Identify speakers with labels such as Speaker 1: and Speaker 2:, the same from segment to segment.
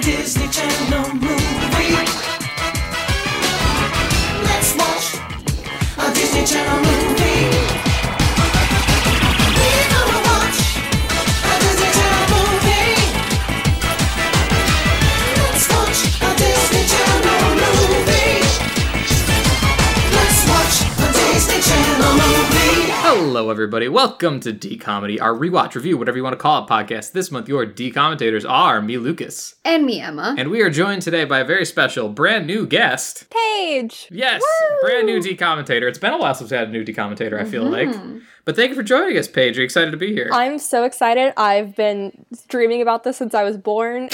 Speaker 1: Disney Channel movie. Let's watch a Disney Channel movie. We're gonna watch a Disney Channel movie. Let's watch a Disney Channel movie. Let's watch a Disney Channel movie.
Speaker 2: Hello, everybody. Welcome to D Comedy, our rewatch review, whatever you want to call it, podcast. This month, your D commentators are me, Lucas,
Speaker 3: And me, Emma.
Speaker 2: and we are joined today by a very special, brand new guest.
Speaker 4: Paige.
Speaker 2: Yes, brand new D commentator. It's been a while since we had a new D commentator. I feel like, but thank you for joining us, Paige. We're excited to be here.
Speaker 4: I'm so excited. I've been dreaming about this since I was born.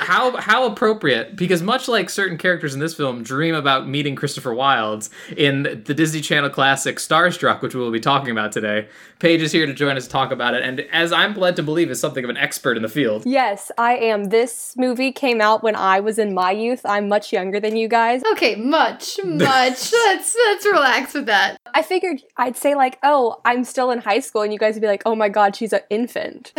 Speaker 2: how how appropriate because much like certain characters in this film dream about meeting Christopher Wilde in the Disney Channel classic Starstruck, which we will be talking about today. Paige is here to join us to talk about it, and as I'm led to believe, is something of an expert in the field.
Speaker 4: yes, I am. This movie came out when I was in my youth. I'm much younger than you guys.
Speaker 3: Okay, much, much. let's let's relax with that.
Speaker 4: I figured I'd say like, "Oh, I'm still in high school," and you guys would be like, "Oh my god, she's an infant."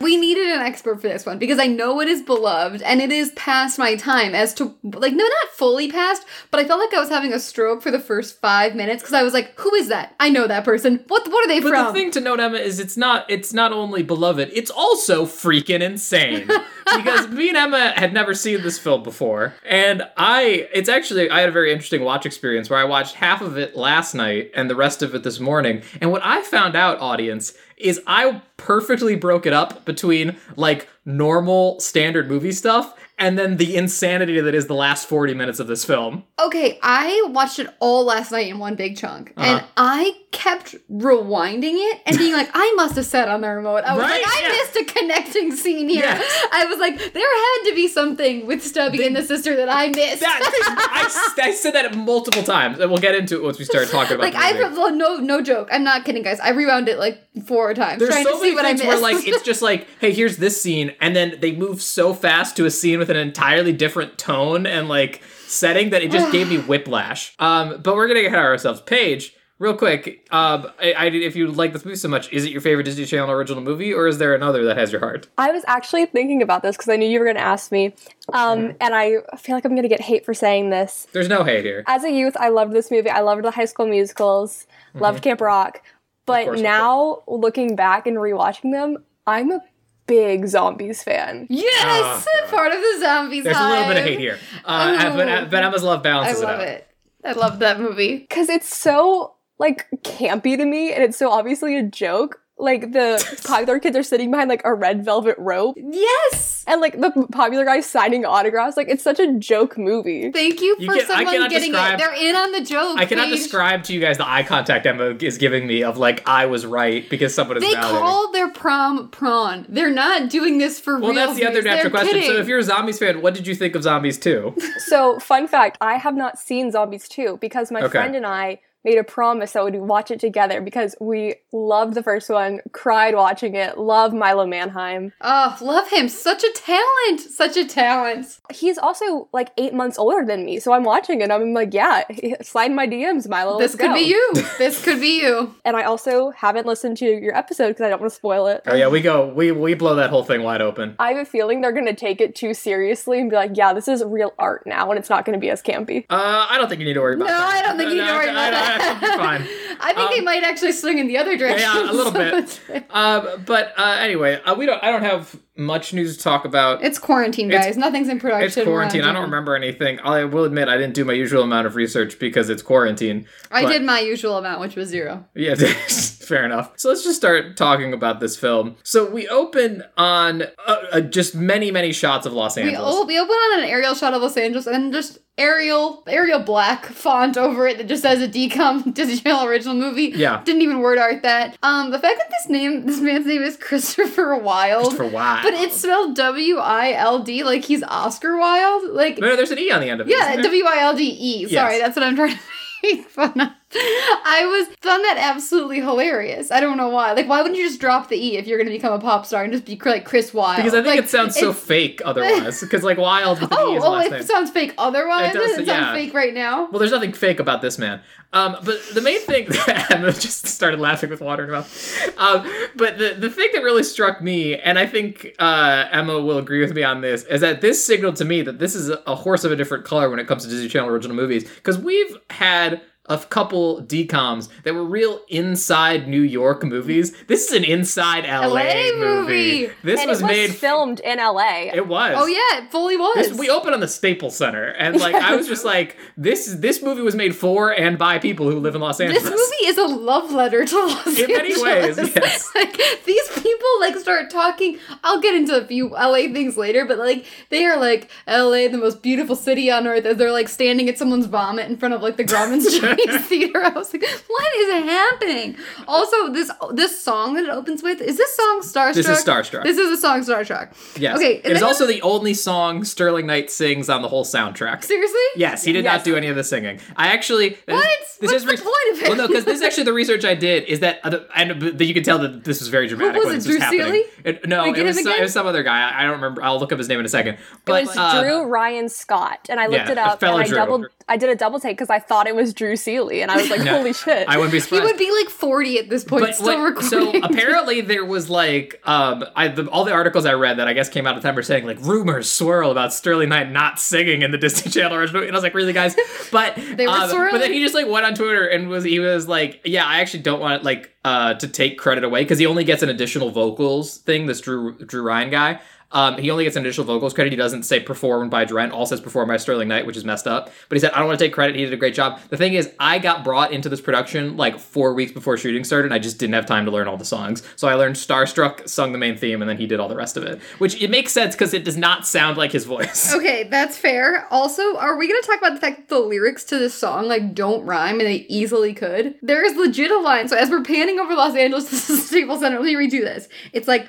Speaker 3: We needed an expert for this one because I know it is beloved and it is past my time as to like no, not fully past, but I felt like I was having a stroke for the first five minutes because I was like, "Who is that? I know that person. What what are they
Speaker 2: But
Speaker 3: from?"
Speaker 2: the thing to note, Emma, is it's not it's not only beloved, it's also freaking insane. because me and Emma had never seen this film before. And I it's actually I had a very interesting watch experience where I watched half of it last night and the rest of it this morning. And what I found out, audience, is I perfectly broke it up between like normal standard movie stuff and then the insanity that is the last 40 minutes of this film.
Speaker 3: Okay, I watched it all last night in one big chunk, and
Speaker 2: Uh-huh.
Speaker 3: I kept rewinding it and being like, "I must have said on the remote." I was
Speaker 2: Right?
Speaker 3: like, "I
Speaker 2: Yeah.
Speaker 3: missed a connecting scene here."
Speaker 2: Yes.
Speaker 3: I was like, "There had to be something with Stubby and the sister that I missed."
Speaker 2: That I, I said that multiple times, and we'll get into it once we start talking about
Speaker 3: like
Speaker 2: the
Speaker 3: I
Speaker 2: movie.
Speaker 3: re- no no joke. I'm not kidding, guys. I rewound it like four times
Speaker 2: There's
Speaker 3: trying
Speaker 2: so
Speaker 3: to
Speaker 2: many
Speaker 3: see what I
Speaker 2: things
Speaker 3: missed.
Speaker 2: where like it's just like, hey, here's this scene, and then they move so fast to a scene with an entirely different tone and like setting that it just gave me whiplash. Um, but we're gonna get ahead of ourselves. Paige, real quick, um, I, I, if you like this movie so much, is it your favorite Disney Channel original movie, or is there another that has your heart?
Speaker 4: I was actually thinking about this because I knew you were going to ask me, um, and I feel like I'm going to get hate for saying this.
Speaker 2: There's no hate here.
Speaker 4: as a youth, I loved this movie. I loved the high school musicals, loved Camp Rock. But
Speaker 2: course, Mm-hmm. of
Speaker 4: now, looking back and rewatching them, I'm a big zombies fan.
Speaker 3: yes,
Speaker 2: Oh, God.
Speaker 3: part of the zombies.
Speaker 2: There's a little bit of
Speaker 3: hive.
Speaker 2: hate here, uh,
Speaker 3: Ooh.
Speaker 2: but, but Emma's love
Speaker 3: I
Speaker 2: balances
Speaker 3: love
Speaker 2: it out.
Speaker 3: it. I love that movie.
Speaker 4: Because it's so, like, campy to me, and it's so obviously a joke. Like, the popular kids are sitting behind, like, a red velvet rope,
Speaker 3: Yes.
Speaker 4: and, like, the popular guy's signing autographs. Like, it's such a joke movie.
Speaker 3: Thank you for
Speaker 2: You can't- I
Speaker 3: someone
Speaker 2: cannot
Speaker 3: getting
Speaker 2: describe-
Speaker 3: it. They're in on the joke.
Speaker 2: I cannot
Speaker 3: Paige.
Speaker 2: describe to you guys the eye contact Emma is giving me of like I was right because someone is
Speaker 3: They
Speaker 2: validating.
Speaker 3: call their prom prawn. They're not doing this for real.
Speaker 2: Well, that's the other natural
Speaker 3: They're
Speaker 2: question.
Speaker 3: Kidding.
Speaker 2: So, if you're a zombies fan, what did you think of Zombies Two?
Speaker 4: So, fun fact I have not seen Zombies 2 because my
Speaker 2: Okay.
Speaker 4: friend and I made a promise that we'd watch it together because we loved the first one, cried watching it, love Milo Manheim.
Speaker 3: oh, love him. Such a talent. Such a talent.
Speaker 4: He's also like eight months older than me, so I'm watching it. I'm like, yeah, slide in my DMs, Milo.
Speaker 3: this
Speaker 4: let's
Speaker 3: could
Speaker 4: go.
Speaker 3: be you. This could be you.
Speaker 4: And I also haven't listened to your episode because I don't want to spoil it.
Speaker 2: oh yeah, we go, we we blow that whole thing wide open.
Speaker 4: I have a feeling they're going to take it too seriously and be like, yeah, this is real art now, and it's not going to be as campy.
Speaker 2: Uh, I don't think you need to worry about.
Speaker 3: No, I
Speaker 2: that.
Speaker 3: don't think you need to
Speaker 2: No,
Speaker 3: worry
Speaker 2: I-
Speaker 3: about
Speaker 2: I- I
Speaker 3: that.
Speaker 2: think you're fine.
Speaker 3: I think they
Speaker 2: Um,
Speaker 3: might actually swing in the other direction.
Speaker 2: yeah, a little bit. Um, but uh, anyway, uh, we don't. I don't have much news to talk about.
Speaker 3: It's quarantine, guys. Nothing's in production.
Speaker 2: It's
Speaker 3: We're on
Speaker 2: quarantine. I don't
Speaker 3: Zoom.
Speaker 2: remember anything. I will admit I didn't do my usual amount of research because it's quarantine.
Speaker 3: I
Speaker 2: but-
Speaker 3: did my usual amount, which was zero.
Speaker 2: Yeah, fair enough. So let's just start talking about this film. So we open on uh, uh, just many, many shots of Los
Speaker 3: We,
Speaker 2: Angeles.
Speaker 3: oh, we open on an aerial shot of Los Angeles and just aerial aerial black font over it that just says a decom Disney Channel original movie.
Speaker 2: Yeah.
Speaker 3: Didn't even word art that. Um the fact that this name this man's name is Christopher Wilde.
Speaker 2: for why?
Speaker 3: But it's spelled W I L D like he's Oscar Wilde. Like
Speaker 2: No, no, there's an E on the end of it.
Speaker 3: Yeah,
Speaker 2: isn't there?
Speaker 3: W I L D E. Sorry,
Speaker 2: Yes.
Speaker 3: that's what I'm trying to make fun of. I was found that absolutely hilarious. I don't know why. Like, why wouldn't you just drop the e if you're gonna become a pop star and just be like Chris Wilde?
Speaker 2: Because I think
Speaker 3: Like,
Speaker 2: it sounds so
Speaker 3: it's-
Speaker 2: fake otherwise. Because like Wild with an E
Speaker 3: Oh,
Speaker 2: is
Speaker 3: oh,
Speaker 2: last
Speaker 3: it
Speaker 2: name.
Speaker 3: sounds fake. Otherwise,
Speaker 2: It
Speaker 3: it,
Speaker 2: does,
Speaker 3: sounds
Speaker 2: yeah.
Speaker 3: fake right now.
Speaker 2: Well, there's nothing fake about this man. Um, but the main thing that Emma just started laughing with water in her mouth. Um, but the, the thing that really struck me, and I think uh, Emma will agree with me on this, is that this signaled to me that this is a, a horse of a different color when it comes to Disney Channel original movies. Because we've had a couple decoms that were real inside New York movies. This is an inside LA,
Speaker 3: LA movie.
Speaker 2: This
Speaker 4: and
Speaker 2: was,
Speaker 4: it was
Speaker 2: made.
Speaker 4: filmed in LA.
Speaker 2: it was.
Speaker 3: Oh yeah, it fully was.
Speaker 2: This, we open on the Staples Center, and like I was just like, this this movie was made for and by people who live in Los Angeles.
Speaker 3: This movie is a love letter to Los Angeles.
Speaker 2: In many ways, yes.
Speaker 3: like these people like start talking. I'll get into a few LA things later, but like they are like LA, the most beautiful city on earth, as they're like standing at someone's vomit in front of like the Grauman's Chinese Theater. I was like, what is happening? Also, this this song that it opens with is this song Starstruck.
Speaker 2: This is Starstruck.
Speaker 3: This is a song Starstruck.
Speaker 2: yes.
Speaker 3: Okay.
Speaker 2: it is
Speaker 3: then-
Speaker 2: also the only song Sterling Knight sings on the whole soundtrack.
Speaker 3: seriously.
Speaker 2: Yes, he did not
Speaker 4: Yes.
Speaker 2: do any of the singing. I actually
Speaker 3: What?
Speaker 2: This is
Speaker 3: What's the point of it?
Speaker 2: Well, no, because this is actually the research I did is that uh, and but you can tell that this was very dramatic
Speaker 3: was
Speaker 2: when
Speaker 3: it,
Speaker 2: this was
Speaker 3: Drew
Speaker 2: happening.
Speaker 3: Seeley?
Speaker 2: It- no,
Speaker 3: Wait,
Speaker 2: it
Speaker 3: get
Speaker 2: was,
Speaker 3: him
Speaker 2: some, it
Speaker 3: again?
Speaker 2: was some other guy. I, I don't remember. I'll look up his name in a second. But
Speaker 4: it was
Speaker 2: uh,
Speaker 4: Drew Ryan Scott, and I looked
Speaker 2: yeah,
Speaker 4: it up
Speaker 2: fellow
Speaker 4: and I
Speaker 2: Drew.
Speaker 4: doubled. I did a double take because I thought it was Drew Seeley, and I was like,
Speaker 2: No,
Speaker 4: "Holy shit!"
Speaker 2: I wouldn't be
Speaker 3: He
Speaker 2: surprised.
Speaker 3: would be like 40 at this point, still
Speaker 2: what- so
Speaker 3: recording.
Speaker 2: apparently there was like um I the, all the articles I read that I guess came out of time were saying like rumors swirl about Sterling Knight not singing in the Disney Channel original and I was like really guys but
Speaker 3: They were
Speaker 2: um, but then
Speaker 3: swirling.
Speaker 2: he just like went on Twitter and was he was like yeah I actually don't want like uh to take credit away because he only gets an additional vocals thing this Drew Drew Ryan guy. Um, he only gets an additional vocals credit. He doesn't say performed by Durant. All says performed by Sterling Knight, which is messed up. But he said, I don't want to take credit. He did a great job. The thing is, I got brought into this production like four weeks before shooting started, and I just didn't have time to learn all the songs. So I learned Starstruck, sung the main theme, and then he did all the rest of it. Which it makes sense because it does not sound like his voice.
Speaker 3: Okay, that's fair. Also, are we gonna talk about the fact that the lyrics to this song like don't rhyme and they easily could? There is legit a line. So as we're panning over Los Angeles, this is Staples Center. Let me redo this. It's like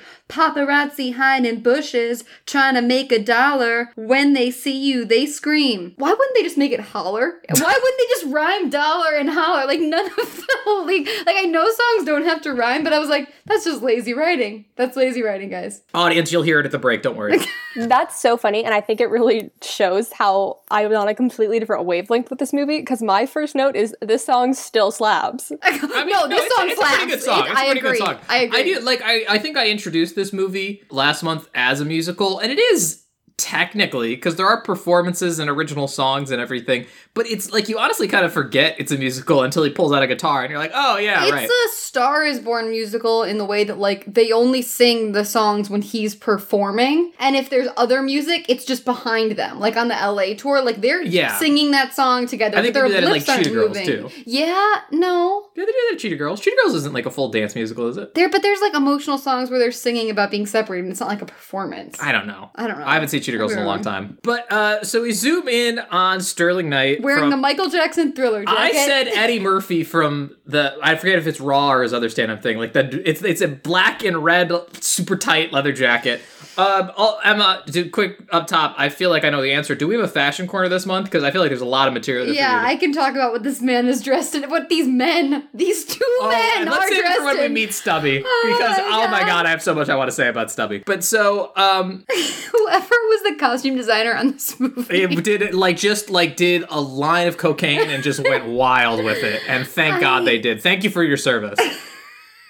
Speaker 3: paparazzi hiding in bushes, trying to make a dollar. When they see you, they scream. Why wouldn't they just make it holler? Why wouldn't they just rhyme dollar and holler? Like none of the like, like I know songs don't have to rhyme, but I was like, that's just lazy writing. That's lazy writing, guys.
Speaker 2: Audience, you'll hear it at the break. Don't worry.
Speaker 4: That's so funny, and I think it really shows how I'm on a completely different wavelength with this movie. Because my first note is this song still slabs.
Speaker 2: I mean,
Speaker 3: no, this
Speaker 2: it's,
Speaker 3: song
Speaker 2: it's
Speaker 3: slaps.
Speaker 2: a pretty good song.
Speaker 3: It-
Speaker 2: it's a
Speaker 3: I
Speaker 2: pretty
Speaker 3: agree.
Speaker 2: good song.
Speaker 3: I agree.
Speaker 2: I do like. I, I think I introduced this movie last month as a musical, and it is technically because there are performances and original songs and everything. But it's like you honestly kind of forget it's a musical until he pulls out a guitar, and you're like, oh yeah,
Speaker 3: it's
Speaker 2: right.
Speaker 3: a Star is Born musical in the way that like they only sing the songs when he's performing, and if there's other music, it's just behind them. Like on the LA tour, like they're
Speaker 2: Yeah.
Speaker 3: singing that song together.
Speaker 2: I
Speaker 3: but
Speaker 2: think they
Speaker 3: their
Speaker 2: do that in,
Speaker 3: lips
Speaker 2: like,
Speaker 3: aren't
Speaker 2: Cheetah Girls,
Speaker 3: moving.
Speaker 2: too.
Speaker 3: Yeah, no.
Speaker 2: yeah, they do that at Cheetah Girls. Cheetah Girls isn't like a full dance musical, is it?
Speaker 3: There, but there's like emotional songs where they're singing about being separated. and It's not like a performance.
Speaker 2: I don't know.
Speaker 3: I don't know.
Speaker 2: I haven't seen Cheetah Girls in a
Speaker 3: Maybe
Speaker 2: long
Speaker 3: I'm
Speaker 2: time. But uh, so we zoom in on Sterling Knight
Speaker 3: Wearing
Speaker 2: from-
Speaker 3: the Michael Jackson Thriller jacket.
Speaker 2: I said Eddie Murphy from the I forget if it's Raw or his other stand-up thing. Like that, it's it's a black and red super tight leather jacket. Um, all, Emma, do, quick up top. I feel like I know the answer. Do we have a fashion corner this month? Because I feel like there's a lot of material. there for
Speaker 3: Yeah,
Speaker 2: you to-
Speaker 3: I can talk about what this man is dressed in. What these men, these two
Speaker 2: Oh,
Speaker 3: men,
Speaker 2: and
Speaker 3: are
Speaker 2: let's save it
Speaker 3: dressed
Speaker 2: for when we
Speaker 3: in.
Speaker 2: meet Stubby
Speaker 3: Oh
Speaker 2: because
Speaker 3: my
Speaker 2: oh my
Speaker 3: God.
Speaker 2: god, I have so much I want to say about Stubby. But so um,
Speaker 3: Whoever was the costume designer on this movie.
Speaker 2: it did it like just like did a line of cocaine and just went wild with it. And thank God they did. Thank you for your service.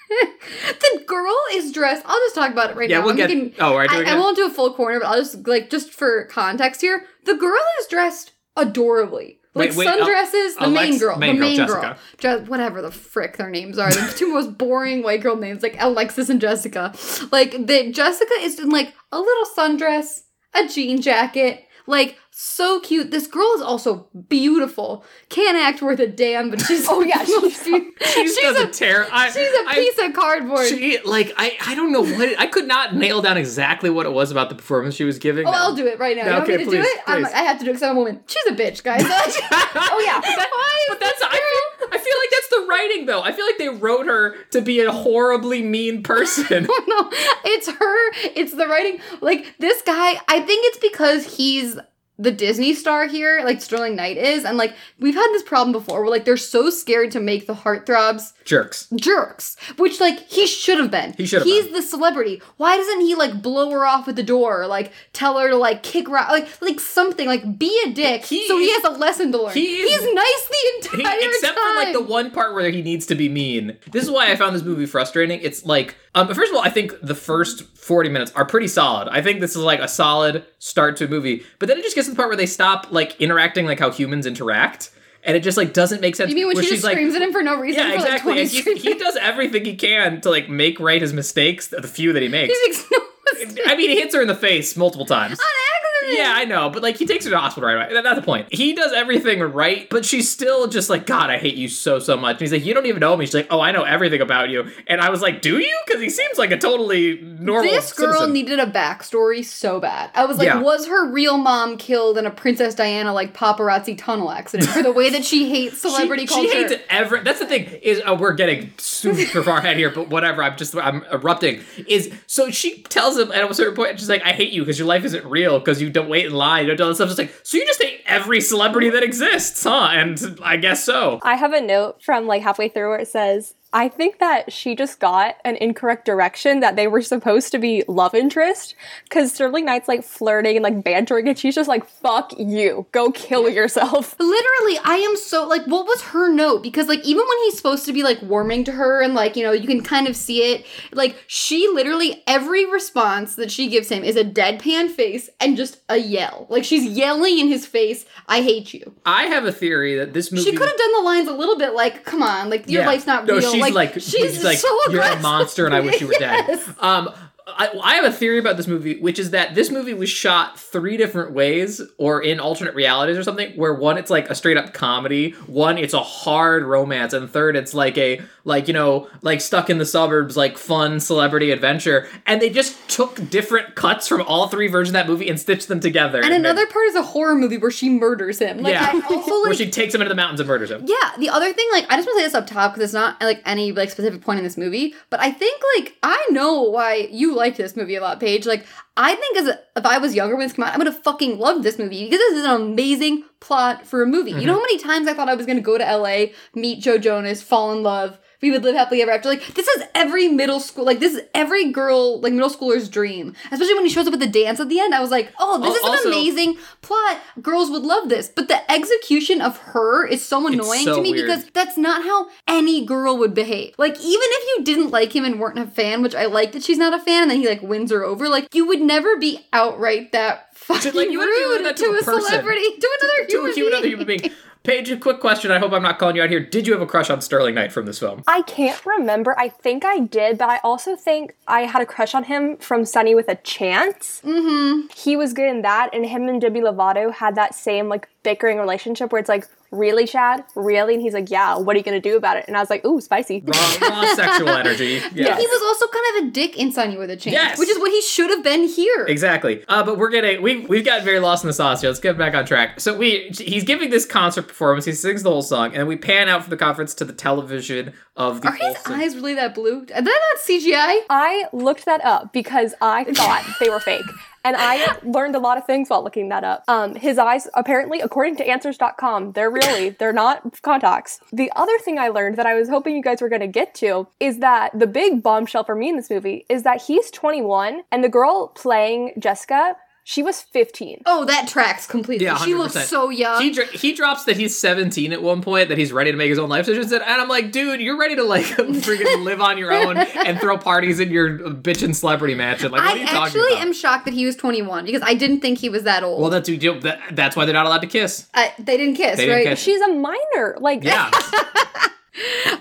Speaker 3: the girl is dressed. I'll just talk about it right
Speaker 2: Yeah,
Speaker 3: now.
Speaker 2: we'll
Speaker 3: I'm
Speaker 2: get-
Speaker 3: thinking-
Speaker 2: oh, right, do it
Speaker 3: I, I
Speaker 2: again?
Speaker 3: won't do a full corner, but I'll just like just for context here. The girl is dressed adorably. Like
Speaker 2: Wait, wait, Al-
Speaker 3: sundresses, the
Speaker 2: Alex-
Speaker 3: main girl,
Speaker 2: main
Speaker 3: the
Speaker 2: girl,
Speaker 3: main girl,
Speaker 2: Jessica.
Speaker 3: Je- whatever the frick their names are, the two most boring white girl names, like Alexis and Jessica. Like the Jessica is in like a little sundress, a jean jacket, like so cute. This girl is also beautiful. Can't act worth a damn, but she's
Speaker 4: Oh, yeah, she's-
Speaker 2: She's,
Speaker 3: she's
Speaker 2: doesn't
Speaker 3: a
Speaker 2: tear. I,
Speaker 3: She's a
Speaker 2: I-
Speaker 3: piece of cardboard.
Speaker 2: She like I I don't know what it, I could not nail down exactly what it was about the performance she was giving.
Speaker 3: oh, I'll do it right now.
Speaker 2: No,
Speaker 3: you want
Speaker 2: okay,
Speaker 3: me to do
Speaker 2: please,
Speaker 3: it? I'm,
Speaker 2: please.
Speaker 3: I have to do it because I'm a woman. She's a bitch, guys. oh yeah. Why?
Speaker 2: But that's I feel, I feel like that's the writing though. I feel like they wrote her to be a horribly mean person.
Speaker 3: no, it's her. It's the writing. Like this guy. I think it's because he's the Disney star here, like Sterling Knight is, and like we've had this problem before where like they're so scared to make the heartthrobs
Speaker 2: Jerks.
Speaker 3: jerks, which like he should have been.
Speaker 2: He should have
Speaker 3: He's
Speaker 2: been.
Speaker 3: the celebrity. Why doesn't he like blow her off at the door, or, like tell her to like kick her out, like like something, like be a dick,
Speaker 2: He
Speaker 3: so he
Speaker 2: is-
Speaker 3: has a lesson to learn.
Speaker 2: he is-
Speaker 3: He's nice the
Speaker 2: He,
Speaker 3: entire
Speaker 2: except
Speaker 3: time.
Speaker 2: for like the one part where he needs to be mean. This is why I found this movie frustrating. It's like, um, first of all, I think the first forty minutes are pretty solid. I think this is like a solid start to a movie, but then it just gets to the part where they stop like interacting like how humans interact, and it just like doesn't make sense.
Speaker 3: you mean when
Speaker 2: where
Speaker 3: she
Speaker 2: she's
Speaker 3: just
Speaker 2: like,
Speaker 3: screams at him for no reason?
Speaker 2: yeah,
Speaker 3: for, like,
Speaker 2: exactly.
Speaker 3: 20
Speaker 2: And he,
Speaker 3: straight
Speaker 2: he does everything he can to like make right his mistakes, the few that he makes.
Speaker 3: He makes no mistake.
Speaker 2: I mean, he hits her in the face multiple times.
Speaker 3: On accident.
Speaker 2: Yeah, I know, but like he takes her to the hospital right away. That- That's the point. He does everything right, but she's still just like, God, I hate you so so much. And he's like, You don't even know me. She's like, Oh, I know everything about you. And I was like, Do you? Because he seems like a totally normal.
Speaker 3: This girl
Speaker 2: citizen.
Speaker 3: needed a backstory so bad. I was like,
Speaker 2: Yeah.
Speaker 3: was her real mom killed in a Princess Diana like paparazzi tunnel accident for the way that she hates celebrity
Speaker 2: she,
Speaker 3: culture?
Speaker 2: She hates every. That's the thing is uh, we're getting super far ahead here, but whatever. I'm just I'm erupting. Is so she tells him at a certain point, she's like, "I hate you because your life isn't real because you don't wait in line, you don't do all this stuff." It's like, so you just hate every celebrity that exists, huh? And I guess so.
Speaker 4: I have a note from like halfway through where it says, I think that she just got an incorrect direction that they were supposed to be love interest because Sterling Knight's like flirting and like bantering and she's just like, fuck you, go kill yourself.
Speaker 3: Literally, I am so like, what was her note? Because like, even when he's supposed to be like warming to her and like, you know, you can kind of see it. Like, she literally every response that she gives him is a deadpan face and just a yell. Like, she's yelling in his face, "I hate you."
Speaker 2: I have a theory that this movie
Speaker 3: She could have done the lines a little bit like, "Come on, like your
Speaker 2: Yeah.
Speaker 3: life's not
Speaker 2: no,
Speaker 3: real."
Speaker 2: She's like, she's like you're a
Speaker 3: aggressive."
Speaker 2: monster, and I wish you were dead.
Speaker 3: Yes.
Speaker 2: Um, I, I have a theory about this movie, which is that this movie was shot three different ways, or in alternate realities or something. Where one, it's like a straight up comedy. One, it's a hard romance, and third, it's like a like you know like stuck in the suburbs, like fun celebrity adventure. And they just took different cuts from all three versions of that movie and stitched them together.
Speaker 3: And
Speaker 2: made-
Speaker 3: another part is a horror movie where she murders him. Like,
Speaker 2: Yeah.
Speaker 3: I also
Speaker 2: where
Speaker 3: like
Speaker 2: she takes him into the mountains and murders him.
Speaker 3: Yeah, the other thing, like, I just want to say this up top because it's not like any like specific point in this movie, but I think like I know why you like this movie a lot, Paige. Like, I think as a, if I was younger when this came out, I would have fucking loved this movie because this is an amazing plot for a movie. You know how many times I thought I was gonna go to LA, meet Joe Jonas, fall in love, we would live happily ever after. Like, this is every middle school, like this is every girl, like middle schooler's dream. Especially when he shows up at the dance at the end, I was like, oh, this
Speaker 2: Al-
Speaker 3: is an
Speaker 2: also-
Speaker 3: amazing plot. Girls would love this, but the execution of her is so annoying annoying
Speaker 2: so
Speaker 3: to me
Speaker 2: weird.
Speaker 3: because that's not how any girl would behave. Like, even if you didn't like him and weren't a fan, which I like that she's not a fan, and then he like wins her over, like you would never be outright that fucking
Speaker 2: like, you wouldn't do
Speaker 3: rude
Speaker 2: that
Speaker 3: to,
Speaker 2: to a
Speaker 3: a
Speaker 2: person.
Speaker 3: celebrity, to another
Speaker 2: To
Speaker 3: human
Speaker 2: a human,
Speaker 3: being.
Speaker 2: other human being. Paige, a quick question. I hope I'm not calling you out here. Did you have a crush on Sterling Knight from this film?
Speaker 4: I can't remember. I think I did, but I also think I had a crush on him from Sunny with a Chance. Mm-hmm. He was good in that, and him and Demi Lovato had that same like bickering relationship where it's like, really, Chad, really, and he's like, yeah, what are you gonna do about it? And I was like, ooh, spicy.
Speaker 2: Raw, raw sexual energy. Yeah.
Speaker 3: He was also kind of a dick in Sonny with a Chance,
Speaker 2: Yes.
Speaker 3: which is what he should have been here.
Speaker 2: Exactly. Uh, but we're getting we we've gotten very lost in the sauce here. Let's get back on track. So we he's giving this concert performance. He sings the whole song, and we pan out from the conference to the television of the.
Speaker 3: Are his
Speaker 2: Olsen-
Speaker 3: eyes really that blue? Are they not CGI?
Speaker 4: I looked that up because I thought they were fake. And I learned a lot of things while looking that up. Um, his eyes, apparently, according to answers.com, they're really, they're not contacts. The other thing I learned that I was hoping you guys were going to get to is that the big bombshell for me in this movie is that he's 21 and the girl playing Jessica, she was 15.
Speaker 3: Oh, that tracks completely.
Speaker 2: Yeah,
Speaker 3: she looks
Speaker 2: 100%.
Speaker 3: so young.
Speaker 2: He, dr- he drops that he's 17 at one point, that he's ready to make his own life decisions, and I'm like, dude, you're ready to like freaking live on your own and throw parties in your bitchin' celebrity mansion. Like, what are
Speaker 3: I
Speaker 2: you talking
Speaker 3: actually
Speaker 2: about?
Speaker 3: am shocked that he was 21 because I didn't think he was that old.
Speaker 2: Well, that's you do. That, that's why they're not allowed to kiss.
Speaker 3: I- they didn't kiss,
Speaker 2: They didn't
Speaker 3: right?
Speaker 2: kiss.
Speaker 4: She's a minor. Like,
Speaker 2: Yeah,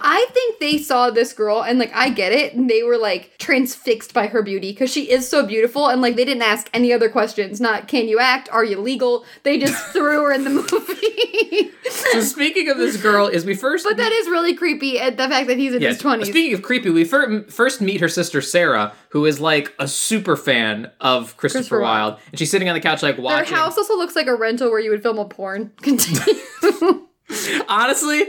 Speaker 3: I think they saw this girl and like I get it, and they were like transfixed by her beauty because she is so beautiful, and like they didn't ask any other questions. Not can you act? Are you legal? They just threw her in the movie.
Speaker 2: so speaking of this girl, is we first.
Speaker 3: but that is really creepy. At the fact that he's in
Speaker 2: Yeah,
Speaker 3: his twenties.
Speaker 2: Speaking of creepy, we fir- first meet her sister Sarah, who is like a super fan of Christopher,
Speaker 3: Christopher
Speaker 2: Wilde, and she's sitting on the couch like
Speaker 3: Their
Speaker 2: watching.
Speaker 3: house also looks like a rental where you would film a porn. Continue.
Speaker 2: Honestly,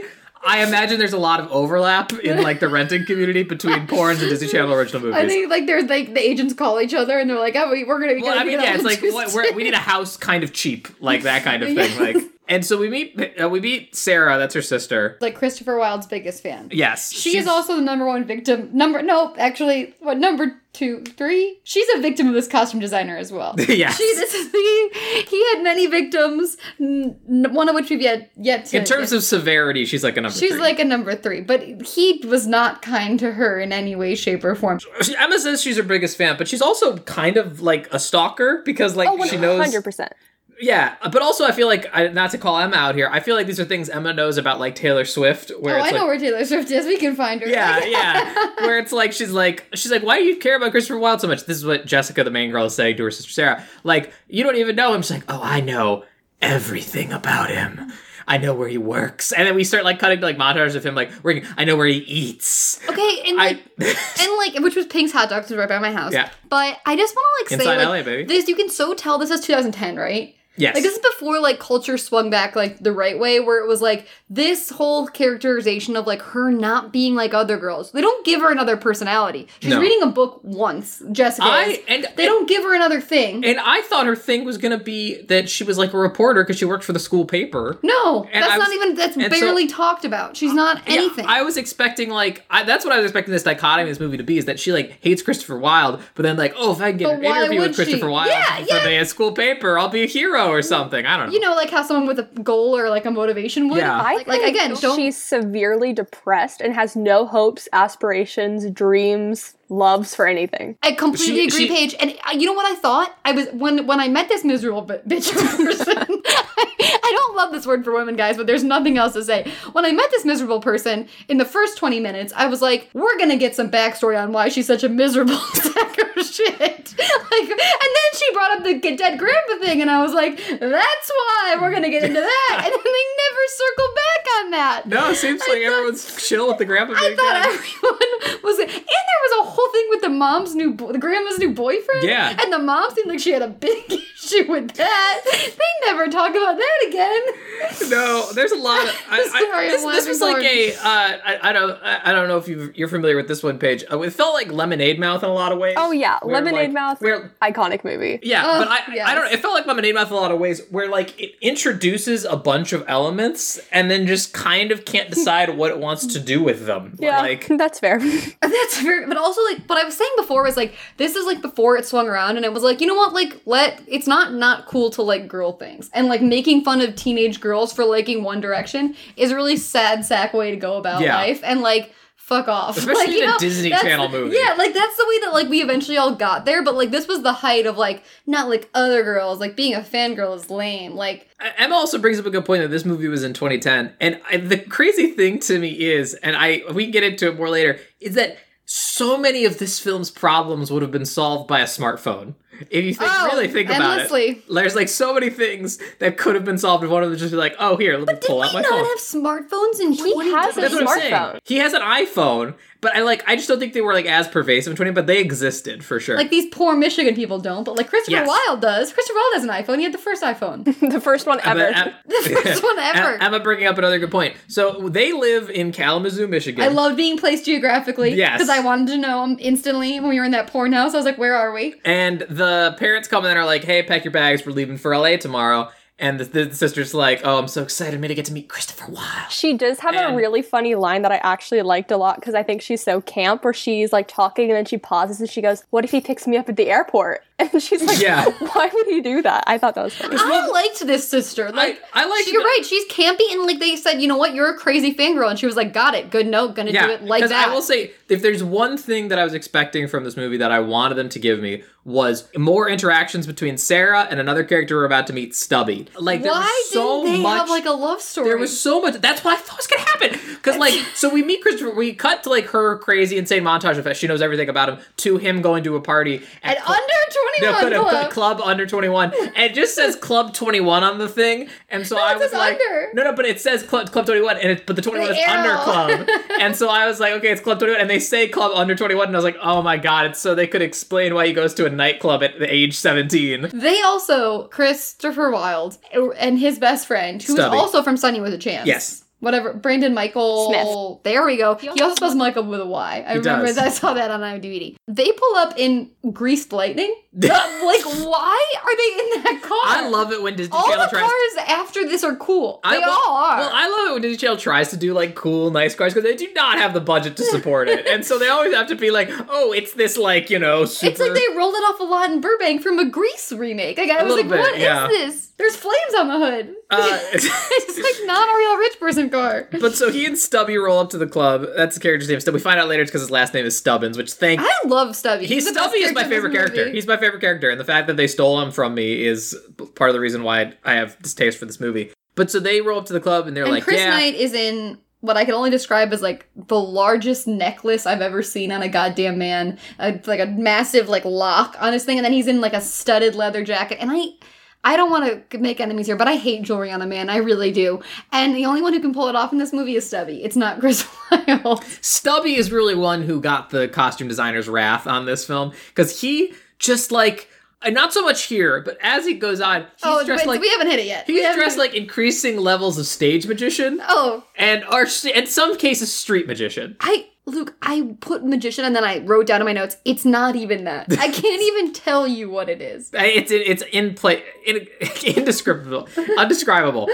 Speaker 2: I imagine there's a lot of overlap in like the renting community between porns and Disney Channel original movies.
Speaker 3: I think like there's like the agents call each other and they're like, oh, we, we're gonna be.
Speaker 2: Well, I mean, yeah, it's like what, we're, we need a house kind of cheap, like that kind of thing.
Speaker 3: Yes.
Speaker 2: Like, and so we meet uh, we meet Sarah, that's her sister.
Speaker 3: like Christopher Wilde's biggest fan.
Speaker 2: Yes,
Speaker 3: She is also the number one victim. Number nope, actually, what number two, three? She's a victim of this costume designer as well.
Speaker 2: Yes.
Speaker 3: she this is he. He had many victims, n- n- one of which we've yet yet to.
Speaker 2: in terms of severity, she's like a number.
Speaker 3: she's
Speaker 2: three.
Speaker 3: like a number three, but he was not kind to her in any way, shape, or form.
Speaker 2: She- Emma says she's her biggest fan, but she's also kind of like a stalker because like
Speaker 4: Oh,
Speaker 2: she knows.
Speaker 4: 100%.
Speaker 2: Yeah, but also I feel like I, not to call Emma out here. I feel like these are things Emma knows about like Taylor Swift, where
Speaker 3: Oh,
Speaker 2: it's
Speaker 3: I
Speaker 2: like,
Speaker 3: know where Taylor Swift is. We can find her.
Speaker 2: Yeah, yeah. Where it's like she's like she's like, why do you care about Christopher Wilde so much? This is what Jessica, the main girl, is saying to her sister Sarah. Like, you don't even know him. She's like, oh, I know everything about him. I know where he works, and then we start like cutting to like montages of him like working. I know where he eats.
Speaker 3: Okay, and like,
Speaker 2: I
Speaker 3: and like, which was Pink's hot dogs was right by my house.
Speaker 2: Yeah.
Speaker 3: But I just want to like say,
Speaker 2: Inside
Speaker 3: like,
Speaker 2: LA, baby.
Speaker 3: this you can so tell this is 2010, right?
Speaker 2: yes,
Speaker 3: Like this is before like culture swung back like the right way, where it was like this whole characterization of like her not being like other girls. They don't give her another personality. She's
Speaker 2: No.
Speaker 3: reading a book once, Jessica.
Speaker 2: I-
Speaker 3: is.
Speaker 2: and-
Speaker 3: they don't give her another thing.
Speaker 2: and I thought her thing was gonna be that she was like a reporter because she worked for the school paper.
Speaker 3: no,
Speaker 2: and
Speaker 3: that's
Speaker 2: I was-
Speaker 3: not even that's
Speaker 2: and so-
Speaker 3: barely talked about. She's not
Speaker 2: Yeah,
Speaker 3: anything.
Speaker 2: I was expecting like I, that's what I was expecting this dichotomy of this movie to be is that she like hates Christopher Wilde, but then like oh if I can get
Speaker 3: But
Speaker 2: an
Speaker 3: why
Speaker 2: interview
Speaker 3: would
Speaker 2: with Christopher
Speaker 3: she?
Speaker 2: Wilde
Speaker 3: Yeah,
Speaker 2: for
Speaker 3: yeah.
Speaker 2: the a school paper, I'll be a hero or something. I don't know.
Speaker 3: you know, like how someone with a goal or like a motivation would.
Speaker 2: Yeah.
Speaker 4: I
Speaker 3: Like, like,
Speaker 4: think
Speaker 3: again, don't
Speaker 4: she's severely depressed and has no hopes, aspirations, dreams, loves for anything.
Speaker 3: I
Speaker 2: She-
Speaker 3: completely
Speaker 2: she-
Speaker 3: agree, Paige. And I, you know what I thought? I was when when I met this miserable b- bitch person. I, don't love this word for women, guys, but there's nothing else to say. When I met this miserable person in the first 20 minutes, I was like, "We're gonna get some backstory on why she's such a miserable sack of shit." Like, and then she brought up the g- dead grandpa thing, and I was like, "That's why we're gonna get into that." And then they never circle back on that.
Speaker 2: no, it seems like
Speaker 3: I thought-
Speaker 2: everyone's chill with the grandpa.
Speaker 3: I
Speaker 2: being
Speaker 3: thought
Speaker 2: dead.
Speaker 3: everyone was, and there was a whole thing with the mom's new, bo- the grandma's new boyfriend.
Speaker 2: Yeah.
Speaker 3: and the mom seemed like she had a big issue with that. They never talk about that again.
Speaker 2: No, there's a lot. Of, I, I-
Speaker 3: Sorry, I'm
Speaker 2: this, this
Speaker 3: laughing
Speaker 2: was like
Speaker 3: hard.
Speaker 2: a. Uh, I, I don't. I, I don't know if you you're familiar with this one, Paige. Uh, it felt like Lemonade Mouth in a lot of ways.
Speaker 4: Oh, yeah.
Speaker 2: where,
Speaker 4: Lemonade
Speaker 2: like,
Speaker 4: Mouth,
Speaker 2: Where
Speaker 4: iconic movie.
Speaker 2: Yeah,
Speaker 3: Ugh,
Speaker 2: but I, I
Speaker 3: Oh, yes.
Speaker 2: don't. It felt like Lemonade Mouth in a lot of ways, where like it introduces a bunch of elements and then just kind of can't decide what it wants to do with them.
Speaker 4: Yeah,
Speaker 2: like
Speaker 4: that's fair.
Speaker 3: That's very, but also like what I was saying before was like this is like before it swung around, and it was like you know what, like let it's not not cool to like girl things, and like making fun of teenage girls for liking One Direction is a really sad sack way to go about
Speaker 2: Yeah.
Speaker 3: life, and like. Fuck off.
Speaker 2: Especially
Speaker 3: like, you
Speaker 2: in a
Speaker 3: know,
Speaker 2: Disney
Speaker 3: that's-
Speaker 2: Channel movie.
Speaker 3: Yeah, like that's the way that like we eventually all got there, but like this was the height of like not like other girls, like being a fangirl is lame. Like
Speaker 2: Emma also brings up a good point that this movie was in 2010, and I, the crazy thing to me is, and I we can get into it more later, is that so many of this film's problems would have been solved by a smartphone if you think,
Speaker 3: Oh,
Speaker 2: really think about
Speaker 3: endlessly.
Speaker 2: it. There's like so many things that could have been solved if one of them just be like, oh here, let me pull
Speaker 3: we
Speaker 2: out my
Speaker 3: not
Speaker 2: phone.
Speaker 3: have smartphones in
Speaker 4: He has a
Speaker 2: That's what I'm saying.
Speaker 4: smartphone.
Speaker 2: He has an iPhone, but I like. I just don't think they were like as pervasive in 20, but they existed for sure.
Speaker 3: Like these poor Michigan people don't, but like Christopher
Speaker 2: Yes.
Speaker 3: Wilde does. Christopher Wilde has an iPhone. He had the first iPhone.
Speaker 4: the first one
Speaker 2: But
Speaker 4: ever.
Speaker 2: Em-
Speaker 3: The first one
Speaker 2: Em-
Speaker 3: ever.
Speaker 2: Emma bringing up another good point. So they live in Kalamazoo, Michigan.
Speaker 3: I love being placed geographically.
Speaker 2: Yes.
Speaker 3: Because I wanted to know um, instantly when we were in that porn house. I was like, where are we?
Speaker 2: And the parents come in and are like, "Hey, pack your bags. We're leaving for LA tomorrow." And the, the sister's like, "Oh, I'm so excited. I'm gonna get to meet Christopher Wilde."
Speaker 4: She does have
Speaker 2: And-
Speaker 4: a really funny line that I actually liked a lot because I think she's so camp where she's like talking and then she pauses and she goes, What if he picks me up at the airport? And she's like,
Speaker 2: Yeah.
Speaker 4: Why would he do that? I thought that was funny.
Speaker 3: I liked this sister. Like
Speaker 2: I like
Speaker 3: she- you're
Speaker 2: that-
Speaker 3: right. She's campy and like they said, you know what? You're a crazy fangirl, and she was like, got it. Good note. Gonna do it like
Speaker 2: 'cause
Speaker 3: that.
Speaker 2: I will say, if there's one thing that I was expecting from this movie that I wanted them to give me was more interactions between Sarah and another character we're about to meet, Stubby. Like there
Speaker 3: Why
Speaker 2: was so
Speaker 3: didn't they
Speaker 2: much.
Speaker 3: have like a love story?
Speaker 2: there was so much. That's what I thought was gonna happen. Because like, so we meet Christopher. We cut to like her crazy, insane montage of she knows everything about him. To him going to a party
Speaker 3: at
Speaker 2: Cl-
Speaker 3: under
Speaker 2: No, uh,
Speaker 3: 21
Speaker 2: put a, put
Speaker 3: club.
Speaker 2: club under 21. And it just says club 21 on the thing. And so I
Speaker 3: it
Speaker 2: was
Speaker 3: says
Speaker 2: like,
Speaker 3: under.
Speaker 2: no, no, but it says club, club 21 and it, but the 21
Speaker 3: The
Speaker 2: is under
Speaker 3: arrow.
Speaker 2: club. and so I was like, okay, it's club 21. And they say club under 21. And I was like, oh my God. It's so they could explain why he goes to a nightclub at the age 17.
Speaker 3: They also Christopher Wilde uh, and his best friend, who is
Speaker 2: Stubby.
Speaker 3: also from Sunny with a Chance.
Speaker 2: Yes.
Speaker 3: whatever Brandon Michael
Speaker 4: Smith.
Speaker 3: There we go.
Speaker 4: He
Speaker 3: He
Speaker 4: also-
Speaker 3: also spells Michael with a Y. I
Speaker 2: He
Speaker 3: remember
Speaker 2: does.
Speaker 3: that I saw that on IMDb. They pull up in greased lightning. Uh, like why are they in that car?
Speaker 2: I love it when Disney
Speaker 3: all
Speaker 2: Channel
Speaker 3: the
Speaker 2: tries.
Speaker 3: cars after this are cool.
Speaker 2: I,
Speaker 3: they
Speaker 2: well-
Speaker 3: all are.
Speaker 2: Well, I love it when Disney Channel tries to do like cool, nice cars because they do not have the budget to support it, and so they always have to be like, "Oh, it's this like you know super."
Speaker 3: it's like they rolled it off a lot in Burbank from a Grease remake. Like, I
Speaker 2: A
Speaker 3: was
Speaker 2: little bit,
Speaker 3: like, what is
Speaker 2: yeah.
Speaker 3: this? There's flames on the hood.
Speaker 2: Uh,
Speaker 3: it's like not a real rich person car.
Speaker 2: But so he and Stubby roll up to the club. That's the character's name. Stubby. We find out later it's because his last name is Stubbins, which thank
Speaker 3: I love Stubby.
Speaker 2: He's
Speaker 3: the best
Speaker 2: Stubby is my
Speaker 3: character in
Speaker 2: favorite
Speaker 3: this
Speaker 2: character.
Speaker 3: movie.
Speaker 2: He's my favorite character, and the fact that they stole him from me is part of the reason why I have this taste for this movie. But so they roll up to the club and they're
Speaker 3: and
Speaker 2: like,
Speaker 3: Chris
Speaker 2: "Yeah,
Speaker 3: Knight is in what I can only describe as like the largest necklace I've ever seen on a goddamn man. A, like a massive like lock on his thing, and then he's in like a studded leather jacket. And I, I don't want to make enemies here, but I hate jewelry on a man. I really do. And the only one who can pull it off in this movie is Stubby. It's not Chris Lyle.
Speaker 2: Stubby is really one who got the costume designer's wrath on this film because he just like, and not so much here, but as he goes on, he's
Speaker 3: oh,
Speaker 2: dressed
Speaker 3: but
Speaker 2: like
Speaker 3: we haven't hit it yet. We
Speaker 2: he's
Speaker 3: haven't
Speaker 2: dressed
Speaker 3: hit-
Speaker 2: like increasing levels of stage magician
Speaker 3: oh.
Speaker 2: and are in some cases street magician.
Speaker 3: I Luke, I put magician and then I wrote down in my notes, it's not even that. I can't even tell you what it is.
Speaker 2: I- it's in, it's in play in, indescribable undescribable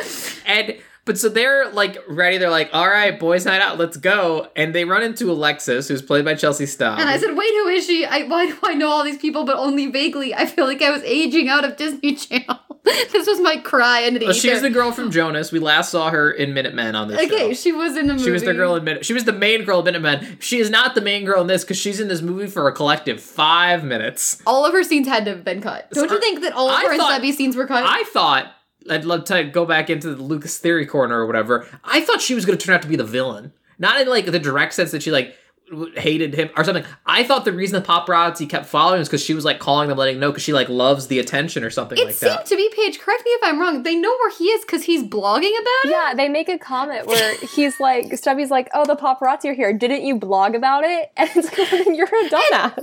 Speaker 2: and but so they're like ready they're like all right boys night out let's go and they run into alexis who's played by chelsea Stahl.
Speaker 3: And I said, wait, who is she? I, why do I know all these people, but only vaguely? I feel like I was aging out of Disney Channel. this was my cry into the
Speaker 2: well, she
Speaker 3: ether.
Speaker 2: was the girl from jonas we last saw her in minutemen on this
Speaker 3: Okay,
Speaker 2: show.
Speaker 3: she was in the movie.
Speaker 2: She was the girl in Minute. She was the main girl in Minutemen. She is not the main girl in this because she's in this movie for a collective five minutes.
Speaker 3: All of her scenes had to have been cut. Don't you think that all of
Speaker 2: I
Speaker 3: her and
Speaker 2: thought-
Speaker 3: Stubby scenes were cut?
Speaker 2: I thought I'd love to go back into the Lucas theory corner or whatever. I thought she was going to turn out to be the villain, not in like the direct sense that she like w- hated him or something. I thought the reason the paparazzi kept following was because she was like calling them, letting them know because she like loves the attention or something
Speaker 3: it
Speaker 2: like
Speaker 3: seemed
Speaker 2: that.
Speaker 3: to be Paige. Correct me if I'm wrong. They know where he is because he's blogging about it.
Speaker 4: Yeah, they make a comment where he's like, Stubby's like, oh, the paparazzi are here. Didn't you blog about it? And it's like, you're a dumbass.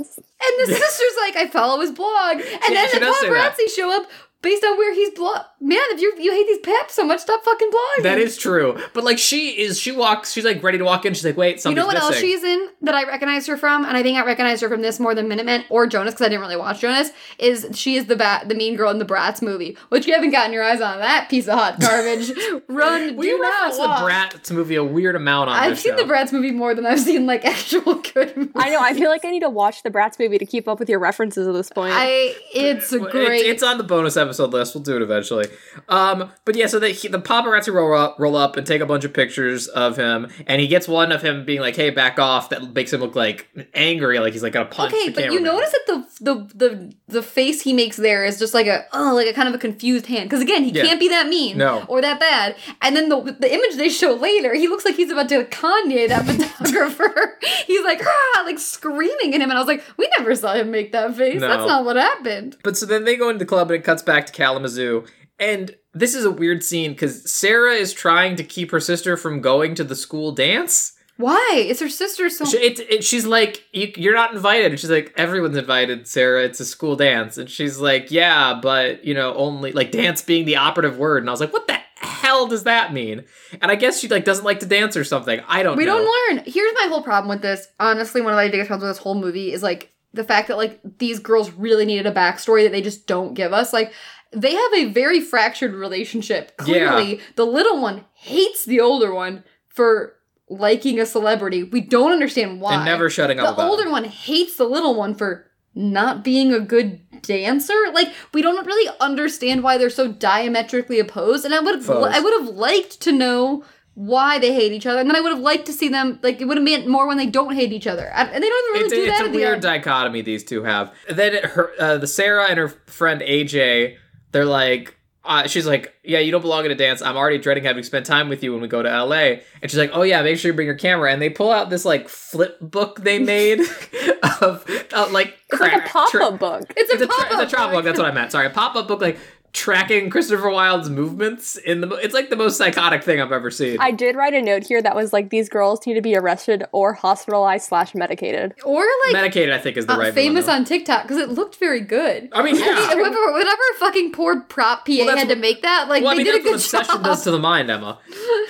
Speaker 3: And the sister's like, I follow his blog. And then
Speaker 2: she
Speaker 3: the
Speaker 2: does say that.
Speaker 3: paparazzi show up based on where he's blog. Man, if you you hate these peps so much, stop fucking blogging.
Speaker 2: That is true, but like she is, she walks, she's like ready to walk in. She's like, wait,
Speaker 3: You
Speaker 2: something's
Speaker 3: know what
Speaker 2: missing.
Speaker 3: else she's in that I recognize her from, and I think I recognize her from this more than Minutemen or Jonas because I didn't really watch Jonas. Is she is the bat, the mean girl in the Bratz movie, which you haven't gotten your eyes on that piece of hot garbage. Run,
Speaker 2: we
Speaker 3: do not
Speaker 2: referenced the
Speaker 3: walk.
Speaker 2: Bratz movie a weird amount on
Speaker 3: I've
Speaker 2: this
Speaker 3: seen
Speaker 2: show.
Speaker 3: the Bratz movie more than I've seen like actual good. Movies.
Speaker 4: I know. I feel like I need to watch the Bratz movie to keep up with your references at this point.
Speaker 3: I it's a
Speaker 2: Well,
Speaker 3: great.
Speaker 2: It's, it's on the bonus episode list. We'll do it eventually. Um, but yeah, so the, he, the paparazzi roll up, roll up and take a bunch of pictures of him, and he gets one of him being like, "Hey, back off!" That makes him look like angry, like he's like gonna punch.
Speaker 3: Okay,
Speaker 2: the
Speaker 3: but you
Speaker 2: cameraman.
Speaker 3: notice that the the the the face he makes there is just like a oh like a kind of a confused hand because again he
Speaker 2: Yeah.
Speaker 3: can't be that mean
Speaker 2: No.
Speaker 3: or that bad and then the the image they show later he looks like he's about to Kanye that photographer he's like ah like screaming at him and I was like we never saw him make that face
Speaker 2: No.
Speaker 3: that's not what happened
Speaker 2: But so then they go into the club and it cuts back to Kalamazoo. And this is a weird scene because Sarah is trying to keep her sister from going to the school dance.
Speaker 3: why is her sister so
Speaker 2: She, it, it, she's like, you, you're not invited. And she's like, everyone's invited, Sarah. It's a school dance. And she's like, yeah, but, you know, only like dance being the operative word. And I was like, what the hell does that mean? And I guess she like doesn't like to dance or something. I don't
Speaker 3: we
Speaker 2: know.
Speaker 3: don't learn here's my whole problem with this honestly one of my biggest problems with this whole movie is like the fact that like these girls really needed a backstory that they just don't give us like they have a very fractured relationship clearly the little one hates the older one for liking a celebrity we don't understand why
Speaker 2: and never shutting up
Speaker 3: the
Speaker 2: about it.
Speaker 3: older one hates the little one for not being a good dancer. Like we don't really understand why they're so diametrically opposed. And I would have,
Speaker 2: Opposed.
Speaker 3: I would have liked to know why they hate each other, and then I would have liked to see them like it would have meant more when they don't hate each other, I- and they don't even really
Speaker 2: it's,
Speaker 3: do
Speaker 2: a-
Speaker 3: that.
Speaker 2: it's
Speaker 3: at
Speaker 2: a
Speaker 3: the
Speaker 2: weird
Speaker 3: end.
Speaker 2: dichotomy these two have. Then it- her, uh, the Sarah and her friend AJ, they're like, uh, she's like, yeah, you don't belong in a dance. I'm already dreading having spent time with you when we go to LA. And she's like, oh yeah, make sure you bring your camera. And they pull out this like flip book they made of uh, like
Speaker 4: it's like a
Speaker 2: crack-
Speaker 4: pop
Speaker 2: tra-
Speaker 4: up book.
Speaker 3: It's
Speaker 2: it's
Speaker 3: a
Speaker 2: a, tra-
Speaker 3: pop-up
Speaker 2: it's a travel book. That's what I meant. Sorry, a pop up book like tracking Christopher Wilde's movements in the. mo- It's like the most psychotic thing I've ever seen.
Speaker 4: I did write a note here that was like these girls need to be arrested or hospitalized slash medicated.
Speaker 3: Or like
Speaker 2: Medicated, I think, is the
Speaker 3: uh,
Speaker 2: right
Speaker 3: famous
Speaker 2: one.
Speaker 3: on TikTok because it looked very good.
Speaker 2: I mean, yeah.
Speaker 3: Whatever, whatever fucking poor prop PA
Speaker 2: that's
Speaker 3: had to
Speaker 2: what-
Speaker 3: make that, like
Speaker 2: well, I
Speaker 3: they
Speaker 2: mean,
Speaker 3: did a
Speaker 2: that's what
Speaker 3: good
Speaker 2: obsession
Speaker 3: job.
Speaker 2: does to the mind, Emma.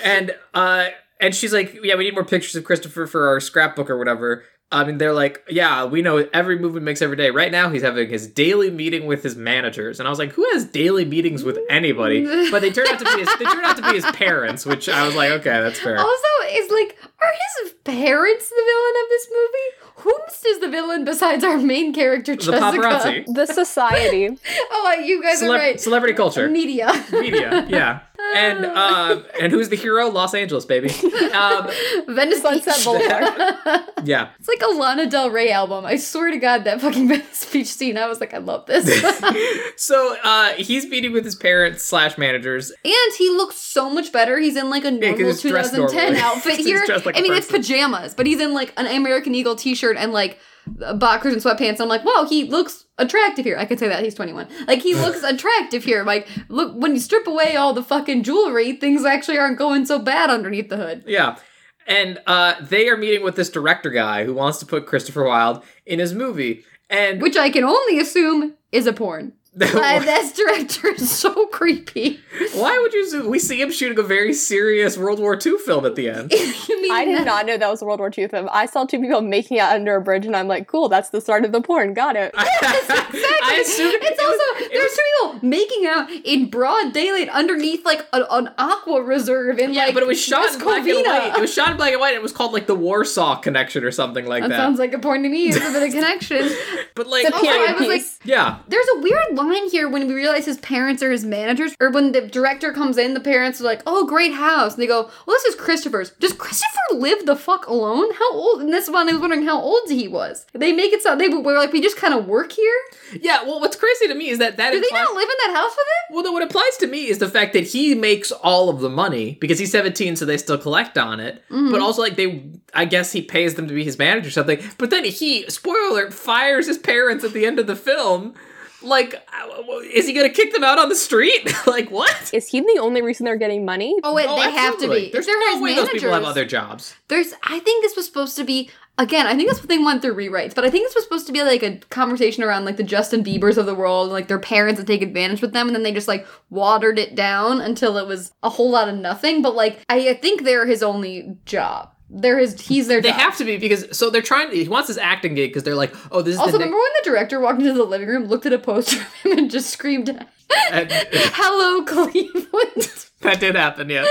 Speaker 2: And uh, and she's like, yeah, we need more pictures of Christopher for our scrapbook or whatever. I mean, they're like, yeah, we know every move he makes every day. Right now, he's having his daily meeting with his managers, and I was like, who has daily meetings with anybody? But they turned out to be his, they turned out to be his parents, which I was like, okay, that's fair.
Speaker 3: Also, is like, are his parents the villain of this movie? Whomst is the villain besides our main character,
Speaker 2: The
Speaker 3: Jessica?
Speaker 2: paparazzi,
Speaker 4: The society.
Speaker 3: Oh, you guys
Speaker 2: Celeb-
Speaker 3: are right.
Speaker 2: celebrity culture.
Speaker 3: Media.
Speaker 2: media, yeah. And um, and who's the hero? Los Angeles, baby. Um,
Speaker 3: Venice
Speaker 4: Sunset
Speaker 3: Beach.
Speaker 4: Boulevard.
Speaker 2: yeah,
Speaker 3: It's like a Lana Del Rey album. I swear to God, that fucking Venice Beach scene. I was like, I love this.
Speaker 2: So uh, he's meeting with his parents slash managers.
Speaker 3: And he looks so much better. He's in like a
Speaker 2: 'cause
Speaker 3: normal
Speaker 2: he's dressed
Speaker 3: 2010
Speaker 2: normally.
Speaker 3: outfit
Speaker 2: He's
Speaker 3: here.
Speaker 2: dressed like
Speaker 3: I
Speaker 2: a
Speaker 3: mean, it's
Speaker 2: person.
Speaker 3: pajamas, but he's in like an American Eagle t-shirt and like boxers and sweatpants. I'm like, wow, he looks attractive here. I could say that he's 21. Like he looks attractive here. Like look, when you strip away all the fucking jewelry, things actually aren't going so bad underneath the hood.
Speaker 2: Yeah. And uh, they are meeting with this director guy who wants to put Christopher Wilde in his movie. And
Speaker 3: Which I can only assume is a porn. Uh, this director is so creepy.
Speaker 2: why would you? zo- We see him shooting a very serious World War II film at the end.
Speaker 3: you mean
Speaker 4: I
Speaker 3: that-
Speaker 4: did not know that was a World War II film. I saw two people making out under a bridge, and I'm like, cool, that's the start of the porn. Got it.
Speaker 2: I assume
Speaker 3: It's also there's two people making out in broad daylight underneath like a, an aqua reserve in
Speaker 2: Yeah,
Speaker 3: like
Speaker 2: but it was shot in black and
Speaker 3: Muscovina.
Speaker 2: white. It was shot in black and white. It was called like the Warsaw Connection or something like
Speaker 3: that
Speaker 2: that.
Speaker 3: sounds like a porn to me. It's a bit of connection.
Speaker 2: but like,
Speaker 4: It's a
Speaker 3: Also, I
Speaker 4: period
Speaker 3: was like,
Speaker 4: piece.
Speaker 2: yeah,
Speaker 3: there's a weird line here when we realize his parents are his managers, or when the director comes in, the parents are like, "Oh, great house," and they go, "Well, this is Christopher's." Does Christopher live the fuck alone? How old? And this one, I was wondering how old he was. They make it sound they were like, "We just kind of work here."
Speaker 2: yeah. Well, what's crazy to me is that that
Speaker 3: Do they
Speaker 2: implies-
Speaker 3: not live in that house with him?
Speaker 2: Well, no, what applies to me is the fact that he makes all of the money because he's 17, so they still collect on it.
Speaker 3: Mm-hmm.
Speaker 2: But also, like, they, I guess he pays them to be his manager or something. But then he, spoiler alert, fires his parents at the end of the film. Like, uh, is he going to kick them out on the street? like, what?
Speaker 4: Is he the only reason they're getting money?
Speaker 3: Oh, wait, they have to
Speaker 2: absolutely.
Speaker 3: be. If
Speaker 2: There's
Speaker 3: they're
Speaker 2: no
Speaker 3: his
Speaker 2: way those people have
Speaker 3: managers-
Speaker 2: other jobs.
Speaker 3: There's, I think this was supposed to be, again, I think that's what they went through rewrites, but I think this was supposed to be like a conversation around like the Justin Biebers of the world, like their parents that take advantage with them, and then they just like watered it down until it was a whole lot of nothing. But like, I, I think they're his only job. They're his, he's their
Speaker 2: They
Speaker 3: job.
Speaker 2: have to be because, so they're trying to, he wants this acting gig because they're like, oh, this is
Speaker 3: also,
Speaker 2: the
Speaker 3: remember when the director walked into the living room, looked at a poster of him, and just screamed,
Speaker 2: next.
Speaker 3: Hello, Cleveland!
Speaker 2: that did happen, yeah.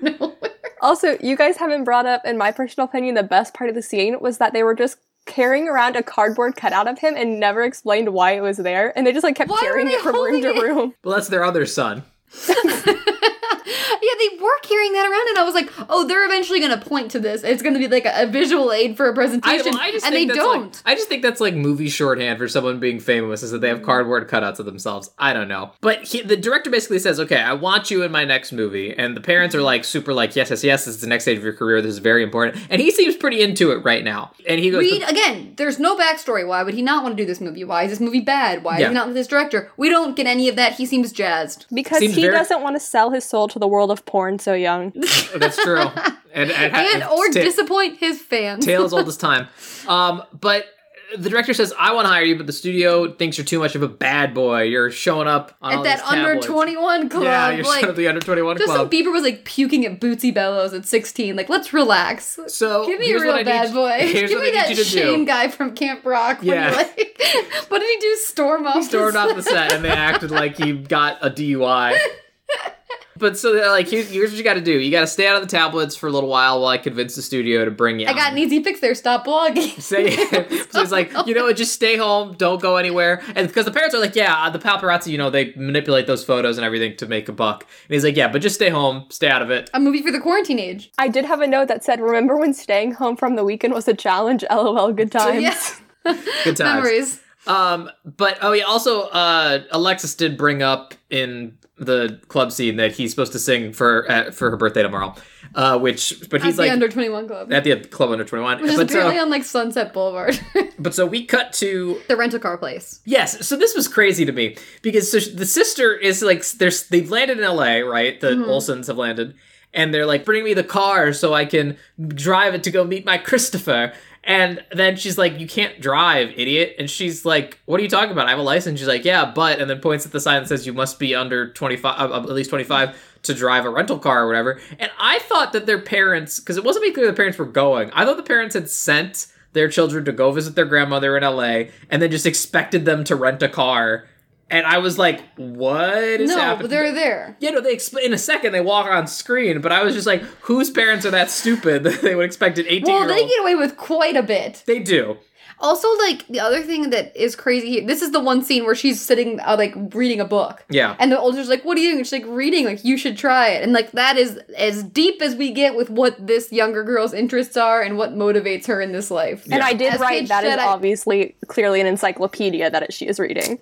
Speaker 3: no.
Speaker 4: Also, you guys haven't brought up, in my personal opinion, the best part of the scene was that they were just carrying around a cardboard cutout of him and never explained why it was there, and they just like kept
Speaker 3: Why were
Speaker 4: carrying
Speaker 3: they
Speaker 4: it from room
Speaker 3: holding
Speaker 4: to
Speaker 3: it?
Speaker 4: room.
Speaker 2: Well, that's their other son.
Speaker 3: yeah, they were carrying that around, and I was like, oh, they're eventually going to point to this. It's going to be like a, a visual aid for a
Speaker 2: I,
Speaker 3: presentation,
Speaker 2: well, I just
Speaker 3: and they
Speaker 2: think that's
Speaker 3: don't.
Speaker 2: Like, I just think that's like movie shorthand for someone being famous is that they
Speaker 3: Mm-hmm.
Speaker 2: have cardboard cutouts of themselves. I don't know, but he, the director basically says, "Okay, I want you in my next movie," and the parents
Speaker 3: Mm-hmm.
Speaker 2: are like super like, "Yes, yes, yes, this is the next stage of your career. This is very important," and he seems pretty into it right now. And he goes,
Speaker 3: Read again. There's no backstory. Why would he not want to do this movie? Why is this movie bad? Why is
Speaker 2: Yeah.
Speaker 3: he not with this director? We don't get any of that. He seems jazzed.
Speaker 4: Because
Speaker 2: Seems
Speaker 4: he
Speaker 2: very-
Speaker 4: doesn't want to sell his soul to the world of porn so young.
Speaker 2: "Oh, "That's true," and, and,
Speaker 3: And or
Speaker 2: ta-
Speaker 3: disappoint his fans.
Speaker 2: tales all this time. Um, but. The director says, "I want to hire you, but the studio thinks you're too much of a bad boy. You're showing up on all
Speaker 3: at that
Speaker 2: these
Speaker 3: under
Speaker 2: tabloids."
Speaker 3: twenty one club.
Speaker 2: Yeah, you're showing up at
Speaker 3: like
Speaker 2: the under twenty one club.
Speaker 3: Justin Bieber was like puking at Bootsy Bellows at sixteen. Like, let's relax.
Speaker 2: So
Speaker 3: Give me
Speaker 2: here's
Speaker 3: a real
Speaker 2: what I
Speaker 3: bad
Speaker 2: need-
Speaker 3: boy.
Speaker 2: Here's
Speaker 3: Give
Speaker 2: what
Speaker 3: me
Speaker 2: I need
Speaker 3: that
Speaker 2: you to
Speaker 3: Shane
Speaker 2: do.
Speaker 3: guy from Camp Rock. When
Speaker 2: Yeah.
Speaker 3: he, like, what did he do? Storm off. the
Speaker 2: Stormed off the
Speaker 3: set?
Speaker 2: set and they acted like he got a DUI. But so they're like, here's, here's what you got to do. You got to stay out of the tablets for a little while while I convince the studio to bring you.
Speaker 3: I got
Speaker 2: on.
Speaker 3: an easy fix there. Stop blogging.
Speaker 2: Say, so it's like, you know what? Just stay home. Don't go anywhere. And because the parents are like, yeah, the paparazzi, you know, they manipulate those photos and everything to make a buck. And he's like, yeah, but just stay home. Stay out of it.
Speaker 3: a movie for the quarantine age.
Speaker 4: I did have a note that said, Remember when staying home from the weekend was a challenge? LOL, good times.
Speaker 3: Yes.
Speaker 2: Good times.
Speaker 3: Memories.
Speaker 2: Um, but oh yeah, also uh, Alexis did bring up in the club scene that he's supposed to sing for uh, for her birthday tomorrow, uh, which but
Speaker 3: At
Speaker 2: he's
Speaker 3: the
Speaker 2: like
Speaker 3: under 21 club.
Speaker 2: at the club under twenty one.
Speaker 3: which is
Speaker 2: But
Speaker 3: apparently
Speaker 2: so,
Speaker 3: on like Sunset Boulevard.
Speaker 2: but so we cut to
Speaker 3: the rental car place.
Speaker 2: Yes, so this was crazy to me because so sh- the sister is like there's they've landed in LA, right? The Olsons have landed and they're like bring me the car so I can drive it to go meet my Christopher. And then she's like you can't drive, idiot. And she's like what are you talking about? I have a license. She's like yeah, but and then points at the sign that says you must be under 25 uh, uh, at least 25 to drive a rental car or whatever. And I thought that their parents cuz it wasn't made clear the parents were going. I thought the parents had sent their children to go visit their grandmother in LA and then just expected them to rent a car. And I was like, what is
Speaker 3: No,
Speaker 2: happening?
Speaker 3: but they're there.
Speaker 2: you know, they explain in a second they walk on screen, but I was just like, whose parents are that stupid that they would expect an 18
Speaker 3: Well,
Speaker 2: year
Speaker 3: they
Speaker 2: old?
Speaker 3: get away with quite a bit.
Speaker 2: They do.
Speaker 3: Also, like the other thing that is crazy here, this is the one scene where she's sitting uh, like reading a book.
Speaker 2: Yeah.
Speaker 3: And the older's like, "What are you doing?" And she's like, "Reading." Like, you should try it. And like that is as deep as we get with what this younger girl's interests are and what motivates her in this life.
Speaker 4: And I
Speaker 3: As
Speaker 4: did
Speaker 3: Paige
Speaker 4: write that is
Speaker 3: said, I-
Speaker 4: obviously clearly an encyclopedia that it, she is reading.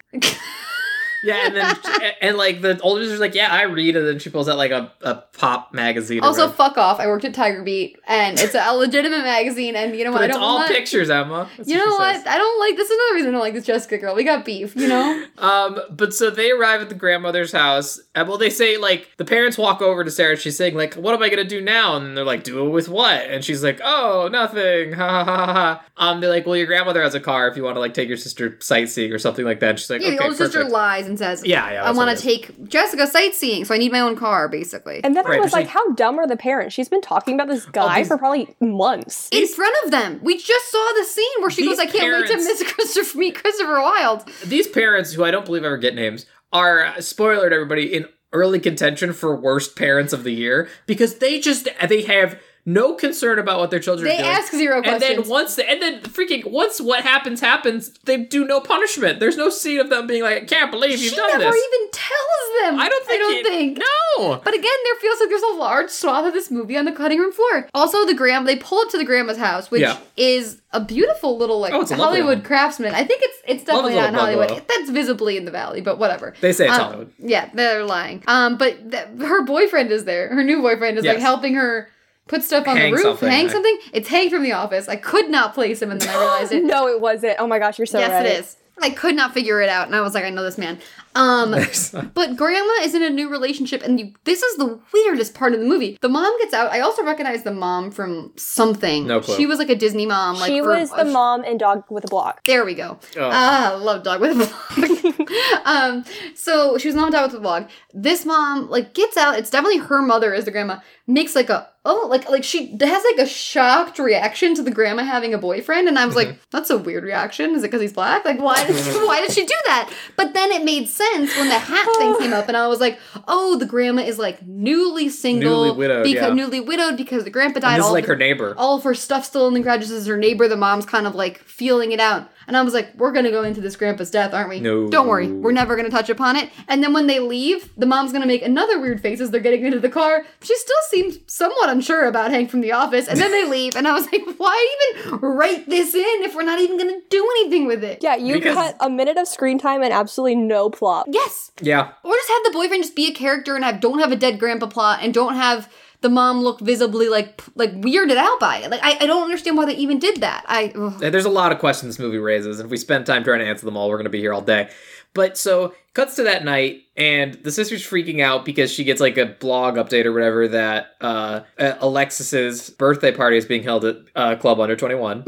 Speaker 2: Yeah, and then and, like the older sister's like, yeah, I read, and then she pulls out like a, a pop magazine. or
Speaker 3: Also,
Speaker 2: whatever.
Speaker 3: fuck off. I worked at Tiger Beat, and it's a legitimate magazine. And you know what?
Speaker 2: but
Speaker 3: I
Speaker 2: it's
Speaker 3: don't
Speaker 2: all
Speaker 3: want.
Speaker 2: pictures, Emma. That's she
Speaker 3: you know
Speaker 2: says.
Speaker 3: what? I don't like. This is another reason I don't like this Jessica girl. We got beef. You know.
Speaker 2: Um, but so they arrive at the grandmother's house, and well, they say like the parents walk over to Sarah. She's saying like, "What am I gonna do now?" And they're like, "Do it with what?" And she's like, "Oh, nothing." Ha ha ha ha, ha. Um, they're like, "Well, your grandmother has a car if you want to like take your sister sightseeing or something like that." And she's like,
Speaker 3: Yeah,
Speaker 2: "Okay,
Speaker 3: the older sister
Speaker 2: perfect."
Speaker 3: lies and says,
Speaker 2: Yeah, yeah,
Speaker 3: I
Speaker 2: that's what
Speaker 3: want
Speaker 2: it
Speaker 3: to
Speaker 2: is.
Speaker 3: take Jessica sightseeing, so I need my own car, basically.
Speaker 4: And then
Speaker 2: Right,
Speaker 4: I
Speaker 2: there's
Speaker 4: was like,
Speaker 2: like-
Speaker 4: how dumb are the parents? She's been talking about this guy
Speaker 2: these-
Speaker 4: for probably months.
Speaker 3: in front of them, we just saw the scene where she
Speaker 2: These
Speaker 3: goes, "I can't wait to
Speaker 2: parents-
Speaker 3: miss Christopher, meet Christopher Wilde."
Speaker 2: These parents, who I don't believe ever get names, are uh, spoiler to everybody in early contention for worst parents of the year because they just they have no concern about what their children
Speaker 3: They
Speaker 2: are doing.
Speaker 3: ask zero
Speaker 2: And then
Speaker 3: questions.
Speaker 2: once, the, and then freaking once what happens happens, they do no punishment. There's no scene of them being like, "I can't believe you've
Speaker 3: she
Speaker 2: done
Speaker 3: never
Speaker 2: this."
Speaker 3: even tells them.
Speaker 2: I don't think.
Speaker 3: I don't
Speaker 2: it-
Speaker 3: think.
Speaker 2: No.
Speaker 3: But again, there feels like there's a large swath of this movie on the cutting room floor. Also, the gram they pull up to the grandma's house, which
Speaker 2: Yeah.
Speaker 3: is a beautiful little like
Speaker 2: Oh, it's a lovely
Speaker 3: Hollywood
Speaker 2: one.
Speaker 3: craftsman. I think it's it's
Speaker 2: Lovely
Speaker 3: definitely not in
Speaker 2: little
Speaker 3: Hollywood.
Speaker 2: bungalow.
Speaker 3: That's visibly in the valley, but whatever.
Speaker 2: They say it's
Speaker 3: Um,
Speaker 2: Hollywood.
Speaker 3: Yeah, they're lying. Um, but th- her boyfriend is there. Her new boyfriend is like
Speaker 2: Yes.
Speaker 3: helping her. Put stuff on
Speaker 2: Hang
Speaker 3: the roof,
Speaker 2: something,
Speaker 3: hang
Speaker 2: I-
Speaker 3: something. It's hang from the office. I could not place him, and then I realized it.
Speaker 4: No, it wasn't. Oh my gosh, you're so
Speaker 3: yes,
Speaker 4: right.
Speaker 3: it is. I could not figure it out, and I was like, I know this man. Um, but grandma is in a new relationship, and you, this is the weirdest part of the movie. The mom gets out. I also recognize the mom from something.
Speaker 2: No clue.
Speaker 3: She was like a Disney mom. Like
Speaker 4: she
Speaker 3: for-
Speaker 4: was the mom and dog with a block.
Speaker 3: There we go.
Speaker 2: Oh.
Speaker 3: Ah, love dog with a vlog. um, so she was mom and dog with a vlog. This mom like gets out. It's definitely her mother is the grandma. Makes like a oh like like she has like a shocked reaction to the grandma having a boyfriend, and I was like, that's a weird reaction. Is it because he's black? Like why did why did she do that? But then it made sense when the hat thing came up, and I was like, oh, the grandma is like newly single,
Speaker 2: Newly widowed,
Speaker 3: because
Speaker 2: yeah.
Speaker 3: newly widowed because the grandpa died.
Speaker 2: And this is
Speaker 3: all
Speaker 2: like
Speaker 3: the-
Speaker 2: her neighbor.
Speaker 3: all of her stuff still in the garage. This is her neighbor. The mom's kind of like feeling it out. And I was like, we're gonna go into this grandpa's death, aren't we?
Speaker 2: No.
Speaker 3: Don't worry, we're never gonna touch upon it. And then when they leave, the mom's gonna make another weird face as they're getting into the car. She still seems somewhat unsure about Hank from the office. And then they leave, and I was like, why even write this in if we're not even gonna do anything with it?
Speaker 4: Yeah, you
Speaker 2: Because-
Speaker 4: cut a minute of screen time and absolutely no plot.
Speaker 3: Yes.
Speaker 2: Yeah.
Speaker 3: Or just have the boyfriend just be a character and have don't have a dead grandpa plot and don't have the mom look visibly like p- like weirded out by it. Like I, I don't understand why they even did that. I ugh.
Speaker 2: And There's a lot of questions this movie raises, and if we spend time trying to answer them all, we're going to be here all day. But so cuts to that night, and the sister's freaking out because she gets like a blog update or whatever that uh, uh, Alexis's birthday party is being held at uh, Club Under Twenty One.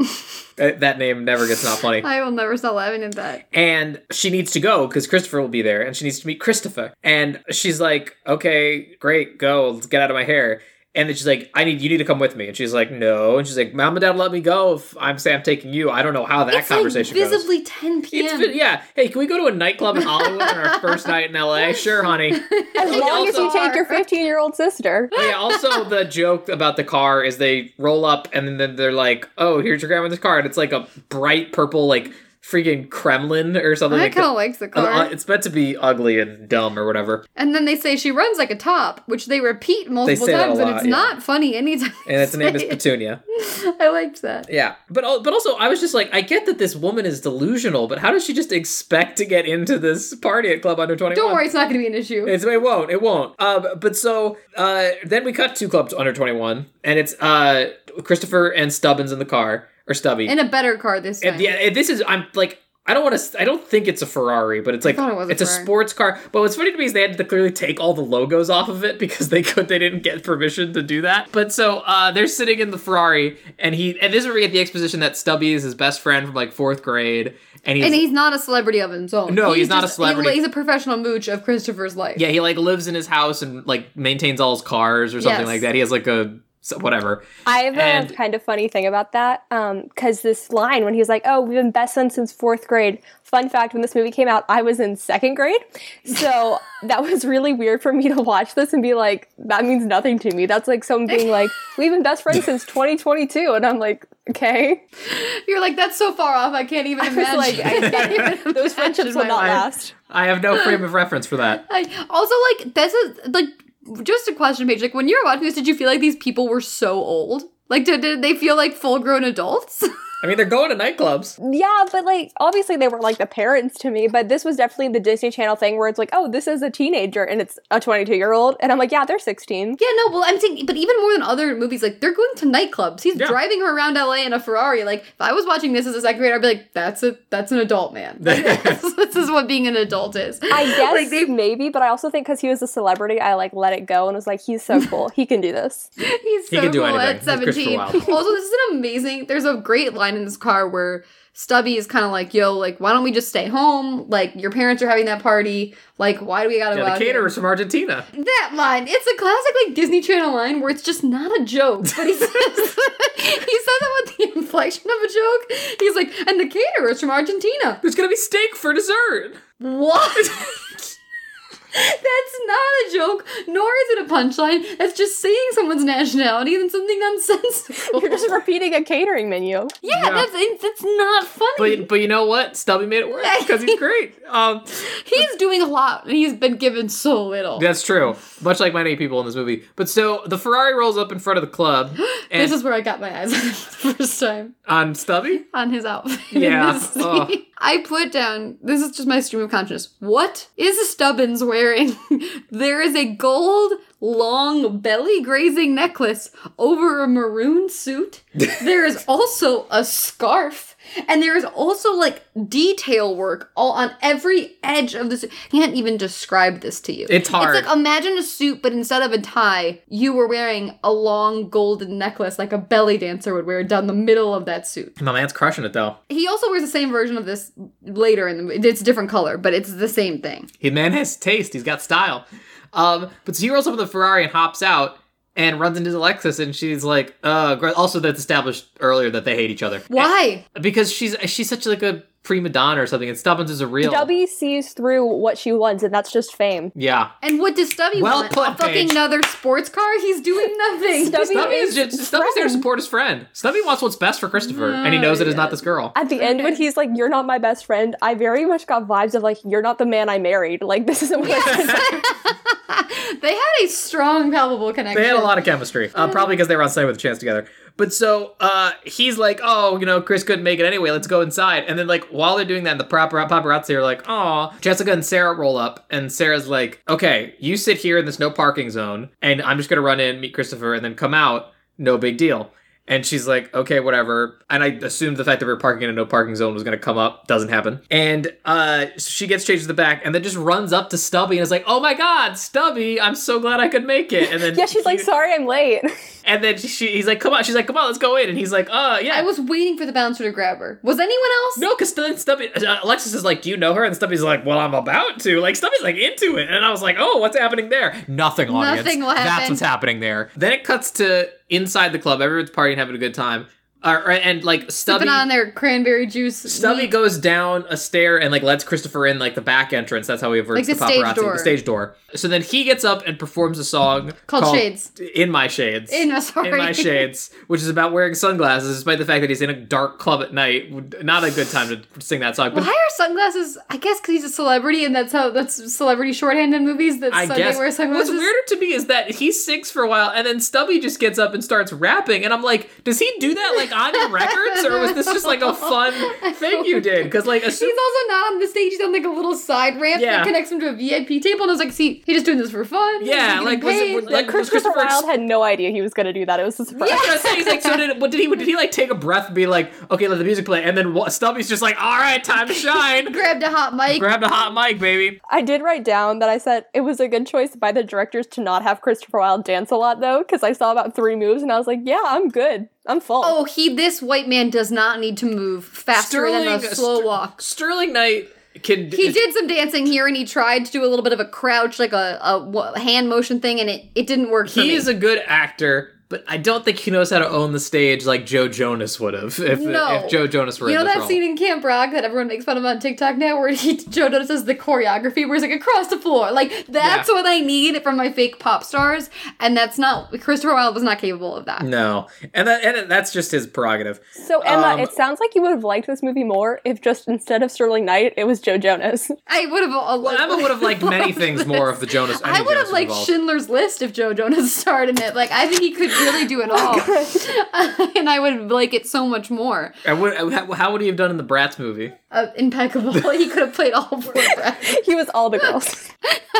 Speaker 2: that name never gets not funny.
Speaker 3: I will never stop laughing at that.
Speaker 2: and she needs to go because Christopher will be there, and she needs to meet Christopher. And she's like, "Okay, great, go. Let's get out of my hair." And then she's like, "I need you need to come with me." And she's like, "No." And she's like, "Mom and Dad, let me go. If I'm say I'm taking you, I don't know how that
Speaker 3: it's
Speaker 2: conversation
Speaker 3: like
Speaker 2: goes."
Speaker 3: visibly 10 p.m.
Speaker 2: It's vi- yeah. Hey, can we go to a nightclub in Hollywood on our first night in L.A.? Sure, honey.
Speaker 4: As
Speaker 3: They
Speaker 4: long as you
Speaker 3: also
Speaker 4: take your
Speaker 3: are.
Speaker 4: 15 year old sister.
Speaker 2: Oh, yeah, also the joke about the car is they roll up and then they're like, "Oh, here's your grandmother's car," and it's like a bright purple, like freaking Kremlin or something.
Speaker 3: I
Speaker 2: like
Speaker 3: kind
Speaker 2: that.
Speaker 3: of liked the
Speaker 2: Uh,
Speaker 3: car.
Speaker 2: It's meant to be ugly and dumb or whatever,
Speaker 3: And then they say she runs like a top, which they repeat multiple
Speaker 2: say that a
Speaker 3: times, and
Speaker 2: lot,
Speaker 3: it's
Speaker 2: yeah.
Speaker 3: not funny anytime.
Speaker 2: and its name is
Speaker 3: they say it.
Speaker 2: Petunia.
Speaker 3: I liked that.
Speaker 2: Yeah, but al- but also I was just like, I get that this woman is delusional, but how does she just expect to get into this party at Club Under Twenty?
Speaker 3: Don't worry, it's not going to be an issue.
Speaker 2: It's, it won't. It won't. Uh, but so uh, then we cut two clubs under 21, and it's uh, Christopher and Stubbins in the car, or Stubby.
Speaker 3: in a better car this time.
Speaker 2: And yeah, and this is I'm like I don't want to. I don't think it's a Ferrari, but it's like
Speaker 3: thought it was a
Speaker 2: it's a
Speaker 3: Ferrari.
Speaker 2: sports car. But what's funny to me is they had to clearly take all the logos off of it because they could they didn't get permission to do that. But so uh, they're sitting in the Ferrari, and he and this is where we get the exposition that Stubby is his best friend from like fourth grade, and he's,
Speaker 3: and he's not a celebrity of his own.
Speaker 2: No, he's not a
Speaker 3: he-
Speaker 2: celebrity.
Speaker 3: he's a professional mooch of Christopher's life.
Speaker 2: yeah he like lives in his house and like maintains all his cars or something
Speaker 3: Yes.
Speaker 2: like that. He has like a so- whatever.
Speaker 4: I have
Speaker 2: And-
Speaker 4: a kind of funny thing about that because this line when he was like, "Oh, we've been best friends since fourth grade." Fun fact: When this movie came out, I was in second grade, so that was really weird for me to watch this and be like, "That means nothing to me." That's like someone being like, "We've been best friends since 2022," and I'm like, "Okay."
Speaker 3: You're like, that's so far off, I can't even
Speaker 4: was
Speaker 3: imagine.
Speaker 4: like, I
Speaker 3: can't even
Speaker 4: Those friendships
Speaker 3: imagine
Speaker 4: will
Speaker 3: my
Speaker 4: not
Speaker 3: life.
Speaker 4: last.
Speaker 2: I have no frame of reference for that.
Speaker 3: I, also, like, this is, like, just a question page. Like, when you were watching this, did you feel like these people were so old? Like, did, did they feel like full grown adults?
Speaker 2: I mean, they're going to nightclubs.
Speaker 4: Yeah, but like obviously they were like the parents to me, but this was definitely the Disney Channel thing where it's like, "Oh, this is a teenager and it's a 22 year old," and I'm like, "Yeah, they're 16."
Speaker 3: yeah, no, well, I'm saying, but even more than other movies, like, they're going to nightclubs. He's
Speaker 2: Yeah.
Speaker 3: driving her around LA in a Ferrari. Like, if I was watching this as a second grader, I'd be like, that's a, that's an adult man. Like, that's- this is what being an adult is.
Speaker 4: I guess
Speaker 3: Like, they-
Speaker 4: maybe, but I also think because he was a celebrity, I like let it go and was like, he's so cool, he can do this.
Speaker 3: He's
Speaker 2: He
Speaker 3: so
Speaker 2: can do
Speaker 3: cool
Speaker 2: anything.
Speaker 3: at
Speaker 2: He's Christopher
Speaker 3: 17. also,
Speaker 2: Wilde.
Speaker 3: this is an amazing. There's a great line in this car where Stubby is kind of like, yo, like, why don't we just stay home? Like, your parents are having that party. Like, why do we gotta
Speaker 2: Yeah,
Speaker 3: go out
Speaker 2: the
Speaker 3: here?"
Speaker 2: caterers from Argentina.
Speaker 3: That line. It's a classic, like, Disney Channel line where it's just not a joke. But he says, he says it with the inflection of a joke. He's like, and the caterers from Argentina.
Speaker 2: There's gonna be steak for dessert.
Speaker 3: What? That's not a joke, nor is it a punchline. That's just saying someone's nationality and something nonsensical.
Speaker 4: You're just repeating a catering menu.
Speaker 3: Yeah,
Speaker 2: Yeah.
Speaker 3: that's it's, it's not funny.
Speaker 2: But but you know what? Stubby made it work because he's great. Um,
Speaker 3: he's doing a lot, and he's been given so little.
Speaker 2: that's true. Much like many people in this movie. But so the Ferrari rolls up in front of the club, and
Speaker 3: this is where I got my eyes on him for the first time
Speaker 2: on Stubby.
Speaker 3: on his outfit.
Speaker 2: Yeah. oh.
Speaker 3: In this scene.
Speaker 2: Ugh.
Speaker 3: I put down. This is just my stream of consciousness. What is Stubbins wearing? there is a gold long belly grazing necklace over a maroon suit. there is also a scarf. And there is also like detail work all on every edge of the suit. I can't even describe this to you.
Speaker 2: It's hard.
Speaker 3: It's like imagine a suit, but instead of a tie, you were wearing a long golden necklace like a belly dancer would wear down the middle of that suit.
Speaker 2: My man's crushing it though.
Speaker 3: He also wears the same version of this later, and it's a different color, but it's the same thing.
Speaker 2: He man has taste. He's got style. Um, but so he rolls up in the Ferrari and hops out and runs into Alexis, and she's like, uh. gr- Also, that's established earlier that they hate each other
Speaker 3: Why?
Speaker 2: because she's she's such like a prima donna or something, and Stubbins is a real.
Speaker 4: Dubby sees through what she wants, and that's just fame.
Speaker 2: yeah.
Speaker 3: And what does Stubby
Speaker 2: Well
Speaker 3: want?
Speaker 2: put,
Speaker 3: a fucking
Speaker 2: Paige.
Speaker 3: another sports car? He's doing nothing.
Speaker 4: Stubby-
Speaker 2: Stubby is
Speaker 4: is
Speaker 2: just Stubby's there to
Speaker 4: friend.
Speaker 2: support his friend. Stubby wants what's best for Christopher, and he knows it is not this girl.
Speaker 4: At the end, when he's like, "You're not my best friend," I very much got vibes of like, "You're not the man I married." Like this isn't what I
Speaker 3: they had a strong, palpable connection.
Speaker 2: They had a lot of chemistry, uh, probably because they were on set with a chance together. But so uh, he's like, "Oh, you know, Chris couldn't make it anyway. Let's go inside." And then, like, while they're doing that, the papar- paparazzi are like, "Oh." Jessica and Sarah roll up, and Sarah's like, "Okay, you sit here in this no parking zone, and I'm just gonna run in, meet Christopher, and then come out. No big deal." And she's like, okay, whatever. And I assumed the fact that we were parking in a no parking zone was going to come up. Doesn't happen. And uh, she gets chased to the back and then just runs up to Stubby and is like, oh my God, Stubby, I'm so glad I could make it. And then
Speaker 4: yeah, she's like,
Speaker 2: he-
Speaker 4: "Sorry, I'm late."
Speaker 2: And then she, he's like, come on. She's like, come on, let's go in. And he's like, uh, yeah.
Speaker 3: I was waiting for the bouncer to grab her. Was anyone else?
Speaker 2: no, because then Stubby, uh, Alexis is like, do you know her? And Stubby's like, well, I'm about to. Like, Stubby's like into it. And I was like, oh, what's happening there? Nothing, audience.
Speaker 3: Nothing will
Speaker 2: That's
Speaker 3: happen.
Speaker 2: what's happening there. Then it cuts to inside the club. Everyone's partying, having a good time. or, and like Stubby
Speaker 3: Sipping on their cranberry juice.
Speaker 2: Stubby
Speaker 3: neat.
Speaker 2: goes down a stair and like lets Christopher in like the back entrance. That's how he averts
Speaker 3: Like
Speaker 2: the,
Speaker 3: the stage
Speaker 2: paparazzi,
Speaker 3: door.
Speaker 2: the stage door. So then he gets up and performs a song
Speaker 3: Called Shades.
Speaker 2: In my shades.
Speaker 3: In my- sorry.
Speaker 2: In my shades, which is about wearing sunglasses, despite the fact that he's in a dark club at night. Not a good time to sing that song. But
Speaker 3: Why are sunglasses? I guess because he's a celebrity, and that's how that's celebrity shorthand in movies. That
Speaker 2: I
Speaker 3: Sunday
Speaker 2: guess
Speaker 3: wear
Speaker 2: what's
Speaker 3: sunglasses.
Speaker 2: weirder to me is that he sings for a while and then Stubby just gets up and starts rapping, and I'm like, does he do that like on your records, or was this just like a fun thing you did? Because like,
Speaker 3: He's
Speaker 2: assume-
Speaker 3: also not on the stage. He's on like a little side ramp
Speaker 2: Yeah.
Speaker 3: that connects him to a VIP table, and I was like, "See, he's just doing this for fun."
Speaker 2: Yeah,
Speaker 3: he's
Speaker 2: like,
Speaker 3: getting
Speaker 2: was it-
Speaker 3: paid.
Speaker 2: was-
Speaker 4: Like
Speaker 2: Like, was
Speaker 4: Christopher
Speaker 2: Christopher-
Speaker 4: Wilde had no idea he was going to do that. It was a surprise.
Speaker 2: That's what I'm saying. He's like, so did what did he? What did he like? Take a breath, and be like, okay, let the music play, and then wa- Stubby's just like, all right, time to shine.
Speaker 3: grabbed a hot mic.
Speaker 2: Grabbed a hot mic, baby.
Speaker 4: I did write down that I said it was a good choice by the directors to not have Christopher Wilde dance a lot though, because I saw about three moves and I was like, yeah, I'm good. I'm full.
Speaker 3: oh, he. This white man does not need to move faster than a slow
Speaker 2: Ster-
Speaker 3: walk.
Speaker 2: Sterling Knight can.
Speaker 3: He did some dancing here, and he tried to do a little bit of a crouch, like a, a wa- hand motion thing, and it, it didn't work. for
Speaker 2: He
Speaker 3: me.
Speaker 2: is a good actor, but I don't think he knows how to own the stage like Joe Jonas would have if,
Speaker 3: No.
Speaker 2: if Joe Jonas were
Speaker 3: You
Speaker 2: in
Speaker 3: know
Speaker 2: this
Speaker 3: that
Speaker 2: role.
Speaker 3: scene in Camp Rock that everyone makes fun of on TikTok now, where he Joe Jonas does the choreography, where he's like across the floor. Like that's
Speaker 2: Yeah.
Speaker 3: what I need from my fake pop stars, and that's not Christopher Wilde was not capable of that.
Speaker 2: No, and that, and that's just his prerogative.
Speaker 4: so Emma,
Speaker 2: um,
Speaker 4: it sounds like you would have liked this movie more if just instead of Sterling Knight, it was Joe Jonas.
Speaker 3: I would have. uh,
Speaker 2: Well, Emma would have liked many things more if the Jonas.
Speaker 3: I
Speaker 2: any
Speaker 3: would have
Speaker 2: Jonas
Speaker 3: liked
Speaker 2: involved.
Speaker 3: Schindler's List if Joe Jonas starred in it. Like I think he could really do it all, and I would like it so much more.
Speaker 2: I would, I would- how- how would he have done in the Bratz movie?
Speaker 3: Uh, impeccable. he could have played all four. Brats.
Speaker 4: he was all the girls.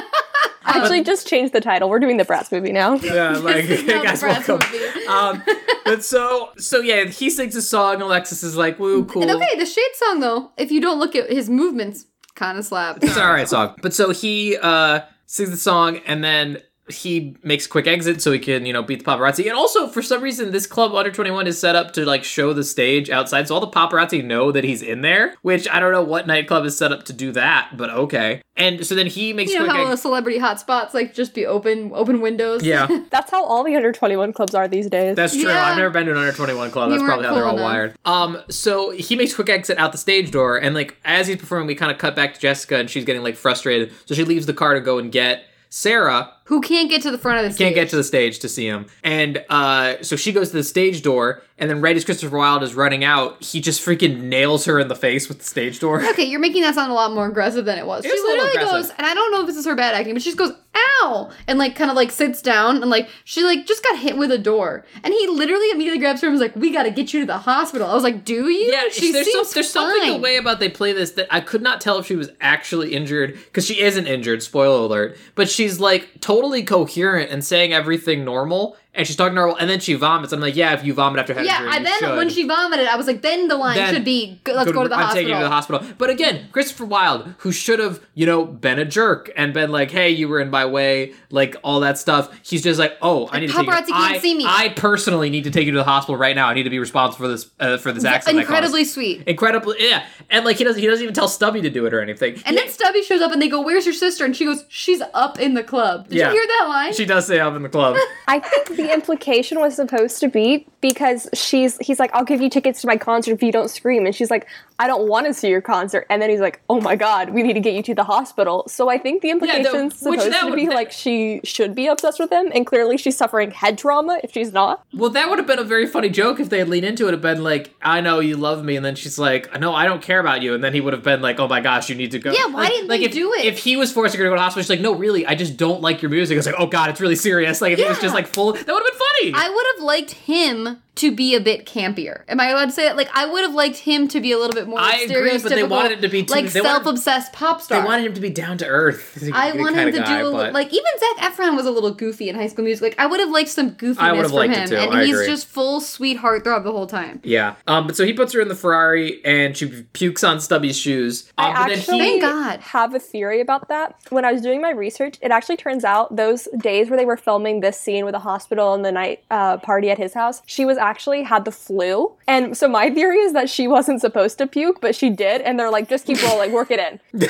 Speaker 4: Actually, just change the title. We're doing the Bratz movie now.
Speaker 2: Yeah, like
Speaker 3: is now the
Speaker 2: guys,
Speaker 3: Bratz
Speaker 2: welcome.
Speaker 3: movie.
Speaker 2: Um, but so, so yeah, he sings a song, and Alexis is like, "Woo, cool."
Speaker 3: And okay, the Shade song though. If you don't look at his movements, kind of slapped.
Speaker 2: It's an alright song. But so he uh sings the song and then he makes a quick exit so he can, you know, beat the paparazzi. And also for some reason this club under 21 is set up to like show the stage outside. So all the paparazzi know that he's in there, which I don't know what nightclub is set up to do that, but okay. And so then he makes a
Speaker 3: You know
Speaker 2: quick
Speaker 3: how
Speaker 2: exit.
Speaker 3: the celebrity hotspots like just be open open windows.
Speaker 2: yeah.
Speaker 4: That's how all the under 21 clubs are these days.
Speaker 2: That's true.
Speaker 3: Yeah.
Speaker 2: I've never been to an under 21 club.
Speaker 3: You
Speaker 2: That's probably
Speaker 3: weren't
Speaker 2: how they're
Speaker 3: cool
Speaker 2: all
Speaker 3: enough.
Speaker 2: wired. Um, so he makes quick exit out the stage door, and like as he's performing, we kind of cut back to Jessica, and she's getting like frustrated. So she leaves the car to go and get Sarah,
Speaker 3: Who can't get to the front of the
Speaker 2: can't get to the stage to see him. And uh, so she goes to the stage door, and then right as Christopher Wilde is running out, he just freaking nails her in the face with the stage door.
Speaker 3: Okay, you're making that sound a lot more aggressive than it was.
Speaker 2: was
Speaker 3: she
Speaker 2: a little
Speaker 3: literally goes,
Speaker 2: aggressive.
Speaker 3: and I don't know if this is her bad acting, but she just goes, ow! And like kind of like sits down and like she like just got hit with a door. And he literally immediately grabs her and was like, We gotta get you to the hospital. I was like, Do you?
Speaker 2: yeah, she, there's, some,
Speaker 3: seems
Speaker 2: there's something
Speaker 3: fine.
Speaker 2: the way about they play this that I could not tell if she was actually injured because she isn't injured. Spoiler alert! But she's like totally coherent and saying everything normal, and she's talking normal, and then she vomits. I'm like, yeah, if you vomit after head
Speaker 3: Yeah,
Speaker 2: injury,
Speaker 3: I
Speaker 2: you
Speaker 3: then
Speaker 2: should.
Speaker 3: when she vomited, I was like, then the line
Speaker 2: Then
Speaker 3: should be "Go- let's
Speaker 2: Good-
Speaker 3: go to the
Speaker 2: I'm
Speaker 3: hospital.
Speaker 2: taking you to the hospital. But again, Christopher Wilde, who should have, you know, been a jerk and been like, "Hey, you were in my way," like all that stuff. He's just like, "Oh, I need to take you.
Speaker 3: paparazzi can't
Speaker 2: I,
Speaker 3: see me."
Speaker 2: I personally need to take you to the hospital right now. I need to be responsible for this uh, for this accident." I caused."
Speaker 3: Incredibly sweet.
Speaker 2: incredibly, yeah. And like he doesn't, he doesn't even tell Stubby to do it or anything.
Speaker 3: And then Stubby shows up and they go, Where's your sister? And she goes, She's up in the club. Did
Speaker 2: Yeah.
Speaker 3: you hear that line?
Speaker 2: she does say, "I'm in the club."
Speaker 4: I think the implication was supposed to be because she's he's like, I'll give you tickets to my concert if you don't scream. And she's like, I don't want to see your concert. And then he's like, Oh my god, we need to get you to the hospital. So I think the implication's
Speaker 2: which
Speaker 4: supposed
Speaker 2: that
Speaker 4: to
Speaker 2: would-
Speaker 4: be
Speaker 2: that-
Speaker 4: like she should be obsessed with him, and clearly she's suffering head trauma if she's not.
Speaker 2: Well, that would have been a very funny joke if they had leaned into it and been like, "I know you love me," and then she's like, "No, I don't care about you," and then he would have been like, "Oh my gosh, you need to go."
Speaker 3: Yeah, why
Speaker 2: like,
Speaker 3: didn't
Speaker 2: like
Speaker 3: they
Speaker 2: if,
Speaker 3: do it?
Speaker 2: If he was forcing her to go to the hospital, she's like, "No, really, I just don't like your music." It's like, "Oh God, it's really serious." Like if it was
Speaker 3: Yeah.
Speaker 2: just like full, that would have been funny.
Speaker 3: I would have liked him to be a bit campier. Am I allowed to say that? Like, I would have liked him to be a little bit more.
Speaker 2: I agree, but they
Speaker 3: stereotypical,
Speaker 2: wanted it to be too-
Speaker 3: like
Speaker 2: they wanted-
Speaker 3: self-obsessed pop star.
Speaker 2: they wanted him to be down to earth.
Speaker 3: I want him to do a
Speaker 2: little
Speaker 3: little, like even Zach Efron was a little goofy in High School Music. Like I would have liked some goofiness
Speaker 2: I would have
Speaker 3: from
Speaker 2: liked it
Speaker 3: him,
Speaker 2: too,
Speaker 3: and
Speaker 2: I
Speaker 3: he's
Speaker 2: agree.
Speaker 3: just full sweetheart throb the whole time.
Speaker 2: Yeah, um, but so he puts her in the Ferrari and she pukes on Stubby's shoes. Um,
Speaker 4: I
Speaker 2: but then
Speaker 4: actually
Speaker 2: he,
Speaker 3: Thank God.
Speaker 4: have a theory about that. When I was doing my research, it actually turns out those days where they were filming this scene with the hospital and the night night uh, party at his house, she was actually had the flu. And so my theory is that she wasn't supposed to puke, but she did. And they're like, just keep rolling, work it in.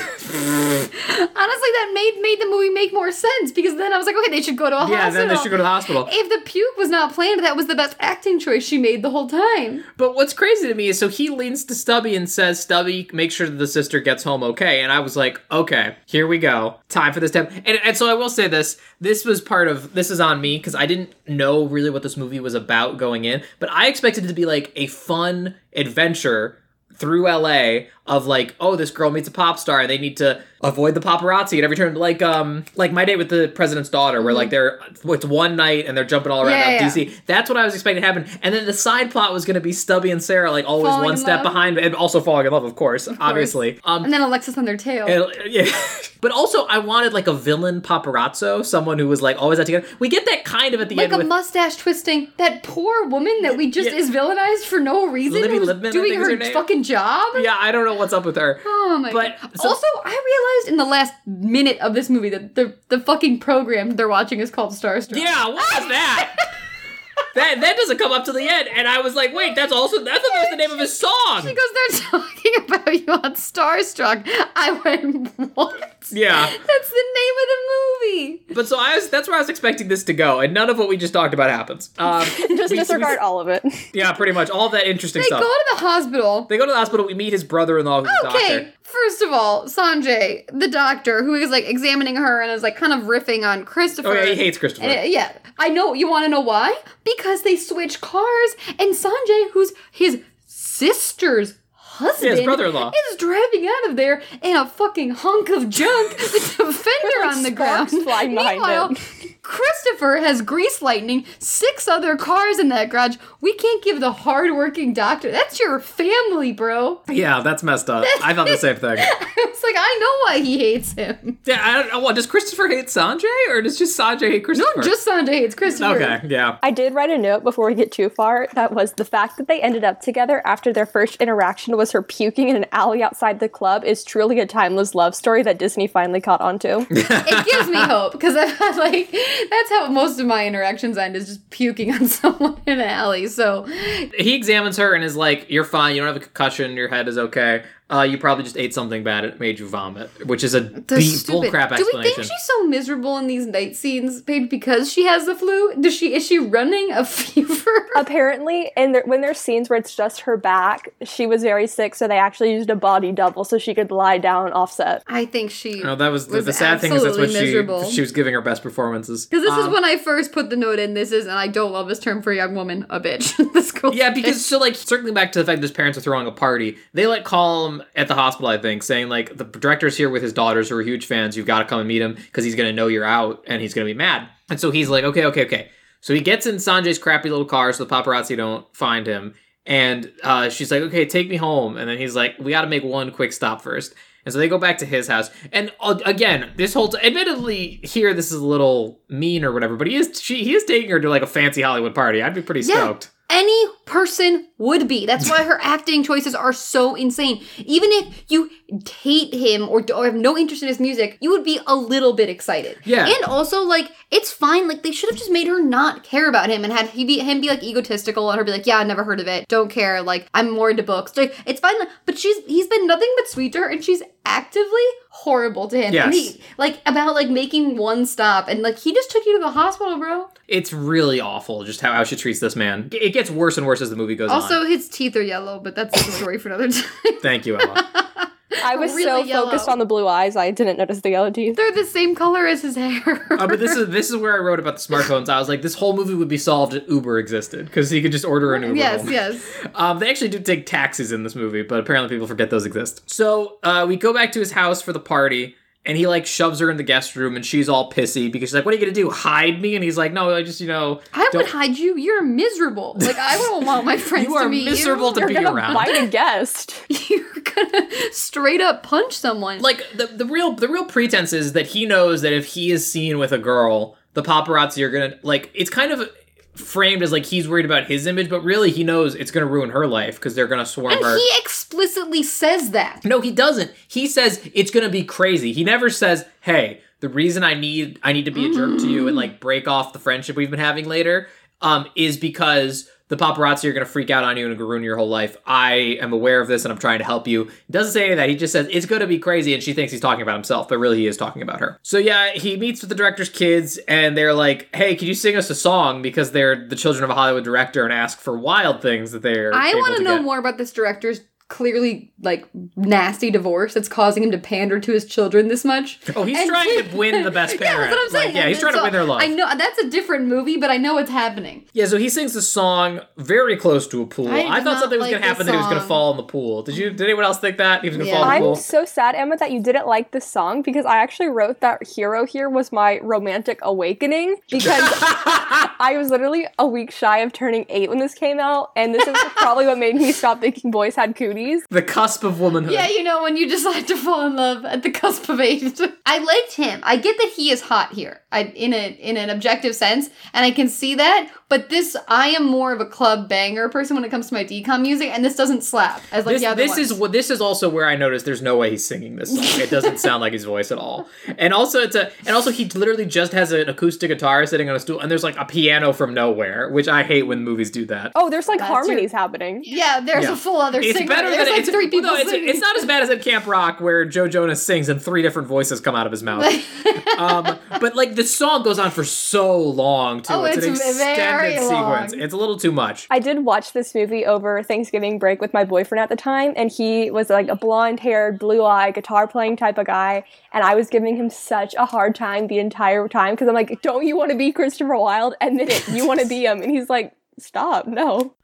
Speaker 3: Honestly, that made made the movie make more sense because then I was like, okay, they should go to a
Speaker 2: Yeah,
Speaker 3: hospital.
Speaker 2: then they should go to the hospital.
Speaker 3: if the puke was not planned, that was the best acting choice she made the whole time.
Speaker 2: But what's crazy to me is so he leans to Stubby and says, Stubby, make sure that the sister gets home okay. And I was like, okay, here we go. Time for this step. And, and so I will say this this was part of, this is on me because I didn't know really what this movie was about going in, but I expected it to be like a fun adventure through LA of like, oh, this girl meets a pop star and they need to avoid the paparazzi at every turn. Like, um, like my date with the president's daughter, where like they're it's one night and they're jumping all around
Speaker 3: Mm-hmm. Yeah, yeah, yeah.
Speaker 2: DC. That's what I was expecting to happen. And then the side plot was gonna be Stubby and Sarah, like always
Speaker 4: Falling
Speaker 2: one
Speaker 4: in
Speaker 2: step
Speaker 4: love.
Speaker 2: behind and also falling in love, of course, obviously. Um
Speaker 3: And then Alexis on their tail.
Speaker 2: and- yeah. But also, I wanted like a villain paparazzo, someone who was like always out together. We get that kind of at the
Speaker 3: like
Speaker 2: end
Speaker 3: a
Speaker 2: with
Speaker 3: mustache twisting, that poor woman that we just
Speaker 2: Yeah.
Speaker 3: is villainized for no reason,
Speaker 2: Libby
Speaker 3: who's
Speaker 2: Lipman, I
Speaker 3: doing
Speaker 2: think is
Speaker 3: her,
Speaker 2: her name.
Speaker 3: fucking job.
Speaker 2: yeah. I don't know what's up with her.
Speaker 3: Oh my
Speaker 2: But-
Speaker 3: god.
Speaker 2: so-
Speaker 3: also, I realized in the last minute of this movie that the the fucking program they're watching is called Starstruck.
Speaker 2: Yeah, what was that? that that doesn't come up to the end, and I was like, wait, that's also that's almost the name of his song.
Speaker 3: Because they're talking about you on Starstruck. I went, what?
Speaker 2: Yeah.
Speaker 3: That's the name of the movie.
Speaker 2: But so I was that's where I was expecting this to go, and none of what we just talked about happens. Um,
Speaker 4: Just disregard all of it.
Speaker 2: yeah, pretty much all that interesting
Speaker 3: They
Speaker 2: stuff.
Speaker 3: go to the hospital.
Speaker 2: they go to the hospital. We meet his brother-in-law, who's a
Speaker 3: Okay,
Speaker 2: doctor.
Speaker 3: first of all, Sanjay, the doctor, who is like examining her and is like kind of riffing on Christopher.
Speaker 2: Oh yeah, he hates Christopher.
Speaker 3: And it- yeah, I know. You want to know why? Because they switch cars, and Sanjay, who's his sister's husband,
Speaker 2: brother-in-law.
Speaker 3: is driving out of there in a fucking hunk of junk with the fender
Speaker 4: Like
Speaker 3: on the ground.
Speaker 4: sparks flying behind
Speaker 3: Meanwhile,
Speaker 4: him.
Speaker 3: Christopher has grease lightning, six other cars in that garage. We can't give the hardworking doctor. That's your family, bro.
Speaker 2: yeah, that's messed up. I thought the same thing.
Speaker 3: It's like I know why he hates him.
Speaker 2: Yeah, I don't know. Well, does Christopher hate Sanjay, or does just Sanjay hate
Speaker 3: No,
Speaker 2: Christopher?
Speaker 3: just Sanjay hates Christopher.
Speaker 2: okay. Yeah.
Speaker 4: I did write a note before we get too far that was the fact that they ended up together after their first interaction was her puking in an alley outside the club is truly a timeless love story that Disney finally caught onto.
Speaker 3: it gives me hope because I've had like that's how most of my interactions end is just puking on someone in an alley. So
Speaker 2: He examines her and is like, "You're fine. You don't have a concussion. Your head is okay. Uh, you probably just ate something bad. It made you vomit, which is a
Speaker 3: they're
Speaker 2: deep
Speaker 3: stupid.
Speaker 2: bullcrap
Speaker 3: Do
Speaker 2: explanation."
Speaker 3: we think she's so miserable in these night scenes, babe, because she has the flu? Does she is she running a fever?
Speaker 4: Apparently, in their when there's scenes where it's just her back, she was very sick, so they actually used a body double so she could lie down offset.
Speaker 3: I think she.
Speaker 2: No, Oh, that was, the- the sad thing is that's what
Speaker 3: absolutely
Speaker 2: she
Speaker 3: miserable.
Speaker 2: she was um, giving her best performances.
Speaker 3: Because this is when I first put the note in. This is, and I don't love this term for a young woman, a bitch. this cool.
Speaker 2: Yeah, because so like circling back to the fact that his parents are throwing a party, they like call him at the hospital, I think, saying like the director's here with his daughters who are huge fans. You've got to come and meet him because he's gonna know you're out and he's gonna be mad. And so he's like, okay, okay, okay. So he gets in Sanjay's crappy little car so the paparazzi don't find him. And uh, she's like, okay, take me home. And then he's like, we got to make one quick stop first. And so they go back to his house. And uh, again, this whole t- admittedly here this is a little mean or whatever, but he is she he is taking her to like a fancy Hollywood party. I'd be pretty
Speaker 3: Yeah.
Speaker 2: stoked.
Speaker 3: any person would be. That's why her acting choices are so insane. Even if you hate him or, or have no interest in his music, you would be a little bit excited.
Speaker 2: Yeah.
Speaker 3: And also, like, it's fine. Like, they should have just made her not care about him and had he be, him be like egotistical and her be like, "Yeah, I never heard of it. Don't care. Like, I'm more into books." Like, it's fine. But she's he's been nothing but sweet to her, and she's actively horrible to him. And
Speaker 2: Yes.
Speaker 3: he, like about like making one stop and like he just took you to the hospital, bro.
Speaker 2: It's really awful just how, how she treats this man. It gets worse and worse as the movie goes
Speaker 3: Also,
Speaker 2: on.
Speaker 3: his teeth are yellow, but that's a story for another time.
Speaker 2: Thank you, Emma.
Speaker 4: I was so
Speaker 3: Really yellow.
Speaker 4: focused on the blue eyes, I didn't notice the yellow teeth.
Speaker 3: They're the same color as his hair.
Speaker 2: Uh, but this is this is where I wrote about the smartphones. I was like, this whole movie would be solved if Uber existed because he could just order an Uber.
Speaker 3: yes,
Speaker 2: home.
Speaker 3: yes.
Speaker 2: Um, they actually do take taxis in this movie, but apparently people forget those exist. So uh, we go back to his house for the party, and he like shoves her in the guest room, and she's all pissy because she's like, "What are you gonna do? Hide me?" And he's like, "No, I just you know,
Speaker 3: I
Speaker 2: don't-
Speaker 3: would hide you. You're miserable. Like I wouldn't want my friends
Speaker 2: you are
Speaker 3: to meet
Speaker 2: miserable to
Speaker 4: You're
Speaker 2: be
Speaker 4: gonna
Speaker 2: around."
Speaker 4: bite a guest.
Speaker 3: you. You're gonna straight up punch someone.
Speaker 2: like the, the real the real pretense is that he knows that if he is seen with a girl the paparazzi are gonna like it's kind of framed as like he's worried about his image but really he knows it's gonna ruin her life because they're gonna swarm
Speaker 3: and
Speaker 2: her
Speaker 3: he explicitly says that.
Speaker 2: no he doesn't he says it's gonna be crazy he never says hey the reason i need i need to be a jerk to you and like break off the friendship we've been having later um, is because the paparazzi are going to freak out on you and ruin your whole life. I am aware of this and I'm trying to help you. He doesn't say any of that. He just says, it's going to be crazy. And she thinks he's talking about himself, but really he is talking about her. So yeah, he meets with the director's kids and they're like, hey, could you sing us a song? Because they're the children of a Hollywood director and ask for wild things that they're.
Speaker 3: I
Speaker 2: want to
Speaker 3: know
Speaker 2: get.
Speaker 3: more about this director's clearly like nasty divorce that's causing him to pander to his children this much.
Speaker 2: Oh, he's
Speaker 3: And-
Speaker 2: trying to win the best
Speaker 3: Yeah,
Speaker 2: parent.
Speaker 3: that's what I'm saying.
Speaker 2: Like, yeah, he's
Speaker 3: And
Speaker 2: trying to
Speaker 3: so
Speaker 2: win their love.
Speaker 3: I know that's a different movie, but I know what's happening.
Speaker 2: Yeah, so he sings a song very close to a pool.
Speaker 3: I did
Speaker 2: I, thought
Speaker 3: not
Speaker 2: something was
Speaker 3: like
Speaker 2: going to
Speaker 3: this
Speaker 2: happen that he was going to
Speaker 3: song.
Speaker 2: fall in the pool. Did you? Did anyone else think that he was going to
Speaker 3: Yeah.
Speaker 2: fall in
Speaker 4: I'm
Speaker 2: the pool?
Speaker 4: so sad, Emma, that you didn't like this song because I actually wrote that Hero Here was my romantic awakening because I was literally a week shy of turning eight when this came out, and this is probably what made me stop thinking boys had cooties.
Speaker 2: the cusp of womanhood.
Speaker 3: Yeah, you know when you decide to fall in love at the cusp of age. I liked him. I get that he is hot here, I, in a in an objective sense, and I can see that. But this, I am more of a club banger person when it comes to my decom music, and this doesn't slap as like
Speaker 2: this,
Speaker 3: the other
Speaker 2: this is
Speaker 3: ones.
Speaker 2: what this is also where I noticed there's no way he's singing this song. It doesn't sound like his voice at all. And also it's a and also he literally just has an acoustic guitar sitting on a stool and there's like a piano from nowhere, which I hate when movies do that.
Speaker 4: Oh, there's like
Speaker 3: That's your-
Speaker 4: harmonies happening.
Speaker 3: yeah, there's
Speaker 2: Yeah.
Speaker 3: a full other
Speaker 2: It's
Speaker 3: singer.
Speaker 2: better
Speaker 3: there's
Speaker 2: than
Speaker 3: like
Speaker 2: it's,
Speaker 3: three people
Speaker 2: no, it's,
Speaker 3: singing.
Speaker 2: it's not as bad as at Camp Rock where Joe Jonas sings and three different voices come out of his mouth. um, but like the song goes on for so long too.
Speaker 3: Oh,
Speaker 2: an
Speaker 3: it's very
Speaker 2: extended
Speaker 3: long.
Speaker 2: sequence. It's a little too much.
Speaker 4: I did watch this movie over Thanksgiving break with my boyfriend at the time, and he was like a blonde haired, blue eyed, guitar playing type of guy. And I was giving him such a hard time the entire time because I'm like, don't you want to be Christopher Wilde? And then it, you want to be him. And he's like, stop, no.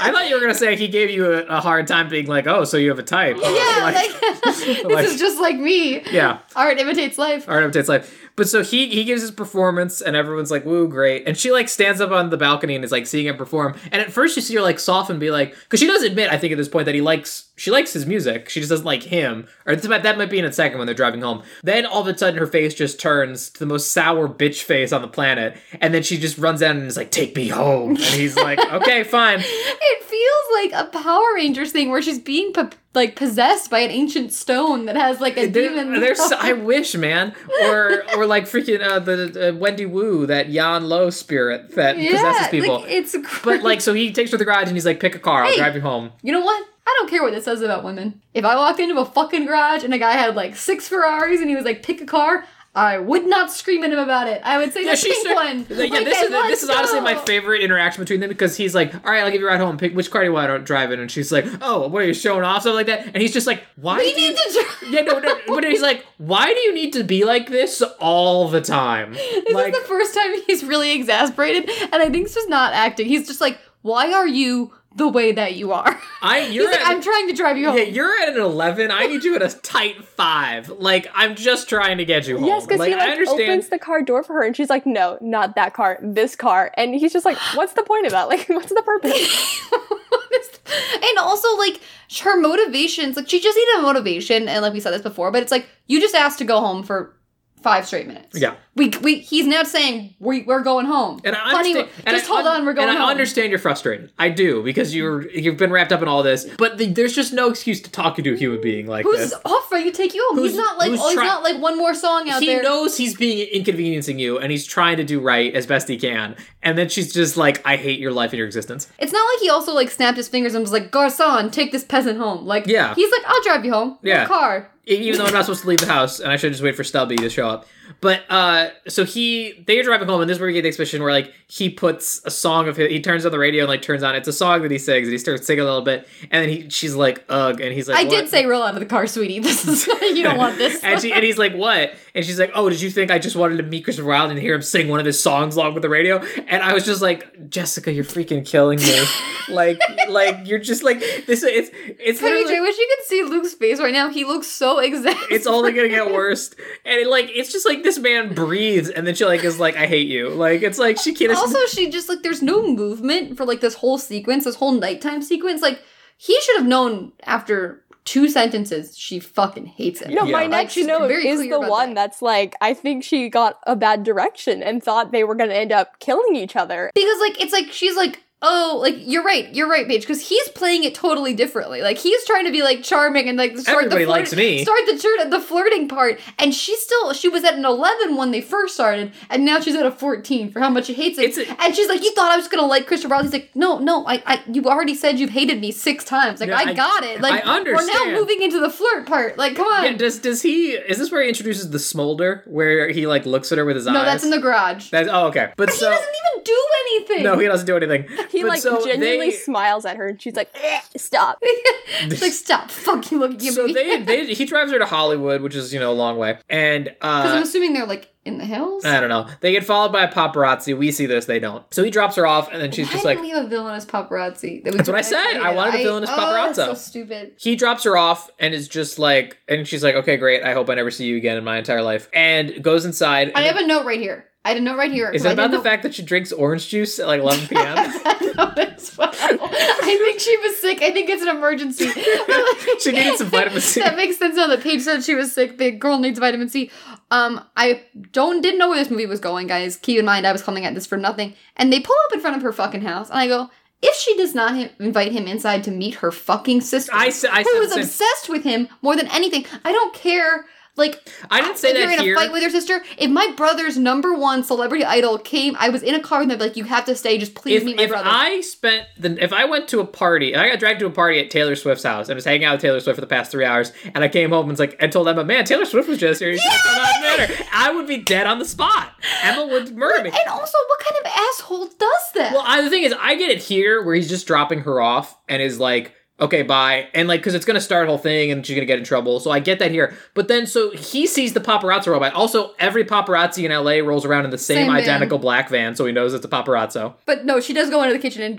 Speaker 2: I thought you were gonna say he gave you a, a hard time being like, oh, so you have a type.
Speaker 3: yeah,
Speaker 2: Like-
Speaker 3: like, this
Speaker 2: like-
Speaker 3: is just like me.
Speaker 2: yeah.
Speaker 3: Art imitates life.
Speaker 2: Art imitates life. But so he he gives his performance, and everyone's like, "Woo, great!" And she like stands up on the balcony and is like seeing him perform. And at first, you see her like soften, be like, because she does admit, I think at this point, that he likes she likes his music. She just doesn't like him. Or this might, that might be in a second when they're driving home. Then all of a sudden, her face just turns to the most sour bitch face on the planet, and then she just runs down and is like, "Take me home." And he's like, "Okay, fine."
Speaker 3: It feels like a Power Rangers thing where she's being po- like possessed by an ancient stone that has like a demon.
Speaker 2: There- There's, I wish, man, or or like freaking uh, the uh, Wendy Wu, that Yan Lo spirit that possesses people.
Speaker 3: Like, it's crazy.
Speaker 2: But like, so he takes her to the garage and he's like, "Pick a car. I'll
Speaker 3: Hey.
Speaker 2: drive you home."
Speaker 3: you know what? I don't care what this says about women. If I walked into a fucking garage and a guy had like six Ferraris and he was like, pick a car. I would not scream at him about it. I would say the pink
Speaker 2: said-
Speaker 3: one.
Speaker 2: Yeah,
Speaker 3: Okay,
Speaker 2: this is
Speaker 3: let's
Speaker 2: this is honestly my
Speaker 3: go.
Speaker 2: favorite interaction between them because he's like, "All right, I'll give you a ride home. Pick which car do you want to drive in?" And she's like, "Oh, what are you showing off something like that?" And he's just like, "Why?"
Speaker 3: We
Speaker 2: do you-
Speaker 3: need to. Drive.
Speaker 2: yeah, no, no, but he's like, "Why do you need to be like this all the time?"
Speaker 3: This
Speaker 2: like,
Speaker 3: is the first time he's really exasperated, and I think it's just not acting. He's just like, why are you the way that you are?
Speaker 2: I
Speaker 3: He's
Speaker 2: you're
Speaker 3: like,
Speaker 2: at,
Speaker 3: I'm trying to drive you home.
Speaker 2: yeah, you're at an eleven. I need you at a tight five. Like, I'm just trying to get you home.
Speaker 4: Yes, because
Speaker 2: Oh, like,
Speaker 4: he
Speaker 2: I
Speaker 4: like
Speaker 2: understand.
Speaker 4: opens the car door for her, and she's like, no, not that car, this car. And he's just like, what's the point of that? Like, what's the purpose?
Speaker 3: and also like her motivations like she just needed a motivation and like we said this before but it's like you just asked to go home for five straight minutes
Speaker 2: Yeah.
Speaker 3: we, we he's not saying we, we're going home
Speaker 2: And I
Speaker 3: Honey,
Speaker 2: understand. and
Speaker 3: just
Speaker 2: I
Speaker 3: hold
Speaker 2: un-
Speaker 3: on we're going
Speaker 2: And I
Speaker 3: home
Speaker 2: understand you're frustrated. I do because you're you've been wrapped up in all this. But the, there's just no excuse to talk to a human being like
Speaker 3: who's
Speaker 2: this.
Speaker 3: offering to take you home
Speaker 2: Who's-
Speaker 3: he's not like
Speaker 2: who's
Speaker 3: oh he's
Speaker 2: try-
Speaker 3: not like one more song out
Speaker 2: He
Speaker 3: there
Speaker 2: knows he's being inconveniencing you, and he's trying to do right as best he can. And then she's just like, "I hate your life and your existence."
Speaker 3: it's not like he also like snapped his fingers and was like garçon take this peasant home like
Speaker 2: Yeah.
Speaker 3: he's like i'll drive you home
Speaker 2: Yeah.
Speaker 3: yeah car
Speaker 2: E-, even though I'm not supposed to leave the house, and I should just wait for Stubby to show up. But uh, so he, they are driving home, and this is where we get the exhibition where like he puts a song of his, he turns on the radio and like turns on. It's a song that he sings, and he starts singing a little bit, and then he, she's like, "Ugh," and he's like,
Speaker 3: i
Speaker 2: "What?"
Speaker 3: did say roll out of the car sweetie this is you don't want this
Speaker 2: and she and he's like, "What?" And she's like, "Oh, did you think I just wanted to meet Christopher Wilde and hear him sing one of his songs along with the radio?" And I was just like, "Jessica, you're freaking killing me! like, like you're just like this. It's it's
Speaker 3: Paige,
Speaker 2: literally."
Speaker 3: I wish you could see Luke's face right now. He looks so exasperated.
Speaker 2: It's only gonna get worse, and it, like it's just like this man breathes, and then she like is like, "I hate you." Like it's like she can't.
Speaker 3: also she just like there's no movement for like this whole sequence, this whole nighttime sequence. Like he should have known after two sentences she fucking hates him.
Speaker 4: No,
Speaker 2: Yeah.
Speaker 4: my
Speaker 2: Like,
Speaker 4: next
Speaker 3: she's
Speaker 4: note
Speaker 3: very
Speaker 4: is
Speaker 3: clear
Speaker 4: the
Speaker 3: about
Speaker 4: one
Speaker 3: that.
Speaker 4: that's like, I think she got a bad direction and thought they were going to end up killing each other.
Speaker 3: Because like it's like she's like oh, like you're right, you're right, Paige, because he's playing it totally differently. Like he's trying to be like charming and like start
Speaker 2: Everybody
Speaker 3: the flirt-
Speaker 2: likes me.
Speaker 3: start the chir- the flirting part, and she still she was at an eleven when they first started, and now she's at a fourteen for how much she hates it.
Speaker 2: It's a-
Speaker 3: and she's like, you thought I was gonna like Christian Brown? He's like, no, no, I, I you already said you've hated me six times. Like
Speaker 2: No,
Speaker 3: I,
Speaker 2: I-
Speaker 3: got it. Like
Speaker 2: I
Speaker 3: we're
Speaker 2: understand.
Speaker 3: now moving into the flirt part. Like come on,
Speaker 2: Yeah, does does he? Is this where he introduces the smolder, where he like looks at her with his eyes?
Speaker 3: no, that's in the garage.
Speaker 2: That's oh okay, but
Speaker 3: he
Speaker 2: so
Speaker 3: doesn't even do anything.
Speaker 2: no, he doesn't do anything.
Speaker 4: He
Speaker 2: but
Speaker 4: like
Speaker 2: so
Speaker 4: genuinely
Speaker 2: they,
Speaker 4: smiles at her, and she's like, "Eh, "Stop."
Speaker 3: It's like stop fucking looking at
Speaker 2: So
Speaker 3: me.
Speaker 2: they, they he drives her to Hollywood, which is you know a long way, and
Speaker 3: Because I'm
Speaker 2: uh,
Speaker 3: assuming they're like in the hills.
Speaker 2: I don't know. They get followed by a paparazzi. We see this, they don't. So he drops her off, and then she's
Speaker 3: Why
Speaker 2: just
Speaker 3: didn't
Speaker 2: like,
Speaker 3: we have a villainous paparazzi? That we
Speaker 2: That's what I
Speaker 3: couldn't
Speaker 2: said.
Speaker 3: actually
Speaker 2: I
Speaker 3: get?
Speaker 2: wanted a villainous
Speaker 3: Oh, that's so
Speaker 2: paparazzo.
Speaker 3: stupid.
Speaker 2: he drops her off, and is just like, and she's like, okay, great. I hope I never see you again in my entire life, and goes inside. And
Speaker 3: I have a note right here. I had a note right here.
Speaker 2: is
Speaker 3: 'cause
Speaker 2: it
Speaker 3: I
Speaker 2: about the
Speaker 3: didn't know-
Speaker 2: fact that she drinks orange juice at like 11 p.m.?
Speaker 3: I know as well. I think she was sick. I think it's an emergency.
Speaker 2: She needed some vitamin C.
Speaker 3: That makes sense. Now that Paige said she was sick, the girl needs vitamin C. Um, I don't didn't know where this movie was going, guys. Keep in mind, I was coming at this for nothing. And they pull up in front of her fucking house, and I go, if she does not hi- invite him inside to meet her fucking sister,
Speaker 2: I s- I
Speaker 3: who
Speaker 2: said
Speaker 3: is
Speaker 2: the same-
Speaker 3: obsessed with him more than anything. I don't care. Like
Speaker 2: I didn't say
Speaker 3: if
Speaker 2: that
Speaker 3: you're in
Speaker 2: here.
Speaker 3: a fight with your sister. If my brother's number one celebrity idol came, I was in a car with them. Like you have to stay. Just please
Speaker 2: if,
Speaker 3: meet my
Speaker 2: if
Speaker 3: brother.
Speaker 2: I spent the if I went to a party and I got dragged to a party at Taylor Swift's house and was hanging out with Taylor Swift for the past three hours and I came home and was like and told Emma, man, Taylor Swift was just here. You should come out and meet her." I would be dead on the spot. Emma would murder me.
Speaker 3: and also, what kind of asshole does that?
Speaker 2: Well, I, the thing is, I get it here where he's just dropping her off and is like, okay, bye. And like, cause it's gonna start a whole thing and she's gonna get in trouble. So I get that here. But then, so he sees the paparazzo robot. Also, every paparazzi in LA rolls around in the same,
Speaker 3: Same van.
Speaker 2: identical black van, so he knows it's a paparazzo.
Speaker 3: But no, she does go into the kitchen and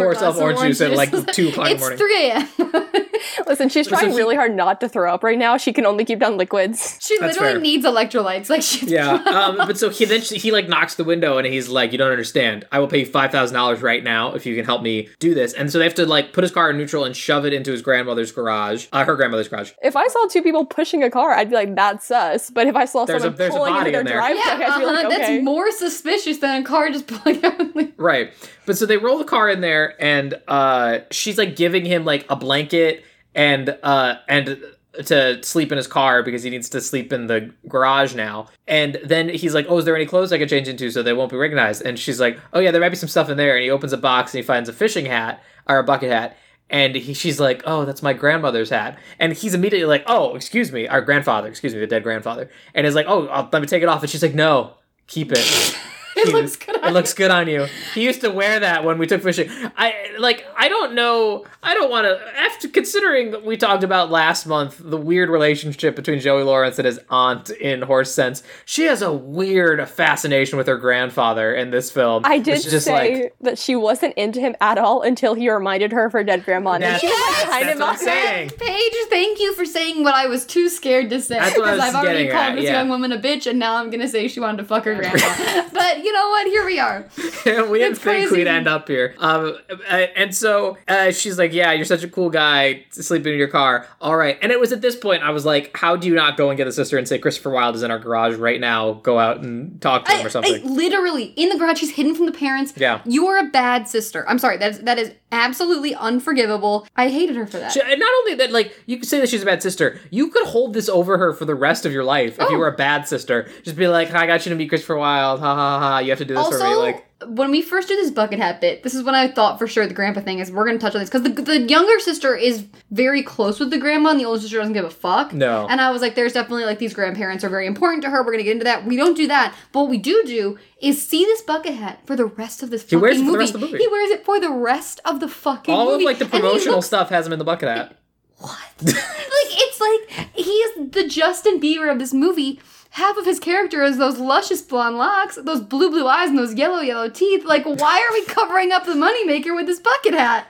Speaker 2: Pour
Speaker 3: a glass
Speaker 2: herself
Speaker 3: of
Speaker 2: orange juice at, like, 2 o'clock in the
Speaker 3: it's
Speaker 2: morning.
Speaker 3: 3 a.m.
Speaker 4: Listen, she's trying
Speaker 2: he-
Speaker 4: really hard not to throw up right now. She can only keep down liquids.
Speaker 3: she
Speaker 2: That's
Speaker 3: literally
Speaker 2: fair.
Speaker 3: needs electrolytes. Like she's
Speaker 2: Yeah. Um, but so he then he like knocks the window and he's like, "You don't understand. I will pay you five thousand dollars right now if you can help me do this." And so they have to like put his car in neutral and shove it into his grandmother's garage, uh, her grandmother's garage.
Speaker 4: If I saw two people pushing a car, I'd be like, "That's sus." But if I saw
Speaker 2: There's a-
Speaker 4: someone
Speaker 2: there's a
Speaker 4: pulling
Speaker 2: body
Speaker 4: into their
Speaker 2: in there.
Speaker 4: driveway,
Speaker 3: yeah,
Speaker 4: I'd be like,
Speaker 3: uh-huh,
Speaker 4: "Okay."
Speaker 3: that's more suspicious than a car just pulling out. and leaving.
Speaker 2: Right. But so they roll the car in there and uh, she's like giving him like a blanket and uh, and to sleep in his car because he needs to sleep in the garage now. And then he's like, "Oh, is there any clothes I could change into so they won't be recognized?" And she's like, "Oh yeah, there might be some stuff in there." And he opens a box and he finds a fishing hat or a bucket hat. And he, she's like, "Oh, that's my grandmother's hat." And he's immediately like, "Oh, excuse me, our grandfather, excuse me, the dead grandfather." And is like, "Oh, I'll, let me take it off." And she's like, "No, keep it."
Speaker 3: It
Speaker 2: He
Speaker 3: looks
Speaker 2: was-
Speaker 3: good.
Speaker 2: It looks good on you. He used to wear that when we took fishing. I like. I don't know. I don't want to. After considering that we talked about last month the weird relationship between Joey Lawrence and his aunt in Horse Sense, she has a weird fascination with her grandfather in this film.
Speaker 4: I
Speaker 2: It's
Speaker 4: did say that she wasn't into him at all until he reminded her of her dead grandma. And
Speaker 2: That's-
Speaker 4: she was like,
Speaker 2: that's
Speaker 4: kind of
Speaker 2: what I'm
Speaker 4: upset.
Speaker 2: saying.
Speaker 3: Paige, thank you for saying what I was too scared to say
Speaker 2: That's what I
Speaker 3: because
Speaker 2: was
Speaker 3: I've already
Speaker 2: getting
Speaker 3: called
Speaker 2: at,
Speaker 3: this
Speaker 2: yeah.
Speaker 3: young woman a bitch, and now I'm gonna say she wanted to fuck her grandma. but you know what? Here we are.
Speaker 2: we didn't
Speaker 3: That's
Speaker 2: think
Speaker 3: crazy.
Speaker 2: we'd end up here. Um, uh, and so uh, she's like, "Yeah, you're such a cool guy sleeping in your car. All right." And it was at this point I was like, "How do you not go and get a sister and say Christopher Wilde is in our garage right now? Go out and talk to him
Speaker 3: I-
Speaker 2: or something."
Speaker 3: I literally in the garage. She's hidden from the parents.
Speaker 2: Yeah.
Speaker 3: you are a bad sister. I'm sorry. That is, that is absolutely unforgivable. I hated her for that.
Speaker 2: She- and not only that, like you could say that she's a bad sister, you could hold this over her for the rest of your life if you
Speaker 3: Oh.
Speaker 2: were a bad sister. Just be like, "I got you to meet Christopher Wilde. Ha ha ha! You have to do this for me."
Speaker 3: also,
Speaker 2: Like,
Speaker 3: when we first did this bucket hat bit, this is when I thought for sure the grandpa thing is we're gonna touch on this because the, the younger sister is very close with the grandma and the older sister doesn't give a fuck.
Speaker 2: No.
Speaker 3: And I was like, there's definitely like these grandparents are very important to her. We're gonna get into that. We don't do that, but what we do do is see this bucket hat for the rest of this fucking
Speaker 2: wears it for the
Speaker 3: movie.
Speaker 2: rest of the movie.
Speaker 3: He wears it for the rest of the fucking
Speaker 2: all of
Speaker 3: movie.
Speaker 2: like the
Speaker 3: And he
Speaker 2: promotional
Speaker 3: looks
Speaker 2: stuff has him in the bucket hat.
Speaker 3: like it's like he is the Justin Bieber of this movie. Half of his character is those luscious blonde locks, those blue blue eyes, and those yellow yellow teeth. Like, why are we covering up the moneymaker with this bucket hat?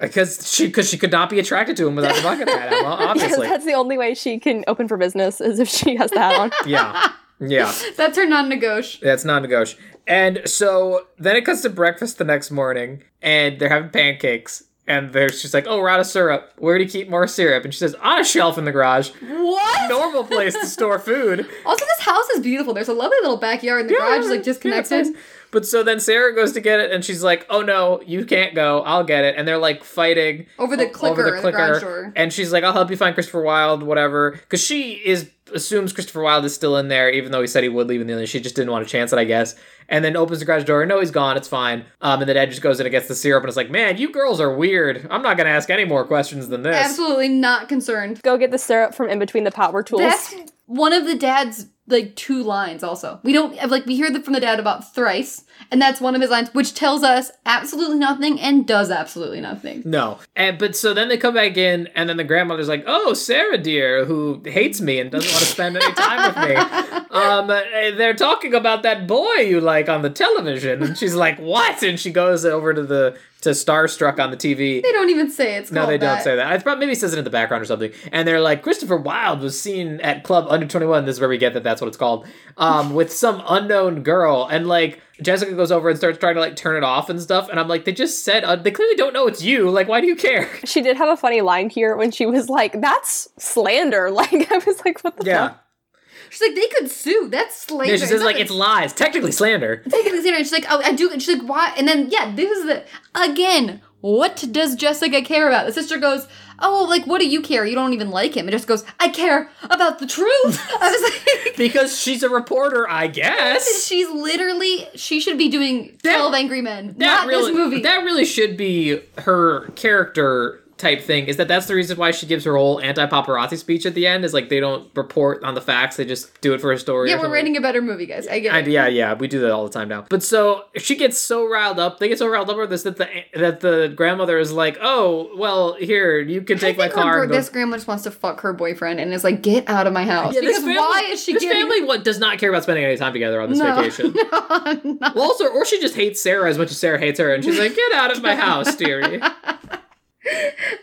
Speaker 2: Because Uh, she, because she could not be attracted to him without the bucket hat. Emma,
Speaker 4: Because
Speaker 2: Obviously,
Speaker 4: that's the only way she can open for business is if she has that on.
Speaker 2: yeah, yeah.
Speaker 3: That's her non-negotiable.
Speaker 2: That's non-negotiable. And so then it comes to breakfast the next morning, and they're having pancakes. And there's she's like, "Oh, we're out of syrup. Where do you keep more syrup?" And she says, "On a shelf in the garage.
Speaker 3: What?
Speaker 2: Normal place to store food."
Speaker 3: Also, this house is beautiful. There's a lovely little backyard, and the garage is like
Speaker 2: Yeah, it's nice.
Speaker 3: disconnected.
Speaker 2: But so then Sarah goes to get it, and she's like, "Oh no, you can't go. I'll get it." And they're like fighting
Speaker 3: Over the
Speaker 2: o-
Speaker 3: clicker in the garage door.
Speaker 2: and she's like, "I'll help you find Christopher Wilde, whatever," because she is assumes Christopher Wilde is still in there, even though he said he would leave in the end. She just didn't want to chance it, I guess. And then opens the garage door. No, he's gone. It's fine. Um, and then Ed just goes in and gets the syrup, and it's like, "Man, you girls are weird. I'm not gonna ask any more questions than this."
Speaker 3: Absolutely not concerned.
Speaker 4: Go get the syrup from in between the power tools.
Speaker 3: That's one of the dad's like two lines also. We don't like we hear the, from the dad about thrice, and that's one of his lines, which tells us absolutely nothing and does absolutely nothing.
Speaker 2: No. And but so then they come back in and then the grandmother's like, "Oh, Sarah dear, who hates me and doesn't want to spend any time with me." Um eh, they're talking about that boy you like on the television and she's like, "What?" And she goes over to the to Starstruck on the TV.
Speaker 3: They don't even say it's
Speaker 2: No,
Speaker 3: called
Speaker 2: they don't
Speaker 3: that.
Speaker 2: say that. I probably maybe it says it in the background or something. And they're like, Christopher Wilde was seen at Club Under Twenty One. This is where we get that. That's what it's called. Um, with some unknown girl, and like Jessica goes over and starts trying to like turn it off and stuff. And I'm like, they just said uh, they clearly don't know it's you. Like, why do you care?
Speaker 4: she did have a funny line here when she was like, "That's slander." Like I was like, "What the
Speaker 2: Yeah.
Speaker 4: fuck?"
Speaker 3: She's like, they could sue. That's slavery.
Speaker 2: Yeah, she says like
Speaker 3: Nothing.
Speaker 2: it's lies, technically slander.
Speaker 3: Take it serious. She's like, oh, I do. And she's like, why? And then, yeah, this is the again. What does Jessica care about? The sister goes, oh, like, what do you care? You don't even like him. And just goes, I care about the truth. I was like,
Speaker 2: Because she's a reporter, I guess.
Speaker 3: she's literally, she should be doing
Speaker 2: That-
Speaker 3: Twelve Angry Men,
Speaker 2: That
Speaker 3: not
Speaker 2: really,
Speaker 3: this movie.
Speaker 2: that really should be her character type thing. Is that that's the reason why she gives her whole anti-paparazzi speech at the end? Is like they don't report on the facts; they just do it for a story.
Speaker 3: yeah,
Speaker 2: or
Speaker 3: we're
Speaker 2: something.
Speaker 3: writing a better movie, guys. I get
Speaker 2: I,
Speaker 3: it.
Speaker 2: yeah, yeah, we do that all the time now. But so she gets so riled up, they get so riled up over this that the that the grandmother is like, "Oh, well, here you can take
Speaker 3: I
Speaker 2: my
Speaker 3: think her
Speaker 2: car."
Speaker 3: boy-
Speaker 2: and go-
Speaker 3: this grandma just wants to fuck her boyfriend and is like, get out of my house.
Speaker 2: Yeah,
Speaker 3: because
Speaker 2: this family-
Speaker 3: why is she
Speaker 2: this
Speaker 3: getting
Speaker 2: family? What does not care about spending any time together on this
Speaker 3: No.
Speaker 2: vacation? Well, also, or she just hates Sarah as much as Sarah hates her, and she's like, "Get out of my house, dearie."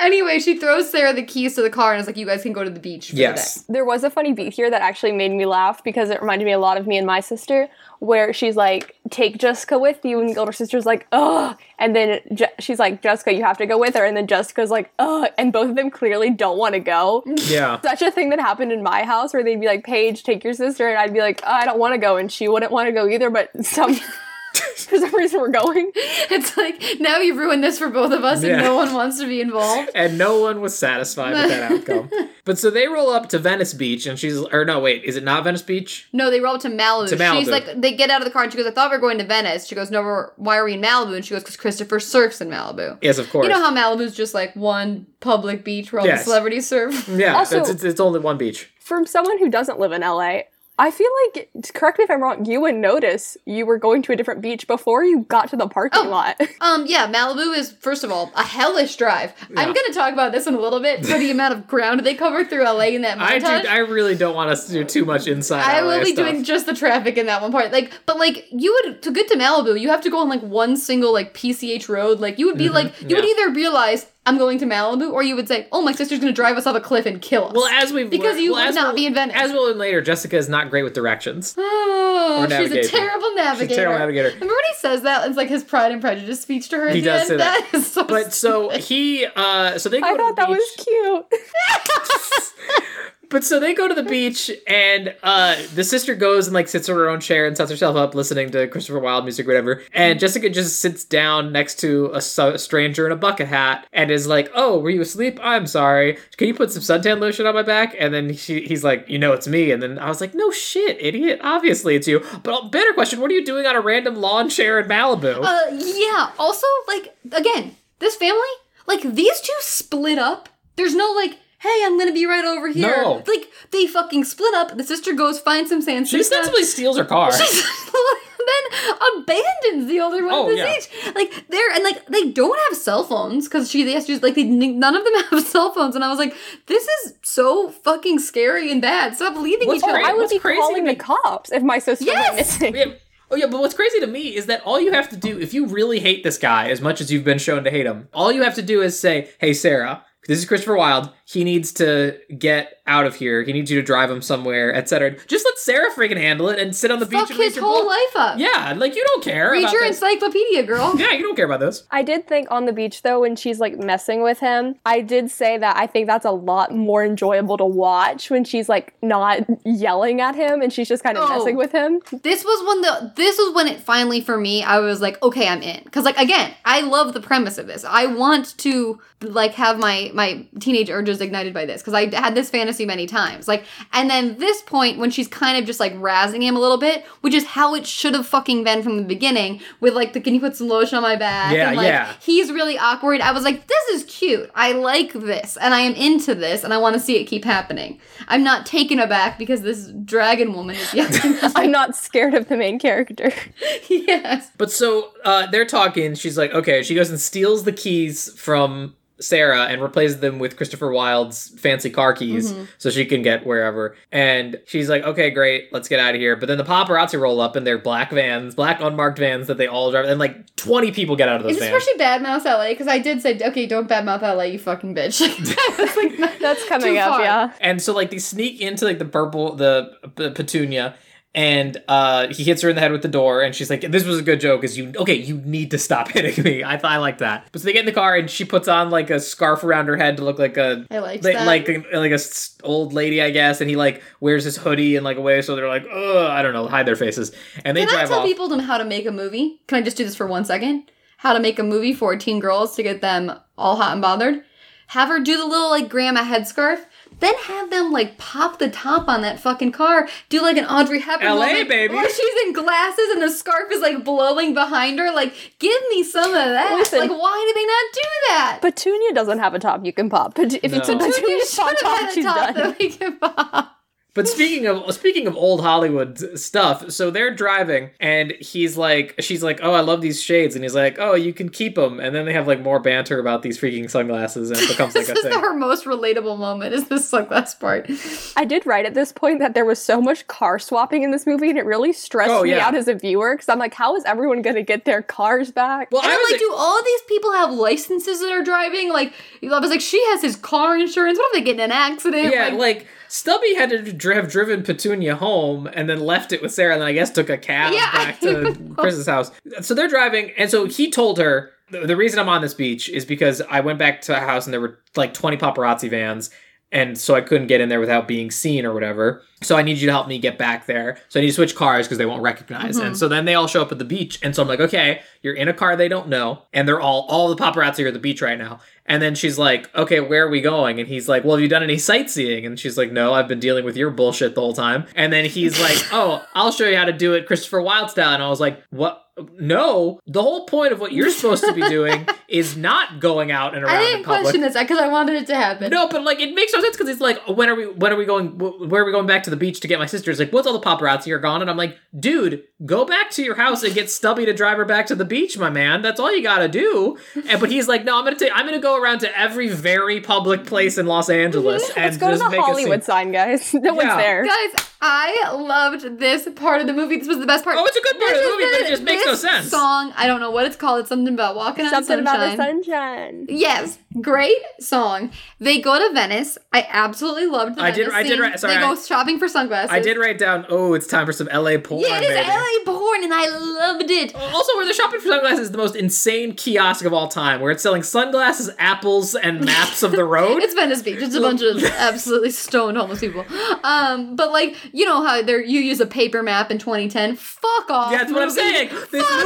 Speaker 3: Anyway, she throws Sarah the keys to the car and is like, you guys can go to the beach. For
Speaker 2: yes,
Speaker 4: There was a funny beat here that actually made me laugh because it reminded me a lot of me and my sister, where she's like, "Take Jessica with you," and the older sister's like, "Ugh," and then Je- she's like, "Jessica, you have to go with her," and then Jessica's like, "Ugh," and both of them clearly don't want to go.
Speaker 2: yeah.
Speaker 4: Such a thing that happened in my house where they'd be like, "Paige, take your sister," and I'd be like, "Oh, "I don't want to go," and she wouldn't want to go either, but some. For some reason, we're going.
Speaker 3: the day. It's like, now you ruined this for both of us
Speaker 2: Yeah.
Speaker 3: and no one wants to be involved.
Speaker 2: And no one was satisfied with that outcome. But so they roll up to Venice Beach, and she's, or no, wait, is it not Venice Beach?
Speaker 3: No, they roll up to Malibu.
Speaker 2: To Malibu.
Speaker 3: She's like, they get out of the car and she goes, I thought we were going to Venice. She goes, no, we're, why are we in Malibu? And she goes, because Christopher surfs in Malibu.
Speaker 2: Yes, of course.
Speaker 3: You know how Malibu's just like one public beach where all
Speaker 2: Yes.
Speaker 3: the celebrities surf?
Speaker 2: yeah,
Speaker 4: Also-
Speaker 2: that's, it's, it's only one beach.
Speaker 4: From someone who doesn't live in LA, I feel like, correct me if I'm wrong, you would notice you were going to a different beach before you got to the parking
Speaker 2: Oh.
Speaker 4: lot.
Speaker 3: Um, yeah, Malibu is first of all a hellish drive. I'm gonna talk about this in a little bit for the amount of ground they cover through LA in that
Speaker 2: I
Speaker 3: montage.
Speaker 2: do, I really don't want us to do too much inside.
Speaker 3: I
Speaker 2: LA
Speaker 3: will be
Speaker 2: stuff.
Speaker 3: doing just the traffic in that one part. Like, but like you would to get to Malibu, you have to go on like one single like PCH road. Like you would be like you would
Speaker 2: Mm-hmm. yeah.
Speaker 3: either realize I'm going to Malibu, or you would say, "Oh, my sister's gonna drive us off a cliff and kill us."
Speaker 2: Well, as we've
Speaker 3: because
Speaker 2: learned-
Speaker 3: you
Speaker 2: well,
Speaker 3: would
Speaker 2: as
Speaker 3: not
Speaker 2: we'll-
Speaker 3: be in Venice.
Speaker 2: As we'll learn later, Jessica is not great with directions.
Speaker 3: oh,
Speaker 2: Or
Speaker 3: she's a
Speaker 2: navigation.
Speaker 3: terrible navigator.
Speaker 2: terrible navigator.
Speaker 3: Remember when he says that? It's like his Pride and Prejudice speech to her. at
Speaker 2: He
Speaker 3: the
Speaker 2: does
Speaker 3: end?
Speaker 2: say that.
Speaker 3: That is so.
Speaker 2: But so he, uh, so they go
Speaker 4: I
Speaker 2: to
Speaker 4: thought
Speaker 2: the
Speaker 4: that was
Speaker 2: beach.
Speaker 4: cute.
Speaker 2: But so they go to the beach, and uh, the sister goes and like sits on her own chair and sets herself up, listening to Christopher Wilde music, or whatever. And Jessica just sits down next to a, so- a stranger in a bucket hat and is like, "Oh, were you asleep? I'm sorry. Can you put some suntan lotion on my back?" And then she, he's like, "You know, it's me." And then I was like, "No shit, idiot! Obviously, it's you." But better question: What are you doing on a random lawn chair in Malibu?
Speaker 3: Uh, yeah. Also, like, again, this family, like, these two split up. There's no, like, hey, I'm gonna be right over here.
Speaker 2: No.
Speaker 3: Like, they fucking split up. The sister goes, finds some sand.
Speaker 2: she ostensibly steals her car.
Speaker 3: then abandons the older one
Speaker 2: Oh,
Speaker 3: at this
Speaker 2: yeah.
Speaker 3: age. Like they're and like they don't have cell phones because she they asked you like they none of them have cell phones and I was like this is so fucking scary and bad. Stop leaving
Speaker 2: What's
Speaker 3: each other.
Speaker 2: cra-
Speaker 4: I would
Speaker 2: what's
Speaker 4: be
Speaker 2: crazy
Speaker 4: calling
Speaker 2: to
Speaker 4: the
Speaker 2: me-
Speaker 4: cops if my sister
Speaker 3: Yes!
Speaker 4: went missing.
Speaker 2: Yeah. Oh yeah, but what's crazy to me is that all you have to do, if you really hate this guy as much as you've been shown to hate him, all you have to do is say, "Hey Sarah, This is Christopher Wilde. He needs to get out of here. He needs you to drive him somewhere, etc. Just let Sarah freaking handle it and sit on the beach
Speaker 3: Fuck
Speaker 2: and read
Speaker 3: his
Speaker 2: your
Speaker 3: whole
Speaker 2: book.
Speaker 3: life up.
Speaker 2: Yeah, like you don't care.
Speaker 3: Read
Speaker 2: about
Speaker 3: your
Speaker 2: this.
Speaker 3: encyclopedia, girl.
Speaker 2: Yeah, you don't care about this.
Speaker 4: I did think on the beach though, when she's like messing with him, I did say that I think that's a lot more enjoyable to watch when she's like not yelling at him and she's just kind of
Speaker 3: Oh.
Speaker 4: messing with him.
Speaker 3: This was when the this was when it finally for me I was like okay I'm in because like again I love the premise of this I want to like have my my teenage urges ignited by this because I had this fantasy many times like and then this point when she's kind of just like razzing him a little bit which is how it should have fucking been from the beginning with like the can you put some lotion on my back
Speaker 2: Yeah,
Speaker 3: and like
Speaker 2: yeah.
Speaker 3: he's really awkward I was like this is cute I like this and I am into this and I want to see it keep happening I'm not taken aback because this dragon woman is yelling.
Speaker 4: I'm not scared of the main character.
Speaker 3: yes.
Speaker 2: But so uh, they're talking. She's like, okay. She goes and steals the keys from Sarah and replaces them with Christopher Wilde's fancy car keys
Speaker 3: Mm-hmm.
Speaker 2: so she can get wherever. And she's like, okay, great. Let's get out of here. But then the paparazzi roll up in their black vans, black unmarked vans that they all drive. And like 20 people get out of those
Speaker 3: Is this where
Speaker 2: vans.
Speaker 3: she badmouths LA? Because I did say, okay, don't badmouth LA, you fucking bitch. It's like, no.
Speaker 4: That's coming up,
Speaker 3: far.
Speaker 4: yeah.
Speaker 2: and so like they sneak into like the purple, the, the petunia. And uh, he hits her in the head with the door, and she's like, "This was a good joke." Is you okay? You need to stop hitting me. I I like that. But so they get in the car, and she puts on like a scarf around her head to look like a
Speaker 3: I like
Speaker 2: They-
Speaker 3: that.
Speaker 2: like like a s- old lady, I guess, and he like wears his hoodie in like a way, so they're like, oh, I don't know, hide their faces, and they
Speaker 3: Can I
Speaker 2: drive
Speaker 3: tell
Speaker 2: off.
Speaker 3: people to how to make a movie? Can I just do this for one second? How to make a movie for teen girls to get them all hot and bothered? Have her do the little like grandma headscarf, then have them like pop the top on that fucking car, do like an Audrey Hepburn
Speaker 2: LA,
Speaker 3: moment
Speaker 2: baby.
Speaker 3: where she's in glasses and the scarf is like blowing behind her. Like, give me some of that.
Speaker 4: Listen.
Speaker 3: like, why do they not do that?
Speaker 4: Petunia doesn't have a top you can pop. Pet- if you
Speaker 2: No.
Speaker 4: put
Speaker 2: Petunia
Speaker 4: Petunia's
Speaker 3: should
Speaker 4: top
Speaker 3: have
Speaker 4: top,
Speaker 3: had a
Speaker 4: she's
Speaker 3: top
Speaker 4: done.
Speaker 3: that we can pop.
Speaker 2: But speaking of speaking of old Hollywood stuff, so they're driving, and he's like, she's like, oh, I love these shades, and he's like, oh, you can keep them, and then they have like more banter about these freaking sunglasses, and it becomes like
Speaker 3: this
Speaker 2: a
Speaker 3: is
Speaker 2: thing.
Speaker 3: her most relatable moment is this sunglass part
Speaker 4: I did write at this point that there was so much car swapping in this movie, and it really stressed
Speaker 2: Oh,
Speaker 4: me
Speaker 2: yeah.
Speaker 4: out as a viewer because I'm like, how is everyone going to get their cars back?
Speaker 2: Well,
Speaker 3: and
Speaker 2: I
Speaker 3: i'm
Speaker 2: was like,
Speaker 3: like do all these people have licenses that are driving like i was like she has his car insurance what if they get in an accident
Speaker 2: yeah,
Speaker 3: like,
Speaker 2: like Stubby had to dri- have driven Petunia home and then left it with Sarah, and then I guess took a cab
Speaker 3: Yeah,
Speaker 2: back
Speaker 3: I
Speaker 2: to
Speaker 3: know.
Speaker 2: Chris's house. So they're driving, and so he told her the, the reason I'm on this beach is because I went back to a house and there were like 20 paparazzi vans. And so I couldn't get in there without being seen or whatever. So I need you to help me get back there. So I need to switch cars because they won't recognize.
Speaker 3: Mm-hmm.
Speaker 2: And so then they all show up at the beach. And so I'm like, okay, you're in a car they don't know. And they're all, all the paparazzi are at the beach right now. And then she's like, okay, where are we going? And he's like, well, have you done any sightseeing? And she's like, no, I've been dealing with your bullshit the whole time. And then he's like, oh, I'll show you how to do it Christopher Wilde style. And I was like, what? No, the whole point of what you're supposed to be doing is not going out and around
Speaker 3: i
Speaker 2: in
Speaker 3: didn't
Speaker 2: public.
Speaker 3: question this because i wanted it to happen
Speaker 2: No, but like it makes no sense because it's like, when are we? When are we going? wh- Where are we going back to the beach to get my sister? It's like, what's all the paparazzi are gone? And I'm like, dude, go back to your house and get Stubby to drive her back to the beach, my man. That's all you gotta do. And but he's like, no, I'm gonna take. I'm gonna go around to every very public place in Los Angeles and
Speaker 4: Mm-hmm. Let's go to
Speaker 2: just
Speaker 4: the
Speaker 2: make
Speaker 4: Hollywood
Speaker 2: a scene.
Speaker 4: sign, guys. No
Speaker 2: Yeah.
Speaker 4: one's there.
Speaker 3: guys i loved this part of the movie this was the best part
Speaker 2: Oh, it's a good part of the
Speaker 3: This
Speaker 2: movie,
Speaker 3: is
Speaker 2: but it just makes no
Speaker 3: this
Speaker 2: sense.
Speaker 3: song i don't know what it's called it's something about walking on
Speaker 4: Something
Speaker 3: sunshine
Speaker 4: about the sunshine.
Speaker 3: Yes, great song. They go to Venice. I absolutely loved the
Speaker 2: I did-
Speaker 3: Venice
Speaker 2: I did
Speaker 3: scene.
Speaker 2: write- sorry,
Speaker 3: they go
Speaker 2: I-
Speaker 3: shopping for sunglasses.
Speaker 2: I did write down. Oh, it's time for some LA porn.
Speaker 3: Yeah, it is
Speaker 2: baby.
Speaker 3: LA porn, and I loved it.
Speaker 2: Also, where they're shopping for sunglasses is the most insane kiosk of all time, where it's selling sunglasses, apples, and maps of the road.
Speaker 3: It's Venice Beach. It's a bunch of absolutely stoned homeless people. Um, but like you know how there you use a paper map in 2010. Fuck off.
Speaker 2: Yeah, That's what I'm
Speaker 3: movie.
Speaker 2: saying. This
Speaker 3: Fuck off.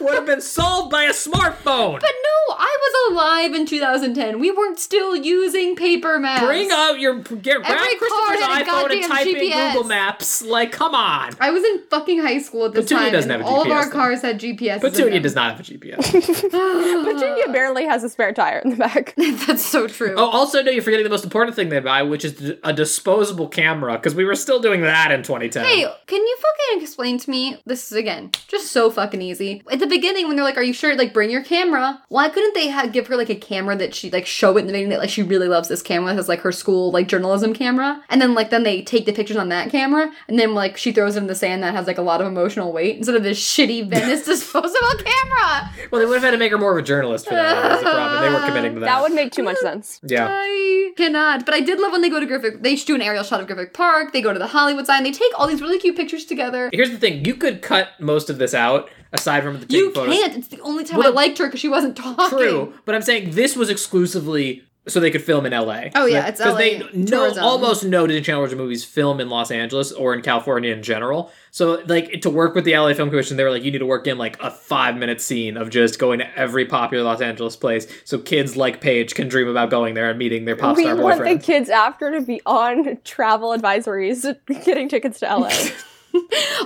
Speaker 2: movie would have been solved by a smartphone.
Speaker 3: But no, I was alive in 2010. We weren't still using paper maps.
Speaker 2: Bring out your get grab
Speaker 3: Every
Speaker 2: Christopher's
Speaker 3: car had a
Speaker 2: iPhone and
Speaker 3: goddamn
Speaker 2: type in
Speaker 3: GPS.
Speaker 2: Google Maps. Like, come on.
Speaker 3: I was in fucking high school at this
Speaker 2: Petunia
Speaker 3: time.
Speaker 2: doesn't
Speaker 3: and
Speaker 2: have a
Speaker 3: all of
Speaker 2: GPS
Speaker 3: our
Speaker 2: though.
Speaker 3: cars had GPS.
Speaker 2: Petunia does not have a GPS.
Speaker 4: Petunia barely has a spare tire in the back.
Speaker 3: That's so true.
Speaker 2: oh, also, no, you're forgetting the most important thing they buy, which is a disposable camera, because we were still doing that in 2010.
Speaker 3: Hey, can you fucking explain to me? This is again just so fucking easy. At the beginning, when they're like, "Are you sure?" Like, bring your camera. Why couldn't they have, give her like a camera that she like show it in the beginning that like she really loves this camera? Has like her school like journalism camera, and then like then they take the pictures on that camera, and then like she throws it in the sand that has like a lot of emotional weight instead of this shitty Venice disposable camera.
Speaker 2: Well, they would have had to make her more of a journalist for that. That was the problem. They weren't committed adding to that.
Speaker 4: That would make too much sense.
Speaker 2: yeah.
Speaker 3: I cannot. But I did love when they go to Griffith. They do an aerial shot of Griffith Park. They go to the Hollywood sign. They take all these really cute pictures together.
Speaker 2: Here's the thing: you could cut most of this out, aside from the
Speaker 3: You
Speaker 2: taking photos.
Speaker 3: can't. It's the only time
Speaker 2: Well,
Speaker 3: I liked her because she wasn't talking.
Speaker 2: True, but I'm saying this was exclusively so they could film in L.A.
Speaker 3: Oh,
Speaker 2: So
Speaker 3: yeah,
Speaker 2: that-
Speaker 3: it's
Speaker 2: 'cause
Speaker 3: LA
Speaker 2: They no,
Speaker 3: tourism.
Speaker 2: almost no Disney Channel original movies film in Los Angeles or in California in general. So like to work with the L.A. Film Commission, they were like, you need to work in like a five minute scene of just going to every popular Los Angeles place, so kids like Paige can dream about going there and meeting their pop
Speaker 4: we
Speaker 2: star
Speaker 4: want the
Speaker 2: boyfriend.
Speaker 4: kids after to be on travel advisories, getting tickets to LA.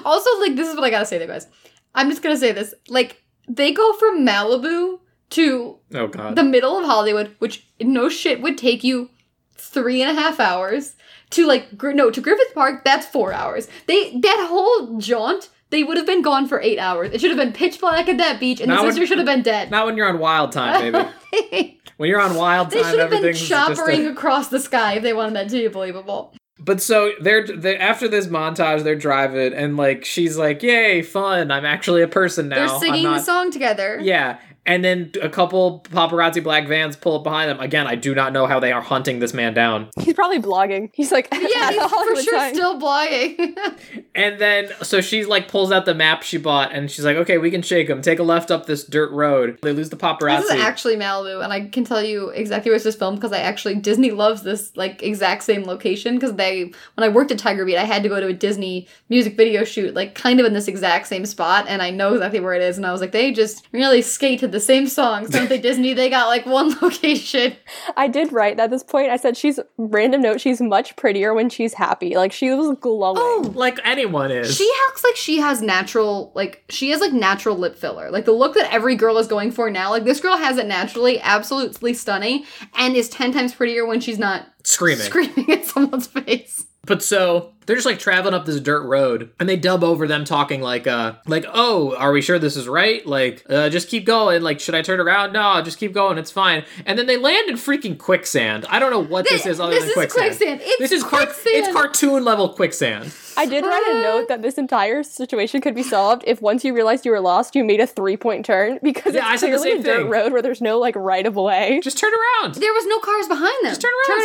Speaker 3: Also, like, this is what I gotta say, though, guys. I'm just gonna say this. Like, they go from Malibu to
Speaker 2: oh God.
Speaker 3: the middle of Hollywood, which no shit would take you three and a half hours to like Gr- no to Griffith Park. That's four hours. They that whole jaunt. They would have been gone for eight hours. It should have been pitch black at that beach, and
Speaker 2: Now
Speaker 3: the
Speaker 2: it-
Speaker 3: sister should have been dead.
Speaker 2: Not when you're on wild time, baby.
Speaker 3: they
Speaker 2: when you're on wild time,
Speaker 3: should have been
Speaker 2: everything's just a-
Speaker 3: choppering across the sky if they wanted that to be believable.
Speaker 2: But so they're, they're after this montage, they're driving, and like she's like, "Yay, fun! I'm actually a person now."
Speaker 3: They're
Speaker 2: I'm
Speaker 3: singing
Speaker 2: not-
Speaker 3: the song together.
Speaker 2: Yeah, and then a couple paparazzi black vans pull up behind them. Again, I do not know how they are hunting this man down.
Speaker 4: he's probably blogging. He's like,
Speaker 3: Yeah,
Speaker 4: at the
Speaker 3: he's for
Speaker 4: Hollywood
Speaker 3: sure
Speaker 4: sign.
Speaker 3: still blogging.
Speaker 2: And then so she like pulls out the map she bought, and she's like, "Okay, we can shake him. Take a left up this dirt road." They lose the paparazzi.
Speaker 3: This is actually Malibu, and I can tell you exactly where it's filmed because I actually Disney loves this like exact same location because they when I worked at Tiger Beat, I had to go to a Disney music video shoot like kind of in this exact same spot, and I know exactly where it is. And I was like, they just really skated the same songs. Don't they Disney? They got like one location.
Speaker 4: I did write at this point. I said she's random note. She's much prettier when she's happy. Like she was glowing.
Speaker 2: like anyone is.
Speaker 3: She acts like she has natural, like she has like natural lip filler, like the look that every girl is going for now. Like this girl has it naturally, absolutely stunning, and is ten times prettier when she's not
Speaker 2: screaming.
Speaker 3: screaming at someone's face.
Speaker 2: But so they're just like traveling up this dirt road, and they dub over them talking like, uh, like, oh, are we sure this is right? Like, uh, just keep going. Like, should I turn around? No, just keep going. It's fine. And then they land in freaking quicksand. I don't know what this,
Speaker 3: This-
Speaker 2: is other
Speaker 3: this
Speaker 2: than
Speaker 3: is
Speaker 2: quicksand.
Speaker 3: quicksand. It's
Speaker 2: this is car-
Speaker 3: quicksand.
Speaker 2: it's cartoon level quicksand.
Speaker 4: I did write a note that this entire situation could be solved if once you realized you were lost, you made a three point turn because
Speaker 2: Yeah, I
Speaker 4: it's
Speaker 2: said the same
Speaker 4: clearly a dirt
Speaker 2: thing.
Speaker 4: road where there's no like right of way.
Speaker 2: Just turn around.
Speaker 3: There was no cars behind them.
Speaker 2: turn around.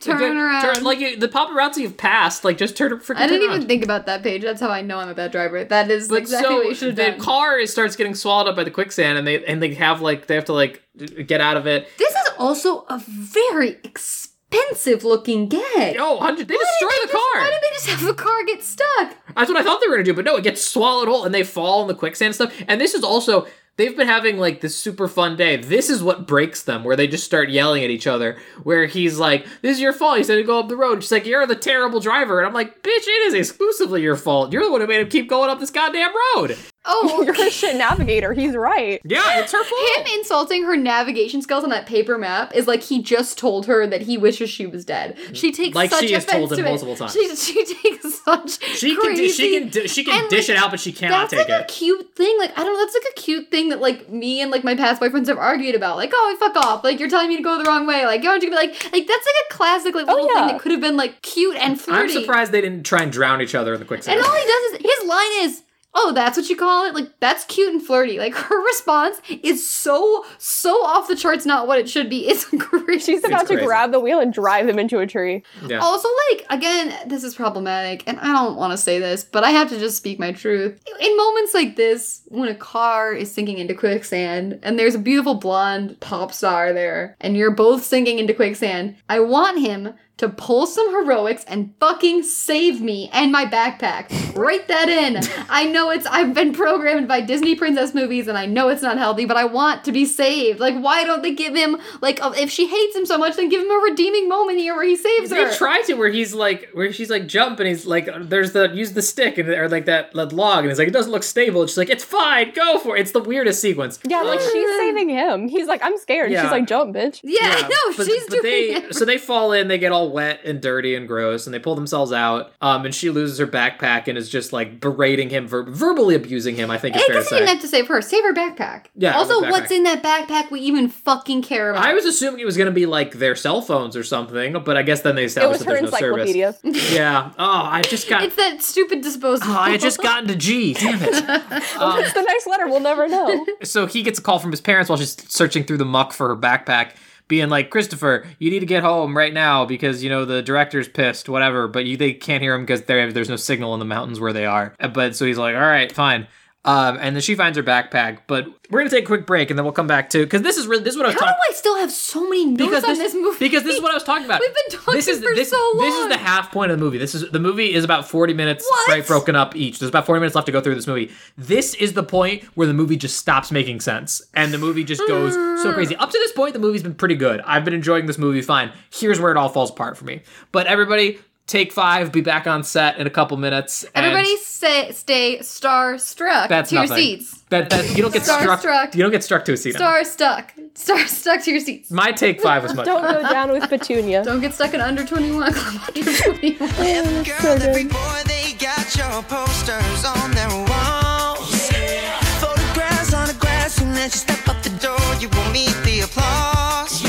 Speaker 3: Turn around. Turn around.
Speaker 2: like you, the paparazzi have passed. Like, just turn. Freaking
Speaker 3: I didn't
Speaker 2: turn
Speaker 3: even
Speaker 2: around.
Speaker 3: think about that page. That's how I know I'm a bad driver. That is
Speaker 2: But
Speaker 3: exactly what you
Speaker 2: so
Speaker 3: should
Speaker 2: the
Speaker 3: have done.
Speaker 2: car is, starts getting swallowed up by the quicksand, and they and they have like they have to like get out of it.
Speaker 3: this is also a very expensive looking gag.
Speaker 2: Oh, 100 they
Speaker 3: Why
Speaker 2: destroy
Speaker 3: did they
Speaker 2: the
Speaker 3: just-
Speaker 2: car.
Speaker 3: why did they just have the car get stuck?
Speaker 2: That's what I thought they were gonna do, but no, it gets swallowed whole and they fall in the quicksand and stuff. And this is also they've been having like this super fun day. This is what breaks them, where they just start yelling at each other. Where he's like, "This is your fault." He said to go up the road. She's like, "You're the terrible driver," and I'm like, "Bitch, it is exclusively your fault. You're the one who made him keep going up this goddamn road."
Speaker 3: Oh,
Speaker 4: You're a shit navigator. He's right.
Speaker 2: Yeah, it's her fault.
Speaker 3: him insulting her navigation skills on that paper map is like he just told her that he wishes she was dead. She takes
Speaker 2: Like
Speaker 3: such
Speaker 2: she has
Speaker 3: offense
Speaker 2: told him
Speaker 3: to it.
Speaker 2: multiple times.
Speaker 3: She, she takes such
Speaker 2: she can di-
Speaker 3: crazy
Speaker 2: she can di- she can
Speaker 3: And,
Speaker 2: dish
Speaker 3: like,
Speaker 2: it out, but she cannot
Speaker 3: that's
Speaker 2: take
Speaker 3: like a
Speaker 2: it.
Speaker 3: cute thing. Like I don't know. That's like a cute thing that like me and like my past boyfriends have argued about. Like oh fuck off. Like you're telling me to go the wrong way. Like you want to be like like that's like a classic like little
Speaker 4: yeah.
Speaker 3: thing that could have been like cute and flirty.
Speaker 2: Oh, I'm surprised they didn't try and drown each other in the quicksand.
Speaker 3: And all he does is his line is, "Oh, that's what you call it? Like that's cute and flirty." Like her response is so so off the charts. Not what it should be. It's great.
Speaker 4: She's about to
Speaker 2: crazy.
Speaker 4: grab the wheel and drive him into a tree.
Speaker 2: yeah.
Speaker 3: Also, like, again, this is problematic, and I don't want to say this, but I have to just speak my truth. In moments like this, when a car is sinking into quicksand, and there's a beautiful blonde pop star there, and you're both sinking into quicksand, I want him to pull some heroics and fucking save me and my backpack. Write that in. I know it's, I've been programmed by Disney princess movies, and I know it's not healthy, but I want to be saved. Like, why don't they give him, like, a- if she hates him so much, then give him a redeeming moment here where he saves her.
Speaker 2: They try to where he's like where she's like jump and he's like there's the use the stick and or like that, that log and he's like it doesn't look stable. And she's like it's fine, go for it. It's the weirdest sequence.
Speaker 4: Yeah, like she's saving him. He's like, I'm scared.
Speaker 2: Yeah.
Speaker 4: She's like, jump, bitch.
Speaker 3: Yeah,
Speaker 2: Yeah,
Speaker 3: no, she's doing
Speaker 2: they,
Speaker 3: it.
Speaker 2: So they fall in, they get all all wet and dirty and gross, and they pull themselves out. Um, and she loses her backpack and is just like berating him, ver- verbally abusing him. I think it's
Speaker 3: It
Speaker 2: fair to
Speaker 3: doesn't even
Speaker 2: say.
Speaker 3: have to save her. Save her backpack.
Speaker 2: Yeah,
Speaker 3: Also,
Speaker 2: her backpack.
Speaker 3: what's in that backpack we even fucking care about?
Speaker 2: I was assuming it was going to be like their cell phones or something, but I guess then they
Speaker 4: It
Speaker 2: established
Speaker 4: was
Speaker 2: that
Speaker 4: her
Speaker 2: there's no service.
Speaker 4: encyclopedia.
Speaker 2: Yeah. Oh, I just got.
Speaker 3: It's that stupid disposable.
Speaker 2: Oh, I had just gotten to G. Damn it. Um,
Speaker 4: It's the next letter. We'll never know.
Speaker 2: so he gets a call from his parents while she's searching through the muck for her backpack, being like, "Christopher, you need to get home right now because you know the director's pissed, whatever." But you, they can't hear him because there's no signal in the mountains where they are. Uh, But so he's like, "All right, fine." Um, and then she finds her backpack. But we're gonna take a quick break and then we'll come back to because this is really this is what I was
Speaker 3: How do
Speaker 2: talking.
Speaker 3: I still have so many notes
Speaker 2: Because
Speaker 3: on
Speaker 2: this,
Speaker 3: this movie?
Speaker 2: because this is what I was talking about.
Speaker 3: We've been talking
Speaker 2: this is,
Speaker 3: for
Speaker 2: this,
Speaker 3: so
Speaker 2: This is
Speaker 3: long.
Speaker 2: the half point of the movie. This is the movie is about forty minutes,
Speaker 3: What?
Speaker 2: right, broken up each. There's about forty minutes left to go through this movie. This is the point where the movie just stops making sense, and the movie just goes
Speaker 3: Mm.
Speaker 2: so crazy. Up to this point, the movie's been pretty good. I've been enjoying this movie fine. Here's where it all falls apart for me. But everybody, take five. Be back on set in a couple minutes. and-
Speaker 3: Everybody say, stay star struck
Speaker 2: that's
Speaker 3: to your
Speaker 2: nothing.
Speaker 3: seats.
Speaker 2: That, that you don't get struck.
Speaker 3: Starstruck.
Speaker 2: You don't get struck to a seat. Emma.
Speaker 3: Star stuck. Star stuck to your seats.
Speaker 2: My take five was much.
Speaker 4: Don't go down with Petunia.
Speaker 3: Don't get stuck in under 21 club under 21.
Speaker 4: Oh,
Speaker 1: Girl,
Speaker 4: so
Speaker 1: every
Speaker 4: good.
Speaker 1: boy, they got your posters on their walls. Photographs on the grass, and as you step out the door, you will meet the applause.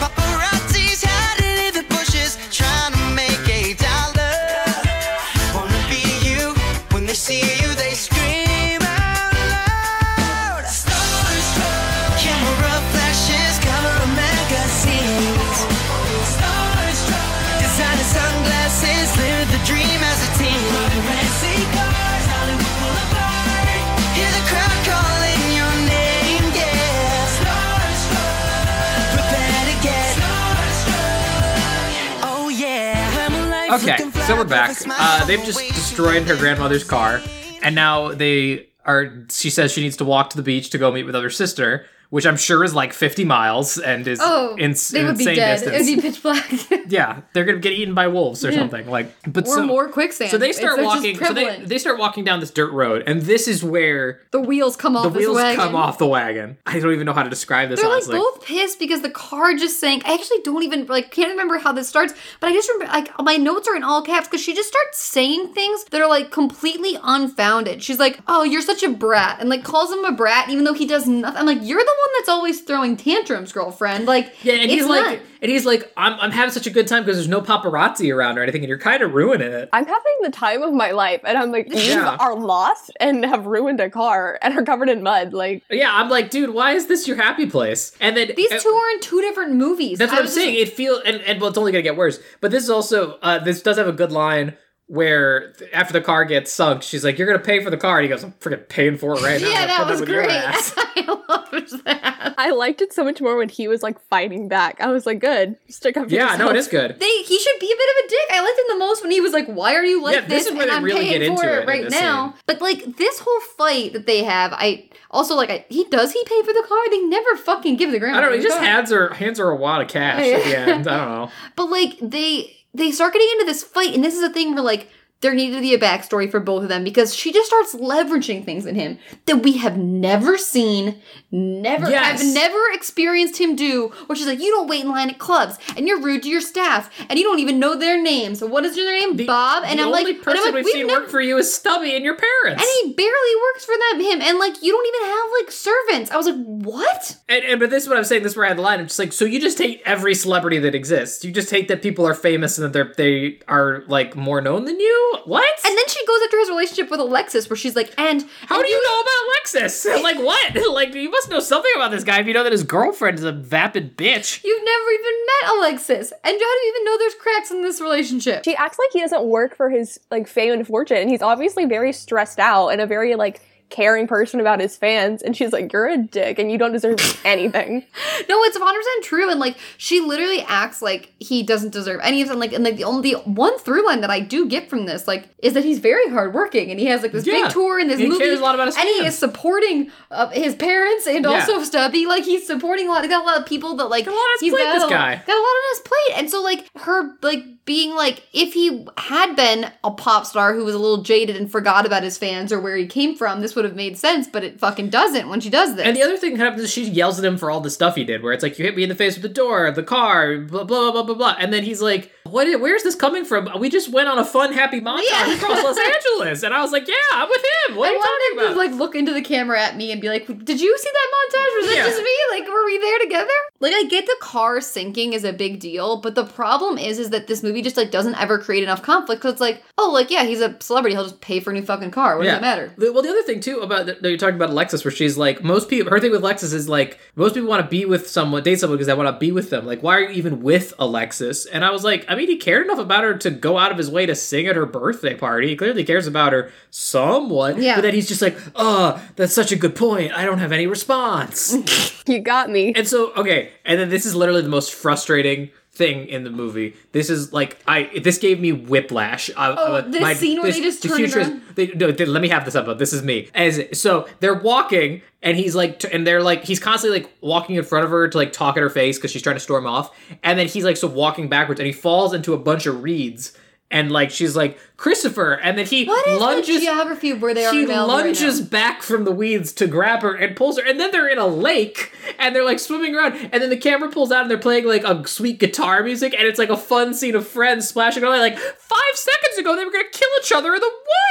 Speaker 1: Paparazzi's hiding in the bushes, trying to make a dollar. Wanna be you, when they see you, they scream out loud. Starstruck. Camera flashes, cover of magazines. Designer sunglasses, live the dream as a teen. Hear the crowd calling your name, yeah. Prepare to get. Oh yeah.
Speaker 2: Okay, so we're back. Uh, they've just destroyed her grandmother's car, and now they are. She says she needs to walk to the beach to go meet with her sister, which I'm sure is like 50 miles and is
Speaker 3: Oh,
Speaker 2: ins-
Speaker 3: they would be
Speaker 2: insane
Speaker 3: dead.
Speaker 2: distance.
Speaker 3: It would be pitch black.
Speaker 2: yeah, they're gonna get eaten by wolves or something. Like, but
Speaker 3: or
Speaker 2: so,
Speaker 3: more quicksand.
Speaker 2: so they
Speaker 3: It's-
Speaker 2: start
Speaker 3: they're just
Speaker 2: walking. So they,
Speaker 3: prevalent.
Speaker 2: they start walking down this dirt road, and this is where
Speaker 3: the wheels come off
Speaker 2: the
Speaker 3: this
Speaker 2: wheels
Speaker 3: wagon.
Speaker 2: come off the wagon. I don't even know how to describe this.
Speaker 3: They're like
Speaker 2: honestly,
Speaker 3: both pissed because the car just sank. I actually don't even like can't remember how this starts, but I just remember like my notes are in all caps because she just starts saying things that are like completely unfounded. She's like, "Oh, you're such a brat," and like calls him a brat even though he does nothing. I'm like, "You're the one that's always throwing tantrums, girlfriend." Like,
Speaker 2: Yeah, and he's
Speaker 3: it's
Speaker 2: like,
Speaker 3: not-
Speaker 2: and he's like, I'm, I'm having such a good time because there's no paparazzi around or anything, and you're kind of ruining it.
Speaker 4: I'm having the time of my life, and I'm like, you
Speaker 2: Yeah.
Speaker 4: are lost and have ruined a car and are covered in mud. Like,
Speaker 2: Yeah, I'm like, dude, why is this your happy place? And then
Speaker 3: these
Speaker 2: and-
Speaker 3: two are in two different movies.
Speaker 2: eh, That's
Speaker 3: I
Speaker 2: what I'm
Speaker 3: was just-
Speaker 2: saying. It feels and, and well, it's only gonna get worse. But this is also uh, this does have a good line where th- after the car gets sunk, she's like, "You're gonna pay for the car," and he goes, "I'm freaking paying for it right now."
Speaker 3: Yeah,
Speaker 2: I'm
Speaker 3: that
Speaker 2: putting up
Speaker 3: was
Speaker 2: with your
Speaker 3: great.
Speaker 2: ass."
Speaker 3: I loved that.
Speaker 4: I liked it so much more when he was like fighting back. I was like, good, stick up. for
Speaker 2: Yeah, no,
Speaker 4: yourself.
Speaker 2: it is good.
Speaker 3: They, he should be a bit of a dick. I liked him the most when he was like, "Why are you like
Speaker 2: Yeah, this is where
Speaker 3: and
Speaker 2: they
Speaker 3: I'm
Speaker 2: really
Speaker 3: paying
Speaker 2: get into
Speaker 3: for
Speaker 2: it
Speaker 3: it,
Speaker 2: in
Speaker 3: right
Speaker 2: this
Speaker 3: now.
Speaker 2: scene.
Speaker 3: But like this whole fight that they have, I also like. I, he does he pay for the car? They never fucking give the grandma.
Speaker 2: I don't know. He
Speaker 3: the
Speaker 2: just
Speaker 3: car.
Speaker 2: hands her hands her a wad of cash at the end. I don't know.
Speaker 3: But like they they start getting into this fight, and this is a thing where like there needed to be a backstory for both of them because she just starts leveraging things in him that we have never seen, never
Speaker 2: Yes.
Speaker 3: I've never experienced him do. Where she's like, "You don't wait in line at clubs, and you're rude to your staff, and you don't even know their names. So what is your name,
Speaker 2: The-
Speaker 3: Bob?" And
Speaker 2: the
Speaker 3: I'm like,
Speaker 2: only
Speaker 3: and I'm
Speaker 2: person
Speaker 3: like,
Speaker 2: we've, seen
Speaker 3: never-
Speaker 2: work for you is Stubby and your parents.
Speaker 3: and he barely works for them, him, and like you don't even have like servants. I was like, what?
Speaker 2: And, and but this is what I'm saying. This is where I had the line. I'm just like, so you just hate every celebrity that exists. You just hate that people are famous and that they're they are like more known than you. What?
Speaker 3: And then she goes after his relationship with Alexis, where she's like, and
Speaker 2: How do you know about Lexus? Like what? Like you must know something about this guy if you know that his girlfriend is a vapid bitch.
Speaker 3: You've never even met Alexis, and how do you even know there's cracks in this relationship?
Speaker 4: She acts like he doesn't work for his like fame and fortune, and he's obviously very stressed out and a very like caring person about his fans. And she's like, "You're a dick, and you don't deserve anything."
Speaker 3: no, it's 100 percent true, and like she literally acts like he doesn't deserve any of it. Like, and like the only the one through line that I do get from this, like, is that he's very hardworking, and he has like this
Speaker 2: Yeah.
Speaker 3: big tour and this
Speaker 2: He
Speaker 3: movie,
Speaker 2: cares a lot about his
Speaker 3: and he
Speaker 2: fans.
Speaker 3: is supporting uh, his parents and
Speaker 2: Yeah.
Speaker 3: also Stubby. Like, he's supporting a lot. He got a lot of people that like
Speaker 2: Got a lot on his
Speaker 3: he's
Speaker 2: plate,
Speaker 3: got
Speaker 2: this
Speaker 3: a lot-
Speaker 2: guy.
Speaker 3: got a lot on his plate, and so like her like being like if he had been a pop star who was a little jaded and forgot about his fans or where he came from, this would have made sense, but it fucking doesn't when she does this.
Speaker 2: And the other thing that happens is she yells at him for all the stuff he did, where it's like, you hit me in the face with the door, the car, blah, blah, blah, blah, blah, blah. And then he's like, what? i- where's this coming from? We just went on a fun, happy montage
Speaker 3: Yeah.
Speaker 2: across Los Angeles. And I was like, yeah, I'm with him. What
Speaker 3: I
Speaker 2: are you
Speaker 3: want
Speaker 2: talking
Speaker 3: them
Speaker 2: about?
Speaker 3: to like look into the camera at me and be like, "Did you see that montage? Was that
Speaker 2: Yeah.
Speaker 3: just me? Like, were we there together?" Like, I get the car sinking is a big deal, but the problem is, is that this movie just like doesn't ever create enough conflict. Cause it's like, oh, like yeah, he's a celebrity; he'll just pay for a new fucking car. What does it matter?
Speaker 2: The- Well, the other thing too about that that you're talking about Alexis, where she's like, most people, her thing with Alexis is like, most people want to be with someone, date someone because they want to be with them. Like, why are you even with Alexis? And I was like, I mean, he cared enough about her to go out of his way to sing at her birthday party. He clearly cares about her somewhat.
Speaker 3: Yeah.
Speaker 2: But then he's just like, oh, that's such a good point. I don't have any response.
Speaker 4: You got me.
Speaker 2: And so, okay, and then this is literally the most frustrating thing in the movie. This is like I. This gave me whiplash. I,
Speaker 3: Oh,
Speaker 2: I-
Speaker 3: this scene where they just
Speaker 2: the
Speaker 3: turn it
Speaker 2: future is-
Speaker 3: around?
Speaker 2: They, no, they- let me have this up. This is me. As so, they're walking, and he's like, t- and they're like, he's constantly like walking in front of her to like talk at her face because she's trying to storm off, and then he's like, so walking backwards, and he falls into a bunch of reeds. And like she's like Christopher, and then he
Speaker 3: What is
Speaker 2: lunges
Speaker 3: the geography of where they are?
Speaker 2: she
Speaker 3: in Malibu right
Speaker 2: lunges
Speaker 3: now?
Speaker 2: back from the weeds to grab her and pulls her, and then they're in a lake and they're like swimming around, and then the camera pulls out and they're playing like a sweet guitar music, and it's like a fun scene of friends splashing around. Like five seconds ago, they were gonna kill each other in the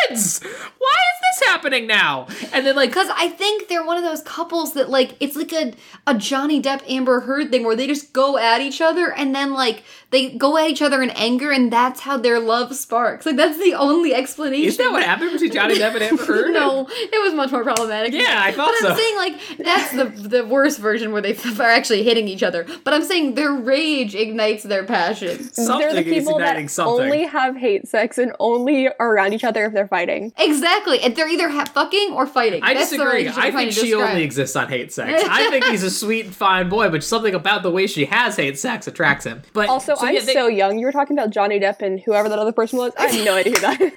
Speaker 2: woods. Why is this happening now? And then like
Speaker 3: Because I think they're one of those couples that like it's like a a Johnny Depp Amber Heard thing where they just go at each other and then like they go at each other in anger and that's how their love sparks. Like that's the only explanation.
Speaker 2: is that what happened between Johnny Depp and Amber Heard?
Speaker 3: no, it was much more problematic. than
Speaker 2: Yeah,
Speaker 3: that.
Speaker 2: I thought
Speaker 3: But I'm
Speaker 2: so.
Speaker 3: saying like that's the the worst version where they f- are actually hitting each other. But I'm saying their rage ignites their passion.
Speaker 2: Something
Speaker 4: they're the
Speaker 2: is
Speaker 4: people
Speaker 2: igniting
Speaker 4: that
Speaker 2: something.
Speaker 4: only have hate sex and only are around each other if they're fighting.
Speaker 3: Exactly, and they're either ha- fucking or fighting.
Speaker 2: I
Speaker 3: that's The
Speaker 2: disagree.
Speaker 3: relationship
Speaker 2: I
Speaker 3: I'm trying
Speaker 2: think
Speaker 3: to
Speaker 2: she
Speaker 3: describe.
Speaker 2: only exists on hate sex. I think he's a sweet, fine boy, but something about the way she has hate sex attracts him. But
Speaker 4: Also, I'm
Speaker 2: yeah, they-
Speaker 4: so young. You were talking about Johnny Depp and whoever that other person was. I have no idea who that is.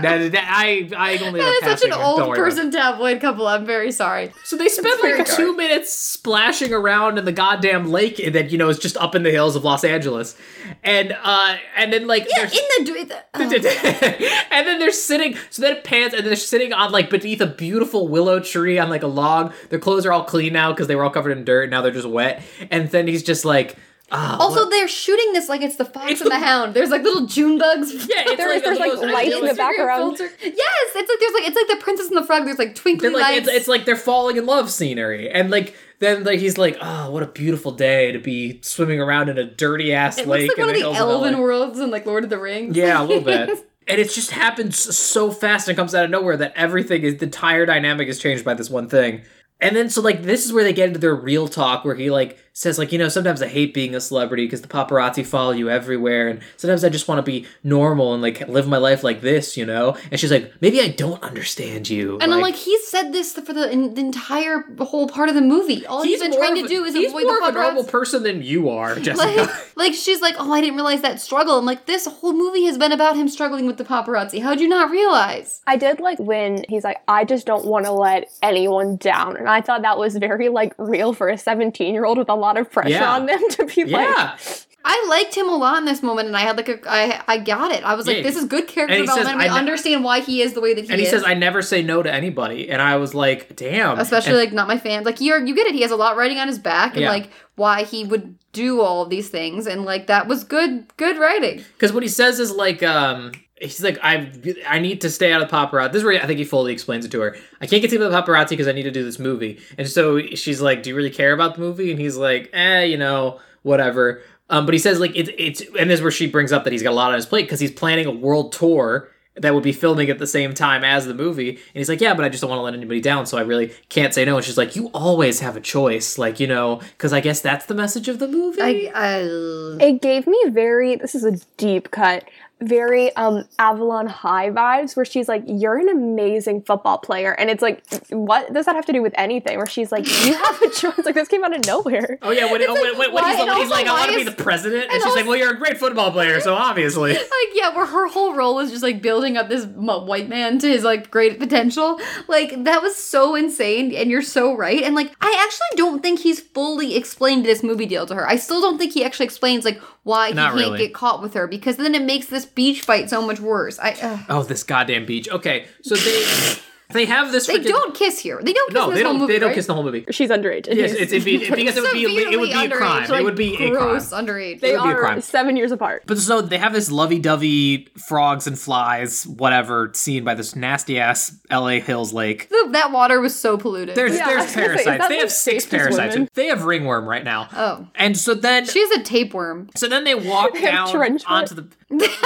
Speaker 2: That, that- I I only
Speaker 3: That
Speaker 2: am
Speaker 3: is such
Speaker 2: passing
Speaker 3: an
Speaker 2: her. Don't
Speaker 3: old
Speaker 2: worry about it.
Speaker 3: person tabloid couple. I'm very sorry.
Speaker 2: So they spend
Speaker 3: very
Speaker 2: like
Speaker 3: dark.
Speaker 2: two minutes splashing around in the goddamn lake that you know is just up in the hills of Los Angeles, and uh and then like
Speaker 3: Yeah,
Speaker 2: they're-
Speaker 3: in the, the oh.
Speaker 2: and then they're sitting. So then it pans, and they're sitting on like beneath a beautiful willow tree on like a log. Their clothes are all clean now because they were all covered in dirt. Now they're just wet. And then he's just like, ah,
Speaker 3: Also,
Speaker 2: what-
Speaker 3: they're shooting this like it's the fox
Speaker 2: It's
Speaker 3: and the,
Speaker 2: the-
Speaker 3: hound. There's like little June bugs.
Speaker 2: yeah, it's
Speaker 4: there
Speaker 2: like
Speaker 4: is- there's,
Speaker 2: one of
Speaker 4: like,
Speaker 2: those
Speaker 4: lights in the
Speaker 2: idealistic-
Speaker 4: background.
Speaker 3: Yes, it's like there's like it's like the Princess and the Frog. There's like twinkly
Speaker 2: They're like
Speaker 3: lights.
Speaker 2: it's, it's like they're falling in love scenery, and like then like he's like, oh, what a beautiful day to be swimming around in a dirty ass
Speaker 3: it
Speaker 2: lake.
Speaker 3: looks like
Speaker 2: in
Speaker 3: one of the
Speaker 2: hills LA.
Speaker 3: elven worlds in like Lord of the Rings.
Speaker 2: Yeah, a little bit. And it's just happens so fast and comes out of nowhere that everything is the entire dynamic is changed by this one thing. And then so like this is where they get into their real talk where he like says like you know sometimes I hate being a celebrity because the paparazzi follow you everywhere and sometimes I just want to be normal and like live my life like this you know and she's like maybe I don't understand you
Speaker 3: And I'm like, he said this for the, in, the entire whole part of the movie. All he's, been
Speaker 2: more
Speaker 3: trying
Speaker 2: of
Speaker 3: to
Speaker 2: a-
Speaker 3: do is
Speaker 2: he's
Speaker 3: avoid
Speaker 2: more
Speaker 3: the
Speaker 2: of a normal
Speaker 3: paparazzi.
Speaker 2: person than you are Jessica
Speaker 3: Like, like she's like, oh, I didn't realize that struggle. I'm like, this whole movie has been about him struggling with the paparazzi. How'd you not realize?
Speaker 4: I did like when he's like, I just don't want to let anyone down. And I thought that was very like real for a 17 year old with a lot of pressure
Speaker 2: Yeah.
Speaker 4: on them to be like,
Speaker 2: yeah
Speaker 3: I liked him a lot in this moment, and I had like a, I, I got it. I was like,
Speaker 2: Yeah.
Speaker 3: this is good character
Speaker 2: And he says,
Speaker 3: development.
Speaker 2: I
Speaker 3: we
Speaker 2: ne-
Speaker 3: understand why he is the way that he
Speaker 2: and he
Speaker 3: is.
Speaker 2: says I never say no to anybody and I was like damn
Speaker 3: especially
Speaker 2: And-
Speaker 3: like not my fans. Like you're, you get it. He has a lot writing on his back, and
Speaker 2: Yeah.
Speaker 3: like why he would do all of these things, and like that was good, good writing.
Speaker 2: Because what he says is like, um, he's like, I I need to stay out of the paparazzi. This is where I think he fully explains it to her. I can't get to the paparazzi because I need to do this movie. And so she's like, Do you really care about the movie? And he's like, Eh, you know, whatever. Um, but he says like it's it's and this is where she brings up that he's got a lot on his plate because he's planning a world tour that would be filming at the same time as the movie. And he's like, yeah, but I just don't want to let anybody down, so I really can't say no. And she's like, you always have a choice, like you know, because I guess that's the message of the movie.
Speaker 3: I, I
Speaker 4: it gave me very, this is a deep cut, very um Avalon High vibes where she's like, You're an amazing football player. And it's like, What does that have to do with anything? Where she's like, You have a choice. Like, this came out of nowhere.
Speaker 2: Oh yeah, when, oh, when, when, when
Speaker 3: why-
Speaker 2: he's, like-
Speaker 3: and
Speaker 2: he's
Speaker 3: also
Speaker 2: like, I
Speaker 3: why
Speaker 2: want to be
Speaker 3: is-
Speaker 2: the president, and,
Speaker 3: and
Speaker 2: she's
Speaker 3: also-
Speaker 2: like, Well, you're a great football player, so obviously.
Speaker 3: like yeah, where her whole role was just like building up this mo- white man to his like great potential. Like that was so insane, and you're so right. And like I actually don't think he's fully explained this movie deal to her. I still don't think he actually explains like why
Speaker 2: Not
Speaker 3: he can't
Speaker 2: really.
Speaker 3: get caught with her because then it makes this beach fight so much worse. I. Uh,
Speaker 2: oh, this goddamn beach. Okay, so they They have this.
Speaker 3: They
Speaker 2: freaking-
Speaker 3: don't kiss here. They don't kiss
Speaker 2: No,
Speaker 3: in this
Speaker 2: they
Speaker 3: whole
Speaker 2: don't.
Speaker 3: movie.
Speaker 2: they don't
Speaker 3: right?
Speaker 2: kiss the whole movie.
Speaker 4: She's underage. and
Speaker 2: Yes,
Speaker 4: he's-
Speaker 2: it's, it'd be it- because it would be
Speaker 3: Severely
Speaker 2: it would be a crime.
Speaker 3: underage, like,
Speaker 2: it would be a crime.
Speaker 3: gross underage.
Speaker 4: they
Speaker 2: would be a
Speaker 4: are
Speaker 2: crime.
Speaker 4: seven years apart.
Speaker 2: But so they have this lovey-dovey frogs and flies, whatever, seen by this nasty ass L.A. Hills lake.
Speaker 3: The- that water was so polluted.
Speaker 2: There's
Speaker 4: Yeah, I
Speaker 2: there's
Speaker 4: was gonna say, is
Speaker 2: parasites.
Speaker 4: that
Speaker 2: they
Speaker 4: like
Speaker 2: have six
Speaker 4: Space Woman?
Speaker 2: parasites. They have ringworm right now.
Speaker 3: Oh.
Speaker 2: and so then
Speaker 3: she has a tapeworm.
Speaker 2: so then they walk
Speaker 4: have
Speaker 2: down
Speaker 4: trench foot.
Speaker 2: onto the.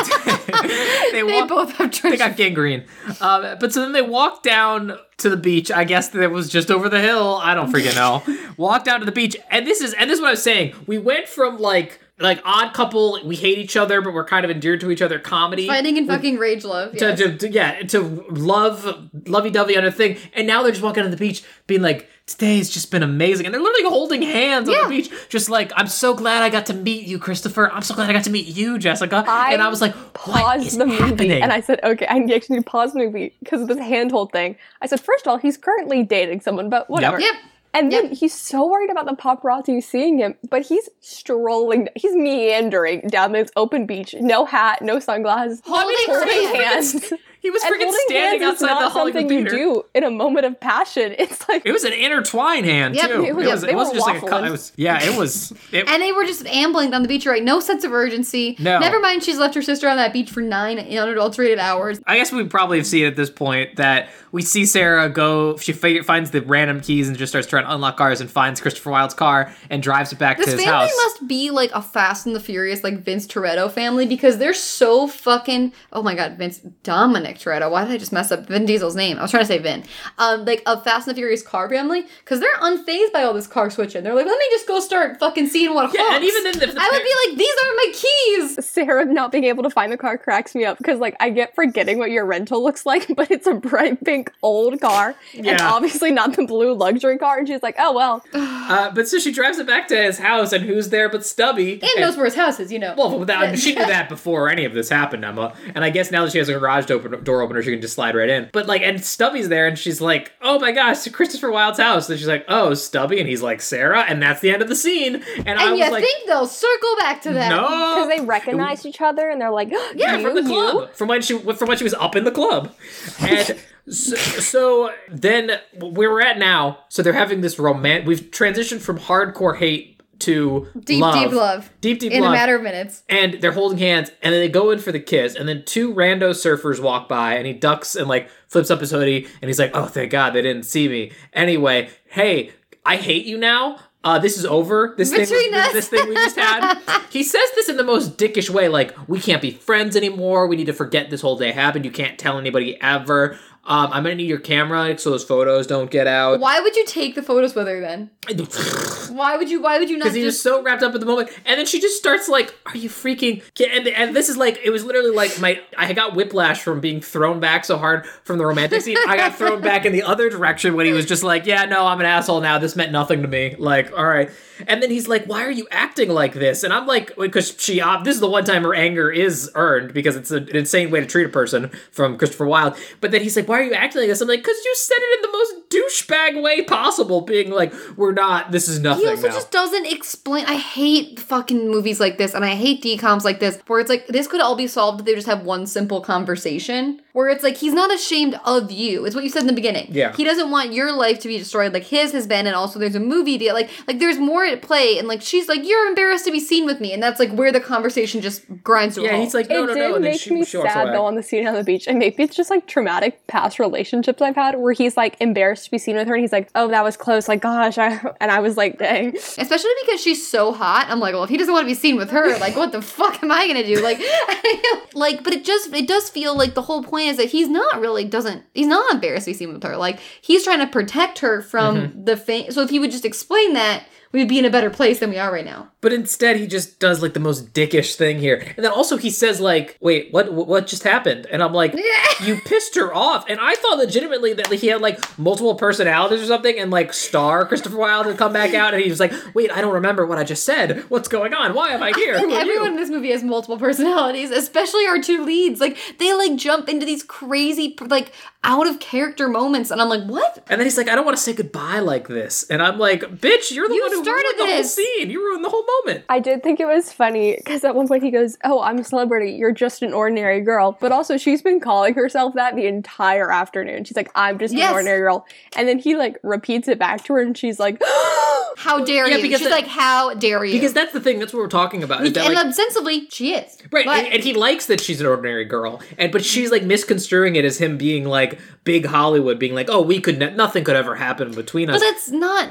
Speaker 2: they
Speaker 3: They
Speaker 2: walk.
Speaker 3: both have
Speaker 2: they
Speaker 3: trench.
Speaker 2: got gangrene. Um, but so then they walk down to the beach. I guess that was just over the hill. I don't freaking know. walk down to the beach, and this is and this is what I was saying. We went from like like odd couple, we hate each other, but we're kind of endeared to each other. Comedy
Speaker 3: fighting and fucking rage love.
Speaker 2: to,
Speaker 3: yes.
Speaker 2: to, to- yeah to love lovey dovey on a thing, and now they're just walking on the beach, being like, "Today's just been amazing," and they're literally holding hands on
Speaker 3: Yeah.
Speaker 2: the beach, just like, "I'm so glad I got to meet you, Christopher. I'm so glad I got to meet you, Jessica."
Speaker 4: I
Speaker 2: and I was like, "What
Speaker 4: paused
Speaker 2: is
Speaker 4: the movie
Speaker 2: happening?"
Speaker 4: and I said, okay, I actually need to pause the movie because of this handhold thing. I said, first of all, he's currently dating someone, but whatever.
Speaker 3: Yep.
Speaker 4: And then
Speaker 3: Yep.
Speaker 4: he's so worried about the paparazzi seeing him, but he's strolling, he's meandering down this open beach, no hat, no sunglasses,
Speaker 2: Holding
Speaker 4: holding
Speaker 2: hands.
Speaker 4: hands.
Speaker 2: He was
Speaker 4: And
Speaker 2: freaking
Speaker 4: holding
Speaker 2: standing
Speaker 4: hands is
Speaker 2: outside the
Speaker 4: not
Speaker 2: Hollywood
Speaker 4: something you
Speaker 2: Theater.
Speaker 4: do in a moment of passion. It's like
Speaker 2: It was an intertwined hand
Speaker 3: Yep,
Speaker 2: too.
Speaker 3: it
Speaker 2: It,
Speaker 3: was-
Speaker 2: was,
Speaker 4: they
Speaker 2: it wasn't
Speaker 4: were
Speaker 2: just like a cut.
Speaker 4: waffling.
Speaker 2: It was yeah. It was. It,
Speaker 3: And they were just ambling down the beach, right? No sense of urgency.
Speaker 2: No.
Speaker 3: Never mind, she's left her sister on that beach for nine unadulterated hours.
Speaker 2: I guess we probably have seen at this point that we see Sarah go. She fi- finds the random keys and just starts trying to unlock cars and finds Christopher Wilde's car and drives it back
Speaker 3: This
Speaker 2: to his
Speaker 3: family
Speaker 2: house.
Speaker 3: must be like a Fast and the Furious, like Vince Toretto family, because they're so fucking. Oh my god, Vince Dominic Toretto. Why did I just mess up Vin Diesel's name? I was trying to say Vin. Um, like a Fast and the Furious car family, because they're unfazed by all this car switching. They're like, let me just go start fucking seeing what.
Speaker 2: Yeah, and
Speaker 3: honks."
Speaker 2: even then if the
Speaker 3: I would
Speaker 2: par-
Speaker 3: be like, these aren't my keys.
Speaker 4: Sarah not being able to find the car cracks me up because like I get forgetting what your rental looks like, but it's a bright pink old car and
Speaker 2: Yeah.
Speaker 4: obviously not the blue luxury car. And she's like, oh well,
Speaker 2: uh, but so she drives it back to his house, and who's there but Stubby?
Speaker 3: And knows where his house is, you know.
Speaker 2: Well, but that, she knew that before any of this happened, Emma. And I guess now that she has a garage open, door opener, she can just slide right in. But like, and Stubby's there, and she's like, "Oh my gosh, to Christopher Wilde's house." And she's like, "Oh, Stubby," and he's like, "Sarah," and that's the end of the scene. And, I
Speaker 3: and
Speaker 2: was
Speaker 3: you
Speaker 2: like,
Speaker 3: think they'll circle back to that?
Speaker 2: "No."
Speaker 4: because they recognize each other and they're like,
Speaker 2: Um,
Speaker 4: "Oh,
Speaker 2: Yeah,
Speaker 4: you,
Speaker 2: from the
Speaker 4: you.
Speaker 2: club, from when she from when she was up in the club, and so, so then where we're at now. So they're having this romance. We've transitioned from hardcore hate to
Speaker 3: Deep,
Speaker 2: love.
Speaker 3: deep love.
Speaker 2: deep, deep
Speaker 3: In
Speaker 2: love.
Speaker 3: a matter of minutes.
Speaker 2: and they're holding hands, and then they go in for the kiss, and then two rando surfers walk by, and he ducks and like flips up his hoodie, and he's like, "Oh, thank God they didn't see me." Anyway, hey, I hate you now. Uh, this is over. This thing,
Speaker 3: Between
Speaker 2: this,
Speaker 3: us.
Speaker 2: this thing we just had. he says this in the most dickish way, like we can't be friends anymore. We need to forget this whole day happened. You can't tell anybody ever. Um, I'm gonna need your camera so those photos don't get out.
Speaker 3: Why would you take the photos with her then?
Speaker 2: Because
Speaker 3: Why would you? Why would you not?
Speaker 2: he was
Speaker 3: Just,
Speaker 2: so wrapped up at the moment, and then she just starts like, "Are you freaking?" ki-" And, and this is like, it was literally like my I got whiplash from being thrown back so hard from the romantic scene. I got thrown back in the other direction when he was just like, "Yeah, no, I'm an asshole now. This meant nothing to me." Like, all right. And then he's like, "Why are you acting like this?" And I'm like, "Because she. Uh, this is the one time her anger is earned because it's an insane way to treat a person from Christopher Wilde." But then he's like, "Why are you acting like this?" I'm like, "Because you said it in the most douchebag way possible, being like, we're not. This is nothing
Speaker 3: he also
Speaker 2: now."
Speaker 3: just doesn't explain. I hate fucking movies like this, and I hate DComs like this, where it's like this could all be solved if they just have one simple conversation. Where it's like he's not ashamed of you. It's what you said in the beginning.
Speaker 2: Yeah.
Speaker 3: He doesn't want your life to be destroyed like his has been, and also there's a movie deal. Like like there's more at play, and like she's like you're embarrassed to be seen with me, and that's like where the conversation just grinds to a
Speaker 2: Yeah,
Speaker 3: halt.
Speaker 2: he's like,
Speaker 4: It
Speaker 2: no, no,
Speaker 4: did
Speaker 2: no. And then
Speaker 4: make
Speaker 2: she,
Speaker 4: me
Speaker 2: she walks
Speaker 4: sad
Speaker 2: away.
Speaker 4: though on the scene on the beach, and maybe it's just like traumatic past relationships I've had where he's like embarrassed to be seen with her, and he's like, "Oh, that was close," like, "Gosh," I, and I was like, "Dang."
Speaker 3: Especially because she's so hot. I'm like, well, if he doesn't want to be seen with her, like, what the fuck am I gonna do? Like, like, but it just it does feel like the whole point is that he's not really doesn't he's not embarrassed to be seen with her. Like, he's trying to protect her from
Speaker 2: Mm-hmm.
Speaker 3: the fame. So if he would just explain that, we'd be in a better place than we are right now.
Speaker 2: But instead, he just does like the most dickish thing here. And then also, he says like, "Wait, what? What, what just happened?" And I'm like, "You pissed her off." And I thought legitimately that like, he had like multiple personalities or something, and like Star Christopher Wilde had come back out, and he was like, "Wait, I don't remember what I just said. What's going on? Why am I here? Who are
Speaker 3: Everyone in
Speaker 2: you?"
Speaker 3: this movie has multiple personalities, especially our two leads. Like, they like jump into these crazy like out of character moments, and I'm like, what?
Speaker 2: And then he's like, "I don't want to say goodbye like this." And I'm like, "Bitch, you're the
Speaker 3: You
Speaker 2: one who
Speaker 3: started
Speaker 2: ruined the whole
Speaker 3: this.
Speaker 2: scene. You ruined the whole moment.
Speaker 4: I did think it was funny because at one point he goes, "Oh, I'm a celebrity. You're just an ordinary girl." But also, she's been calling herself that the entire afternoon. She's like, "I'm just
Speaker 3: Yes.
Speaker 4: an ordinary girl," and then he like repeats it back to her, and she's like,
Speaker 3: How dare
Speaker 2: Yeah,
Speaker 3: you?
Speaker 2: because
Speaker 3: She's
Speaker 2: that-
Speaker 3: like, how dare you?
Speaker 2: Because that's the thing. That's what we're talking about. Is that,
Speaker 3: and
Speaker 2: like,
Speaker 3: ostensibly, she is.
Speaker 2: Right,
Speaker 3: But-
Speaker 2: and, and he likes that she's an ordinary girl, and but she's like misconstruing it as him being like big Hollywood, being like, "Oh, we could ne- nothing could ever happen between
Speaker 3: but
Speaker 2: us."
Speaker 3: that's not.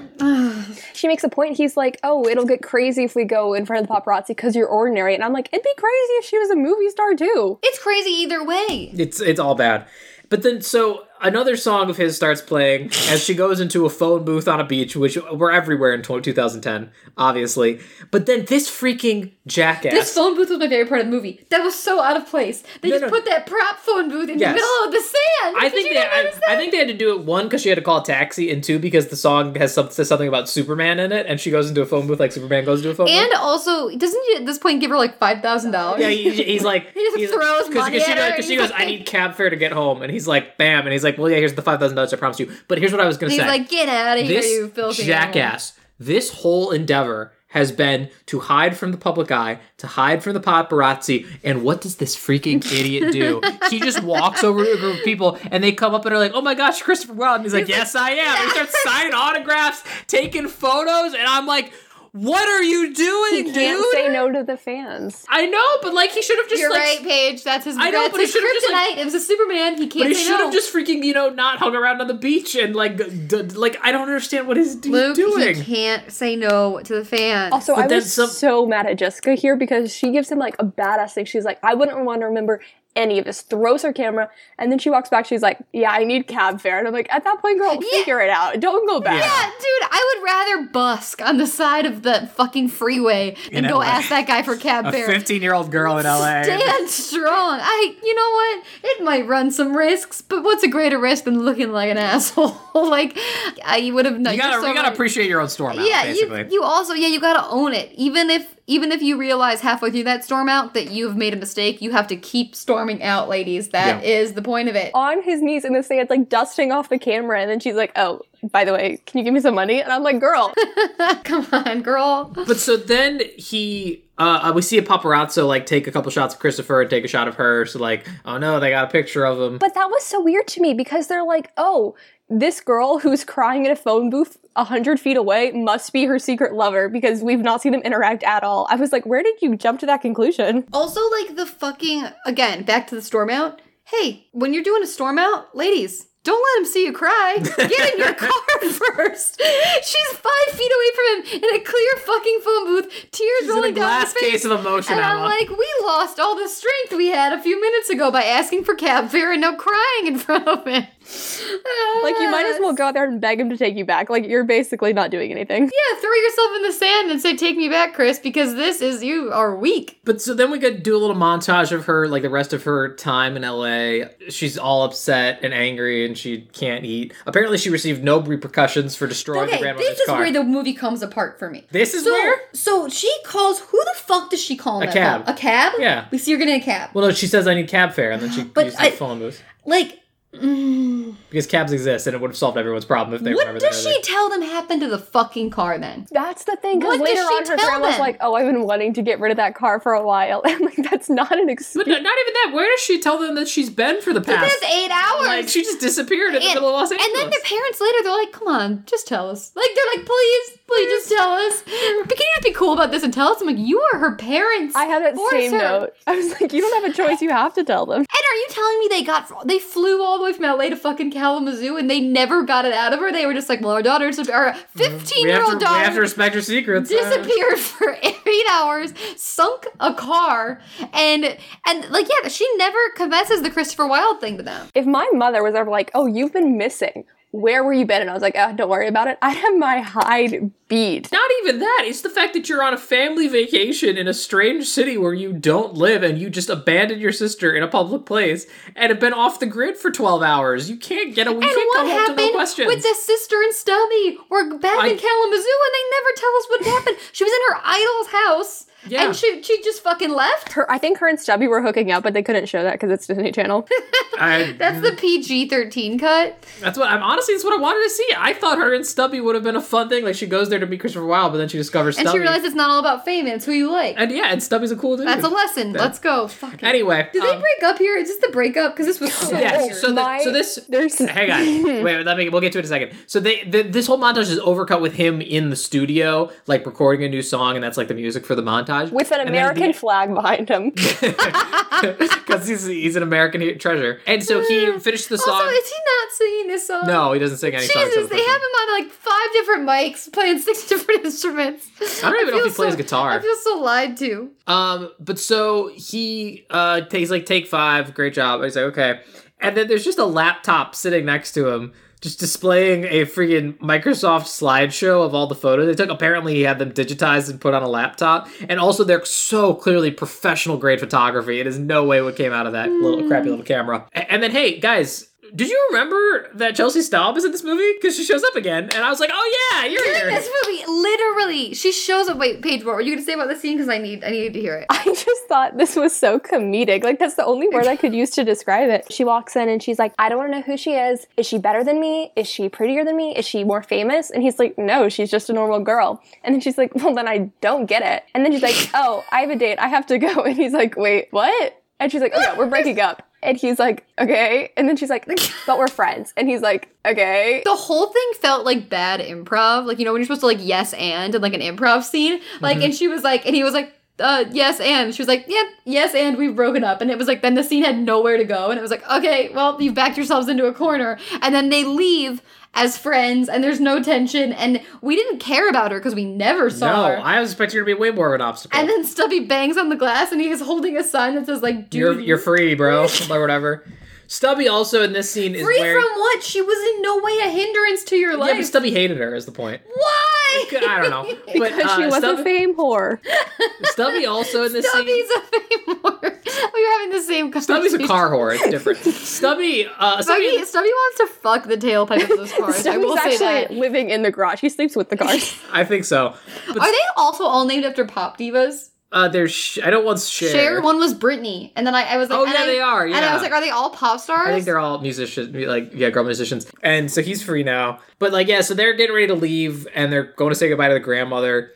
Speaker 4: she makes a point. He's like, "Oh, it'll get crazy if we go in front of the paparazzi because you're ordinary." And I'm like, "It'd be crazy if she was a movie star too."
Speaker 3: it's crazy either way.
Speaker 2: It's it's all bad. But then so another song of his starts playing as she goes into a phone booth on a beach, which were everywhere in 20- 2010, obviously. But then this freaking jackass.
Speaker 3: This phone booth was my favorite part of the movie. That was so out of place. They
Speaker 2: No, no.
Speaker 3: just put that prop phone booth in
Speaker 2: Yes.
Speaker 3: the middle of the sand.
Speaker 2: I
Speaker 3: Did
Speaker 2: think
Speaker 3: you
Speaker 2: they,
Speaker 3: not
Speaker 2: I,
Speaker 3: notice
Speaker 2: I
Speaker 3: that?
Speaker 2: think they had to do it one because she had to call a taxi, and two because the song has some, says something about Superman in it, and she goes into a phone booth like Superman goes into a phone booth.
Speaker 3: And also, doesn't he at this point give her like five thousand dollars?
Speaker 2: Yeah, he, he's like
Speaker 3: He just
Speaker 2: he's,
Speaker 3: throws money
Speaker 2: she
Speaker 3: at
Speaker 2: goes,
Speaker 3: her,
Speaker 2: she
Speaker 3: he's
Speaker 2: goes, I
Speaker 3: like-
Speaker 2: need cab fare to get home, and he's like, bam, and he's like, well, yeah, here's the five thousand dollars I promised you, but here's what I was gonna
Speaker 3: He's
Speaker 2: say.
Speaker 3: like, get out of here,
Speaker 2: this
Speaker 3: you filthy animal."
Speaker 2: jackass, this whole endeavor has been to hide from the public eye, to hide from the paparazzi, and what does this freaking idiot do? he just walks over to a group of people, and they come up and are like, oh my gosh, Christopher Wilde, and he's like, yes, I am. And he starts signing autographs, taking photos, and I'm like. What are you doing,
Speaker 4: You
Speaker 2: dude?
Speaker 4: can't say no to the fans.
Speaker 2: I know, but like he should have just
Speaker 3: You're
Speaker 2: like
Speaker 3: right, Paige. That's his.
Speaker 2: I know,
Speaker 3: that's
Speaker 2: but he
Speaker 3: his
Speaker 2: should've just,
Speaker 3: kryptonite.
Speaker 2: like-
Speaker 3: it was a Superman. He can't
Speaker 2: But he
Speaker 3: say
Speaker 2: should
Speaker 3: no.
Speaker 2: have just freaking, you know, not hung around on the beach and like, d- like I don't understand what he's, he's
Speaker 3: Luke.
Speaker 2: doing.
Speaker 3: He can't say no to the fans.
Speaker 4: Also,
Speaker 2: But
Speaker 4: I
Speaker 2: then
Speaker 4: was
Speaker 2: some-
Speaker 4: so mad at Jessica here because she gives him like a badass thing. She's like, I wouldn't want to remember any of this. Throws her camera, and then she walks back. She's like, Yeah, I need cab fare. And I'm like, At that point, girl,
Speaker 3: Yeah.
Speaker 4: figure it out. Don't go back.
Speaker 3: yeah, dude, I would rather busk on the side of the fucking freeway
Speaker 2: In
Speaker 3: than go
Speaker 2: LA.
Speaker 3: ask that guy for cab
Speaker 2: A
Speaker 3: fare.
Speaker 2: fifteen-year-old girl in LA.
Speaker 3: Stand strong. I, you know what? It might run some risks, but what's a greater risk than looking like an asshole? like, I, you would have.
Speaker 2: You gotta, you gotta appreciate your own storm. Out,
Speaker 3: yeah,
Speaker 2: basically.
Speaker 3: you, you also yeah you gotta own it. Even if even if you realize halfway through that storm out that you've made a mistake, you have to keep storming out, ladies. That is
Speaker 2: Yeah.
Speaker 3: the point of it.
Speaker 4: On his knees in the sand, like dusting off the camera, and then she's like, "Oh, by the way, can you give me some money?" And I'm like, "Girl,
Speaker 3: Come on, girl.
Speaker 2: but so then he uh, we see a paparazzo like take a couple shots of Christopher and take a shot of her. So like, oh no, they got a picture of him.
Speaker 4: But that was so weird to me because they're like, oh, this girl who's crying in a phone booth a hundred feet away must be her secret lover because we've not seen them interact at all. I was like, where did you jump to that conclusion?
Speaker 3: Also, like the fucking again back to the storm out. Hey, when you're doing a storm out, ladies. Don't let him see you cry. Get in your car first. She's five feet away from him in a clear fucking phone booth, tears
Speaker 2: She's in
Speaker 3: rolling
Speaker 2: a
Speaker 3: down her
Speaker 2: glass
Speaker 3: face.
Speaker 2: case of emotion.
Speaker 3: And I'm
Speaker 2: Emma.
Speaker 3: like, we lost all the strength we had a few minutes ago by asking for cab fare and now crying in front of him.
Speaker 4: Like, you might as well go out there and beg him to take you back. Like, you're basically not doing anything.
Speaker 3: Yeah, throw yourself in the sand and say, "Take me back, Chris," because this is you are weak.
Speaker 2: But so then we could do a little montage of her, like the rest of her time in LA. She's all upset and angry, and she can't eat. Apparently, she received no repercussions for destroying the
Speaker 3: Okay,
Speaker 2: grandmother's
Speaker 3: this is
Speaker 2: car.
Speaker 3: where the movie comes apart for me.
Speaker 2: this is
Speaker 3: so,
Speaker 2: where.
Speaker 3: so she calls. Who the fuck does she call? in
Speaker 2: A
Speaker 3: that
Speaker 2: cab.
Speaker 3: phone? A cab.
Speaker 2: Yeah.
Speaker 3: We see her getting a cab.
Speaker 2: Well, no, she says I need cab fare, and then she
Speaker 3: But
Speaker 2: uses
Speaker 3: I-
Speaker 2: the phone booth
Speaker 3: like, mm,
Speaker 2: because cabs exist, and it would have solved everyone's problem if they
Speaker 3: what
Speaker 2: remember
Speaker 3: does
Speaker 2: that.
Speaker 3: she tell them happened to the fucking car then?
Speaker 4: That's the thing. Because
Speaker 3: What does
Speaker 4: later
Speaker 3: she
Speaker 4: on, her
Speaker 3: tell
Speaker 4: grandma's
Speaker 3: them?
Speaker 4: like, oh, I've been wanting to get rid of that car for a while. And, like, that's not an excuse.
Speaker 2: But not even that. Where does she tell them that she's been for the past?
Speaker 3: That's eight hours.
Speaker 2: Like she just disappeared in the middle of Los Angeles.
Speaker 3: and then their parents later, they're like, "Come on, just tell us." Like they're like, "Please, please, just tell us." But can you not be cool about this and tell us? I'm like, "You are her parents."
Speaker 4: I had that
Speaker 3: Force
Speaker 4: same
Speaker 3: her.
Speaker 4: note. I was like, you don't have a choice. You have to tell them.
Speaker 3: And are you telling me they got they flew all the way from LA to fucking Kalamazoo and they never got it out of her? They were just like, "Well, our daughter's our 15
Speaker 2: Mm-hmm. we
Speaker 3: year
Speaker 2: have, to,
Speaker 3: old
Speaker 2: we have to
Speaker 3: daughter."
Speaker 2: respect her secrets. uh, Um,
Speaker 3: disappeared for eight hours sunk a car and and like yeah she never confesses the christopher wilde thing to them
Speaker 4: if my mother was ever like, "Oh, you've been missing. Where were you been?" and I was like, "Oh, don't worry about it. I have my hide beat."
Speaker 2: Not even that. It's the fact that you're on a family vacation in a strange city where you don't live and you just abandoned your sister in a public place and have been off the grid for 12 hours. You can't get away. You
Speaker 3: And
Speaker 2: can't
Speaker 3: what
Speaker 2: come home to no
Speaker 3: happened
Speaker 2: questions.
Speaker 3: with the sister and Stubby? We're back
Speaker 2: I-
Speaker 3: in Kalamazoo, and they never tell us what happened. She was in her idol's house.
Speaker 2: Yeah.
Speaker 3: And she she just fucking left.
Speaker 4: Her, I think her and Stubby were hooking up, but they couldn't show that because it's Disney Channel.
Speaker 2: I,
Speaker 3: That's the PG thirteen cut.
Speaker 2: That's what I'm honestly. That's what I wanted to see. I thought her and Stubby would have been a fun thing. Like she goes there to meet Christopher Wilde, but then she discovers
Speaker 3: And
Speaker 2: Stubby.
Speaker 3: she realized it's not all about fame. It's who you like.
Speaker 2: and yeah, and Stubby's a cool dude.
Speaker 3: That's a lesson. Let's go. Fuck it.
Speaker 2: Anyway,
Speaker 3: Did they
Speaker 2: um,
Speaker 3: break up here? Is this the breakup? Because this was so
Speaker 2: Yes.
Speaker 3: weird.
Speaker 2: So, the-
Speaker 4: My-
Speaker 2: so this.
Speaker 4: there's-
Speaker 2: Hang on. Wait. Let me. We'll get to it in a second. So they. The, this whole montage is overcut with him in the studio, like recording a new song, and that's like the music for the montage
Speaker 4: with an
Speaker 2: And then
Speaker 4: American flag behind him.
Speaker 2: because he's he's an American treasure. And so he finished the song.
Speaker 3: Mm. Also, is he not singing this song?
Speaker 2: no, he doesn't sing any songs.
Speaker 3: Jesus,
Speaker 2: except the
Speaker 3: they
Speaker 2: first one.
Speaker 3: have him on like five different mics playing six different instruments.
Speaker 2: I don't even know if
Speaker 3: feel
Speaker 2: he plays
Speaker 3: so-
Speaker 2: guitar.
Speaker 3: I feel so lied to.
Speaker 2: Um, but so he uh he's like take five, great job. I was like, okay. And then there's just a laptop sitting next to him, just displaying a freaking Microsoft slideshow of all the photos they took. Apparently he had them digitized and put on a laptop. And also they're so clearly professional grade photography. It is no way what came out of that little crappy little camera. A- And then hey, guys, did you remember that Chelsea Staub is in this movie? Because she shows up again, and I was like, "Oh yeah, you're here."
Speaker 3: This movie, literally, she shows up. Wait, Paige, what were you gonna say about the scene? Because I need, I need to hear it.
Speaker 4: I just thought this was so comedic. Like, that's the only word I could use to describe it. She walks in and she's like, I don't want to know who she is. Is she better than me? Is she prettier than me? Is she more famous? And he's like, No, she's just a normal girl. And then she's like, Well, then I don't get it. And then she's like, Oh, I have a date. I have to go. And he's like, Wait, what? And she's like, Oh, yeah, we're breaking up. And he's like, Okay. And then she's like, But we're friends. And he's like, Okay.
Speaker 3: The whole thing felt like bad improv. Like you know when you're supposed to like yes and and like an improv scene. Like
Speaker 2: Mm-hmm.
Speaker 3: and she was like, and he was like. Uh, yes, and she was like, "Yep, yes, and we've broken up." And it was like, then the scene had nowhere to go, and it was like, "Okay, well, you've backed yourselves into a corner." And then they leave as friends, and there's no tension, and we didn't care about her because we never saw
Speaker 2: no,
Speaker 3: her.
Speaker 2: I was expecting her to be way more of an obstacle.
Speaker 3: and then Stubby bangs on the glass, and he is holding a sign that says like, "Dude,
Speaker 2: you're you're free, bro, or whatever. Stubby also in this scene is
Speaker 3: Free
Speaker 2: wearing.
Speaker 3: from what? She was in no way a hindrance to your
Speaker 2: yeah,
Speaker 3: life.
Speaker 2: but Stubby hated her. Is the point?
Speaker 3: Why?
Speaker 2: I don't know. But,
Speaker 4: Because she
Speaker 2: uh,
Speaker 4: was
Speaker 2: Stubby,
Speaker 4: a fame whore.
Speaker 2: Stubby also in this scene.
Speaker 3: Stubby's a fame whore. We were having the same conversation.
Speaker 2: Stubby's a car whore. It's different. Stubby. Uh, Stubby.
Speaker 3: Stubby, Stubby wants to fuck the tailpipe of those cars. I will
Speaker 4: Stubby's
Speaker 3: say
Speaker 4: actually
Speaker 3: that.
Speaker 4: living in the garage. He sleeps with the cars.
Speaker 2: I think so. But
Speaker 3: Are they also all named after pop divas?
Speaker 2: uh, there's. Sh- I don't want share.
Speaker 3: Cher, one was Britney, and then I, I was like,
Speaker 2: Oh,
Speaker 3: and
Speaker 2: yeah,
Speaker 3: I-
Speaker 2: they are,
Speaker 3: And
Speaker 2: yeah.
Speaker 3: I was like, are they all pop stars?
Speaker 2: I think they're all musicians, like yeah, girl musicians. And so he's free now. But like yeah, so they're getting ready to leave, and they're going to say goodbye to the grandmother.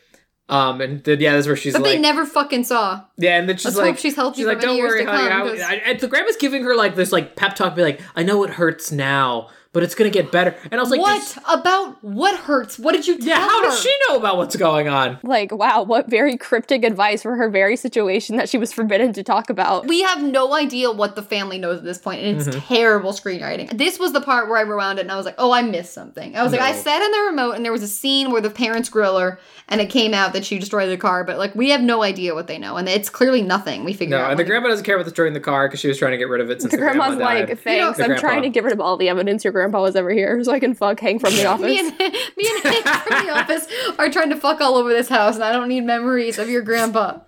Speaker 2: Um, and then, yeah, that's where she's
Speaker 3: but
Speaker 2: like,
Speaker 3: they never fucking saw.
Speaker 2: Yeah, and then she's
Speaker 3: Let's
Speaker 2: like,
Speaker 3: hope she's healthy for
Speaker 2: like,
Speaker 3: many
Speaker 2: don't
Speaker 3: years
Speaker 2: worry,
Speaker 3: to
Speaker 2: honey.
Speaker 3: come,
Speaker 2: I-
Speaker 3: 'cause-
Speaker 2: I, and the grandma's giving her like this like pep talk, be like, I know it hurts now, but it's gonna get better. And I was like,
Speaker 3: what
Speaker 2: this-
Speaker 3: about what hurts? What did you tell
Speaker 2: Yeah, how
Speaker 3: her?
Speaker 2: does she know about what's going on?
Speaker 4: like, wow, what very cryptic advice for her very situation that she was forbidden to talk about.
Speaker 3: We have no idea what the family knows at this point, and
Speaker 2: Mm-hmm.
Speaker 3: it's terrible screenwriting. This was the part where I rewound it and I was like, oh, I missed something. I was like, I
Speaker 2: No.
Speaker 3: sat in the remote and there was a scene where the parents grill her, and it came out that she destroyed the car, but like, we have no idea what they know, and it's clearly nothing. We figure
Speaker 2: No,
Speaker 3: out.
Speaker 2: and the
Speaker 3: when-
Speaker 2: grandma doesn't care about destroying the car because she was trying to get rid of it. Since
Speaker 4: The grandma's
Speaker 2: grandma
Speaker 4: like,
Speaker 2: died.
Speaker 4: thanks,
Speaker 3: The
Speaker 4: I'm
Speaker 2: grandpa.
Speaker 4: trying to get rid of all the evidence your grandpa was ever here so I can fuck hang from the
Speaker 3: me
Speaker 4: office.
Speaker 3: and, me and Hank from the office are trying to fuck all over this house, and I don't need memories of your grandpa.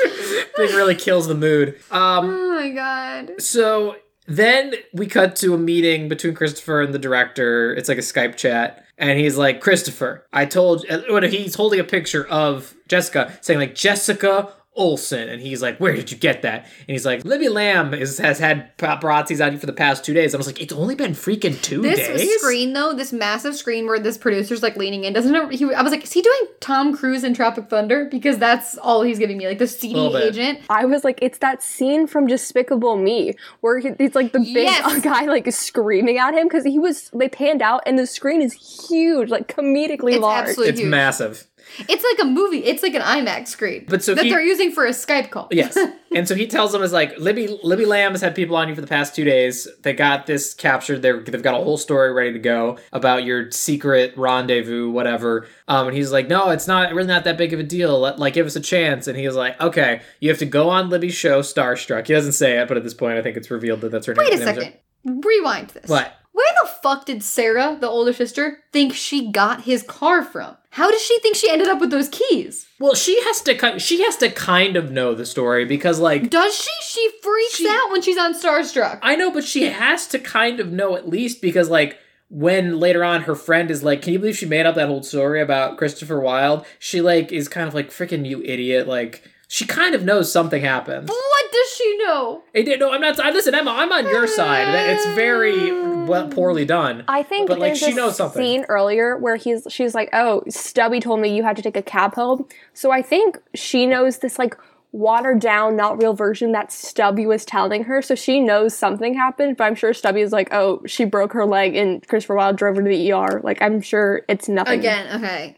Speaker 2: it really kills the mood. Um,
Speaker 3: Oh my god.
Speaker 2: so then we cut to a meeting between Christopher and the director. It's like a Skype chat. And he's like, Christopher, I told uh, when he's holding a picture of Jessica, saying like Jessica Olson, and he's like, Where did you get that? And he's like, Libby Lamb is has had paparazzis on you for the past two days. I was like, It's only been freaking two
Speaker 3: This
Speaker 2: days.
Speaker 3: screen though, this massive screen where this producer's like leaning in, doesn't it, he? I was like, is he doing Tom Cruise in Tropic Thunder? Because that's all he's giving me, like the
Speaker 2: Little
Speaker 3: seedy
Speaker 2: bit.
Speaker 3: agent.
Speaker 4: I was like, it's that scene from Despicable Me where he, it's like the big
Speaker 3: Yes.
Speaker 4: guy like is screaming at him because he was, they panned out and the screen is huge, like comedically
Speaker 3: It's
Speaker 4: large.
Speaker 3: absolutely
Speaker 2: it's
Speaker 3: huge.
Speaker 2: massive.
Speaker 3: It's like a movie. It's like an IMAX screen,
Speaker 2: But so
Speaker 3: that
Speaker 2: he-
Speaker 3: they're using for a Skype call.
Speaker 2: Yes. and so he tells them is like Libby Libby Lamb has had people on you for the past two days. They got this captured. They're, they've got a whole story ready to go about your secret rendezvous, whatever. Um, and he's like, no, it's not really not that big of a deal. Let, like, give us a chance. And he's like, okay, you have to go on Libby's show, Starstruck. He doesn't say it, but at this point, I think it's revealed that that's her
Speaker 3: Wait a
Speaker 2: name.
Speaker 3: second. Rewind this.
Speaker 2: What?
Speaker 3: Where the fuck did Sarah, the older sister, think she got his car from? How does she think she ended up with those keys?
Speaker 2: Well, she has to. ki- She has to kind of know the story because, like,
Speaker 3: Does she? She freaks
Speaker 2: She-
Speaker 3: out when she's on Starstruck.
Speaker 2: I know, but she has to kind of know at least because like when later on her friend is like, "Can you believe she made up that whole story about Christopher Wilde?" She like is kind of like, "Freaking you idiot!" Like She kind of knows something happened.
Speaker 3: What does she know?
Speaker 2: It did, no, I'm not. I listen, Emma. I'm on your side. That- It's very well, poorly done.
Speaker 4: I think
Speaker 2: but like
Speaker 4: there's
Speaker 2: she
Speaker 4: a
Speaker 2: knows something.
Speaker 4: scene earlier where he's she's like, "Oh, Stubby told me you had to take a cab home." So I think she knows this like watered down, not real version that Stubby was telling her. So she knows something happened, but I'm sure Stubby is like, "Oh, she broke her leg and Christopher Wilde drove her to the ER." Like I'm sure it's nothing
Speaker 3: Again, okay.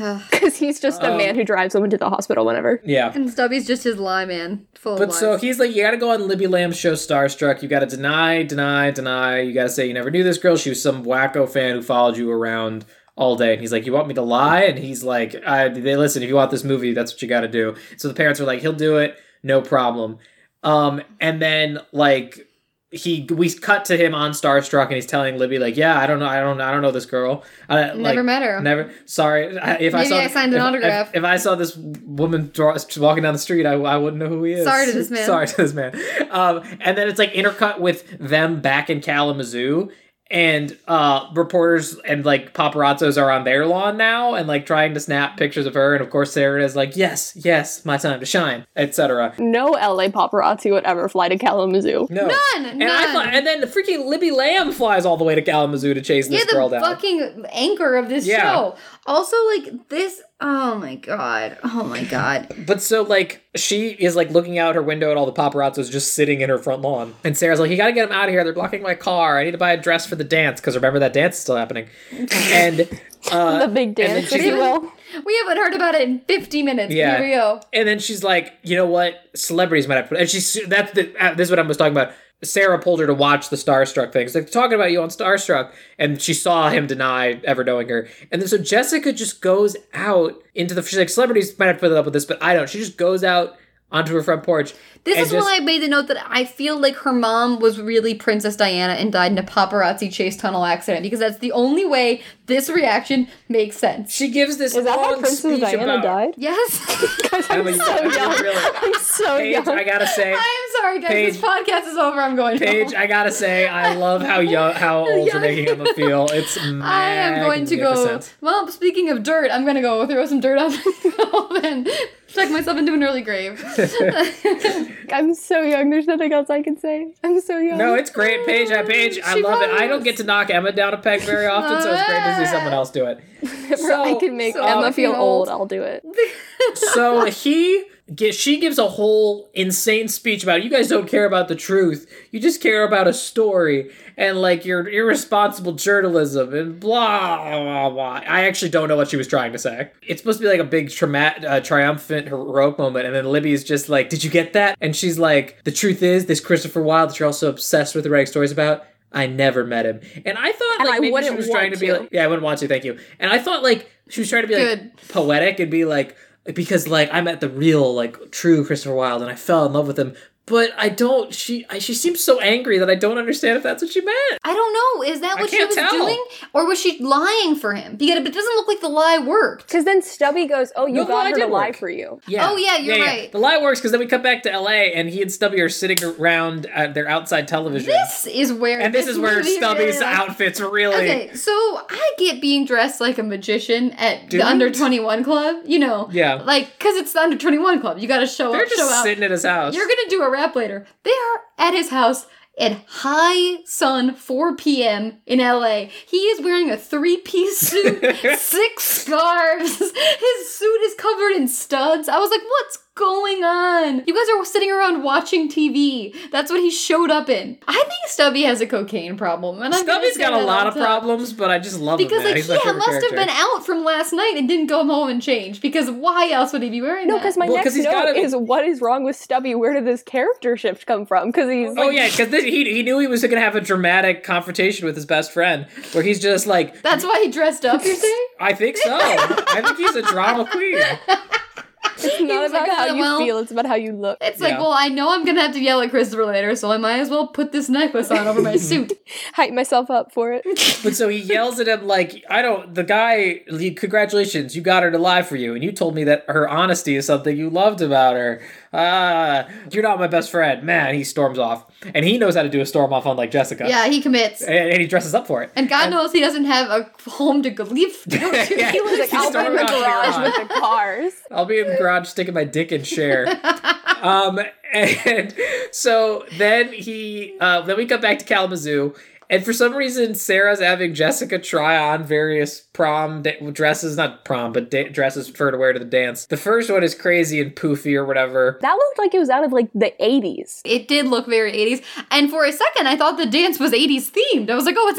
Speaker 3: Ugh.
Speaker 4: because he's just a
Speaker 2: Um,
Speaker 4: man who drives women to the hospital whenever.
Speaker 2: yeah.
Speaker 3: And Stubby's just his lie man, full of
Speaker 2: But
Speaker 3: lies.
Speaker 2: so he's like, you gotta go on Libby Lamb's show Starstruck. You gotta deny, deny, deny. You gotta say you never knew this girl. She was some wacko fan who followed you around all day. And he's like, you want me to lie? And he's like, I, they listen. If you want this movie, that's what you gotta do. So the parents are like, he'll do it, no problem. Um, and then like he, we cut to him on Starstruck, and he's telling Libby like, yeah, I don't know, I don't, I don't know this girl. I,
Speaker 3: Never met her.
Speaker 2: Never. Sorry. I, if I
Speaker 3: Maybe
Speaker 2: saw,
Speaker 3: I signed an
Speaker 2: if-
Speaker 3: autograph.
Speaker 2: If, if I saw this woman draw, walking down the street, I, I wouldn't know who he is.
Speaker 3: Sorry to this man.
Speaker 2: Sorry to this man. Um, and then it's like intercut with them back in Kalamazoo. And uh, reporters and like paparazzos are on their lawn now and like trying to snap pictures of her. And of course, Sarah is like, yes, yes, my time to shine, etc.
Speaker 4: No LA paparazzi would ever fly to Kalamazoo.
Speaker 2: No.
Speaker 3: None,
Speaker 2: And, I
Speaker 3: none.
Speaker 2: thought, and then freaking Libby Lamb flies all the way to Kalamazoo to chase
Speaker 3: yeah,
Speaker 2: this girl
Speaker 3: the
Speaker 2: down.
Speaker 3: fucking anchor of this
Speaker 2: Yeah.
Speaker 3: show. Also, like this. Oh my god. Oh my god.
Speaker 2: But so like she is like looking out her window at all the paparazzos just sitting in her front lawn, and Sarah's like, "You gotta get them out of here. They're blocking my car. I need to buy a dress for the dance because remember that dance is still happening." and uh,
Speaker 4: The big
Speaker 2: then
Speaker 4: dance, if
Speaker 2: she's-
Speaker 4: you will.
Speaker 3: We haven't heard about it in 50 minutes.
Speaker 2: Yeah.
Speaker 3: Here we go.
Speaker 2: and then she's like, "You know what? Celebrities might have." And she's that's the uh, this is what I was talking about. Sarah pulled her to watch the Starstruck thing. She's like talking about you on Starstruck, and she saw him deny ever knowing her. And then so Jessica just goes out into the. She's like, "Celebrities might have put up with this, but I don't." She just goes out onto her front porch.
Speaker 3: This
Speaker 2: and
Speaker 3: is
Speaker 2: just-
Speaker 3: when I made the note that I feel like her mom was really Princess Diana and died in a paparazzi chase tunnel accident because that's the only way this reaction makes sense.
Speaker 2: She gives this
Speaker 4: Is that how
Speaker 2: long
Speaker 4: Princess
Speaker 2: speech
Speaker 4: Diana
Speaker 2: about.
Speaker 4: died?
Speaker 3: Yes.
Speaker 2: Emma, you-
Speaker 4: so
Speaker 2: you
Speaker 4: young.
Speaker 2: really-
Speaker 4: I'm so
Speaker 2: Paige,
Speaker 4: young.
Speaker 2: I gotta say,
Speaker 3: I'm sorry, guys. This
Speaker 2: Paige-
Speaker 3: podcast is over. I'm going.
Speaker 2: Paige,
Speaker 3: home.
Speaker 2: I gotta say, I love how young, how old you're
Speaker 3: Young.
Speaker 2: making Emma feel. It's
Speaker 3: I am going to go.
Speaker 2: magnificent.
Speaker 3: Well, speaking of dirt, I'm going to go throw some dirt on myself and tuck myself into an early grave.
Speaker 4: I'm so young. There's nothing else I can say. I'm so young.
Speaker 2: No, it's great, Paige. I, Paige, I
Speaker 3: She
Speaker 2: love it. I
Speaker 3: rules.
Speaker 2: don't get to knock Emma down a peg very often, so it's great to see someone else do it.
Speaker 4: Whenever I
Speaker 2: so-
Speaker 4: can make
Speaker 3: so
Speaker 4: Emma
Speaker 3: fucking
Speaker 4: feel
Speaker 3: old.
Speaker 4: old. I'll do it.
Speaker 2: so he gives, she gives a whole insane speech about you guys don't care about the truth you just care about a story and like your irresponsible journalism and blah blah blah i actually don't know what she was trying to say it's supposed to be like a big trauma- uh, triumphant heroic moment and then libby is just like did you get that and she's like the truth is this christopher wilde that you're also obsessed with writing stories about I never met him, and I thought
Speaker 4: And
Speaker 2: like
Speaker 4: I
Speaker 2: maybe she
Speaker 4: wouldn't
Speaker 2: was trying
Speaker 4: want
Speaker 2: to be
Speaker 4: to.
Speaker 2: like, yeah, I wouldn't want to, thank you. And I thought like she was trying to be like
Speaker 3: Good.
Speaker 2: poetic and be like because like I met the real like true Christopher Wilde and I fell in love with him. But I don't. She I, she seems so angry that I don't understand if that's what she meant.
Speaker 3: I don't know. Is that
Speaker 2: I
Speaker 3: what she
Speaker 2: can't
Speaker 3: was
Speaker 2: tell.
Speaker 3: doing? Or was she lying for him? Because it doesn't look like the lie worked.
Speaker 4: Because then Stubby goes, "Oh, you
Speaker 2: No,
Speaker 4: got
Speaker 2: I
Speaker 4: her to
Speaker 2: did
Speaker 4: lie
Speaker 2: work.
Speaker 4: for you."
Speaker 2: Yeah.
Speaker 3: Oh, yeah, you're right.
Speaker 2: The lie works because then we cut back to L.A. and he and Stubby are sitting around at their outside television.
Speaker 3: This is where.
Speaker 2: and this is where
Speaker 3: movie
Speaker 2: Stubby's
Speaker 3: is.
Speaker 2: outfits really.
Speaker 3: Okay, so I get being dressed like a magician at
Speaker 2: Do
Speaker 3: the under
Speaker 2: it?
Speaker 3: 21 club, you know.
Speaker 2: Yeah.
Speaker 3: Like, because it's the under 21 club. You got to show
Speaker 2: They're
Speaker 3: up, show
Speaker 2: just
Speaker 3: out.
Speaker 2: sitting at his house.
Speaker 3: You're gonna do a rap later. They are at his house at high sun, 4 p.m. in LA. He is wearing a three-piece suit, six scarves. His suit is covered in studs. I was like, what's going on? You guys are sitting around watching TV. That's what he showed up in. I think Stubby has a cocaine problem. And I'm gonna
Speaker 2: Stubby's
Speaker 3: say
Speaker 2: got a
Speaker 3: that
Speaker 2: lot
Speaker 3: all
Speaker 2: of
Speaker 3: the time.
Speaker 2: problems, but I just love
Speaker 3: Because
Speaker 2: him. man.
Speaker 3: like
Speaker 2: He's
Speaker 3: he
Speaker 2: my
Speaker 3: yeah,
Speaker 2: favorite
Speaker 3: must have
Speaker 2: character.
Speaker 3: been out from last night and didn't go home and change. Because why else would he be wearing
Speaker 4: No,
Speaker 3: that?
Speaker 4: because my
Speaker 2: Well, 'cause
Speaker 4: next
Speaker 2: he's
Speaker 4: note
Speaker 2: gotta be-
Speaker 4: is, "What is wrong with Stubby? Where did this character shift come from?" Because he's
Speaker 2: Oh
Speaker 4: like,
Speaker 2: yeah, because he he knew he was going to have a dramatic confrontation with his best friend, where he's just like,
Speaker 3: that's why he dressed up. You're saying?
Speaker 2: I think so. I think he's a drama queen.
Speaker 4: "It's not
Speaker 3: was like,
Speaker 4: about how
Speaker 3: "Oh,
Speaker 4: you
Speaker 3: well."
Speaker 4: feel; it's about how you look."
Speaker 3: It's
Speaker 2: Yeah.
Speaker 3: like, well, I know I'm gonna have to yell at Christopher later, so I might as well put this necklace on over my suit.
Speaker 4: Hype myself up for it.
Speaker 2: But so he yells at him like, I don't. The guy, he- congratulations, you got her to lie for you, and you told me that her honesty is something you loved about her. ah, you're not my best friend. Man, he storms off. And he knows how to do a storm off, unlike Jessica.
Speaker 3: Yeah, he commits.
Speaker 2: And, and he dresses up for it.
Speaker 3: And God knows he doesn't have a home to go leave. to go to.
Speaker 2: Yeah.
Speaker 4: He was like, "Oh,
Speaker 2: He
Speaker 4: I'll
Speaker 2: started
Speaker 4: be in the
Speaker 2: off
Speaker 4: garage
Speaker 2: Iran.
Speaker 4: with the cars.
Speaker 2: I'll be in the garage sticking my dick in share. um, and so then he, uh, then we come back to Kalamazoo, and for some reason Sarah's having Jessica try on various prom da- dresses, not prom, but da- dresses for her to wear to the dance. The first one is crazy and poofy or whatever.
Speaker 4: That looked like it was out of like the 80s.
Speaker 3: It did look very 80s. And for a second, I thought the dance was 80s themed. I was like, oh, it's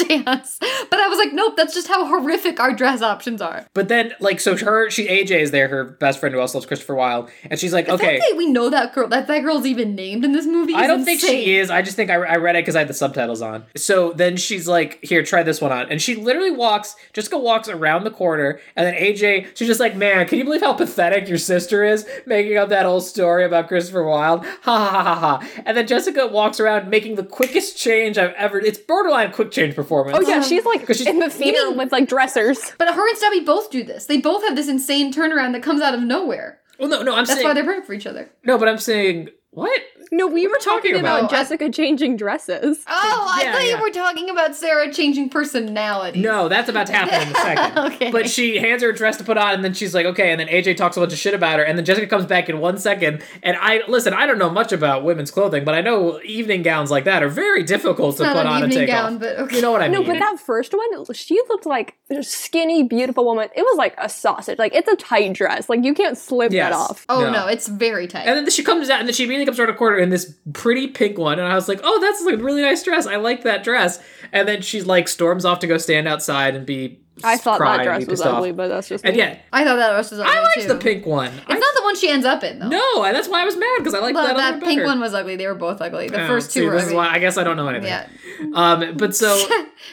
Speaker 3: an 80s dance. But I was like, nope, that's just how horrific our dress options are.
Speaker 2: But then, like, so her, she AJ is there, her best friend who also loves Christopher Wilde, and she's like,
Speaker 3: The
Speaker 2: okay.
Speaker 3: fact that we know that girl, that that girl's even named in this movie.
Speaker 2: I don't think she is. I just think I, I read it because I had the subtitles on. So then she's like, "Here, try this one on," and she literally walks. Jessica walks around the corner, and then AJ. She's just like, "Man, can you believe how pathetic your sister is making up that whole story about Christopher Wilde?" Ha ha ha ha. ha. And then Jessica walks around making the quickest change I've ever. It's borderline quick change performance.
Speaker 4: Oh, yeah, she's like
Speaker 2: 'Cause she's-
Speaker 4: in the theater with like dressers.
Speaker 3: But her and Stubby both do this. They both have this insane turnaround that comes out of nowhere.
Speaker 2: Well, no, no, I'm
Speaker 3: That's
Speaker 2: saying
Speaker 3: why they're perfect for each other.
Speaker 2: no, but I'm saying what?
Speaker 4: No, we were
Speaker 2: talking
Speaker 4: talking about
Speaker 3: about-
Speaker 4: Jessica changing dresses.
Speaker 3: Oh, I
Speaker 2: Yeah,
Speaker 3: thought
Speaker 2: yeah.
Speaker 3: you were talking about Sarah changing personality.
Speaker 2: No, that's about to happen in a second.
Speaker 3: Okay.
Speaker 2: But she hands her a dress to put on, and then she's like, okay. And then AJ talks a bunch of shit about her, and then Jessica comes back in one second. And I listen, I don't know much about women's clothing, but I know evening gowns like that are very difficult to
Speaker 3: not
Speaker 2: put
Speaker 3: an
Speaker 2: on and
Speaker 3: evening
Speaker 2: take
Speaker 3: gown,
Speaker 2: off.
Speaker 3: but okay.
Speaker 2: You know what I
Speaker 4: No,
Speaker 2: mean?
Speaker 4: but that first one, she looked like a skinny, beautiful woman. It was like a sausage. Like it's a tight dress. Like you can't slip
Speaker 2: Yes.
Speaker 4: that off.
Speaker 3: Oh
Speaker 2: No.
Speaker 3: no, it's very tight.
Speaker 2: And then she comes out, and then she immediately comes around a corner in this pretty pink one. And I was like, oh, that's a really nice dress. I like that dress. And then she like storms off to go stand outside and be.
Speaker 4: I thought
Speaker 2: cry
Speaker 4: that
Speaker 2: and
Speaker 4: dress
Speaker 2: be
Speaker 4: was
Speaker 2: pissed off.
Speaker 4: ugly, but that's just
Speaker 2: And
Speaker 4: me.
Speaker 2: yeah,
Speaker 3: I thought that dress was ugly
Speaker 2: I liked
Speaker 3: too.
Speaker 2: the pink one. I-
Speaker 3: It's not the one she ends up in though.
Speaker 2: no, that's why I was mad because I liked
Speaker 3: Well,
Speaker 2: that,
Speaker 3: that,
Speaker 2: other
Speaker 3: pink
Speaker 2: better.
Speaker 3: one was ugly. They were both ugly. The
Speaker 2: Oh,
Speaker 3: first two
Speaker 2: see,
Speaker 3: were
Speaker 2: this is
Speaker 3: ugly.
Speaker 2: why I guess I don't know anything.
Speaker 3: yeah,
Speaker 2: Um, but so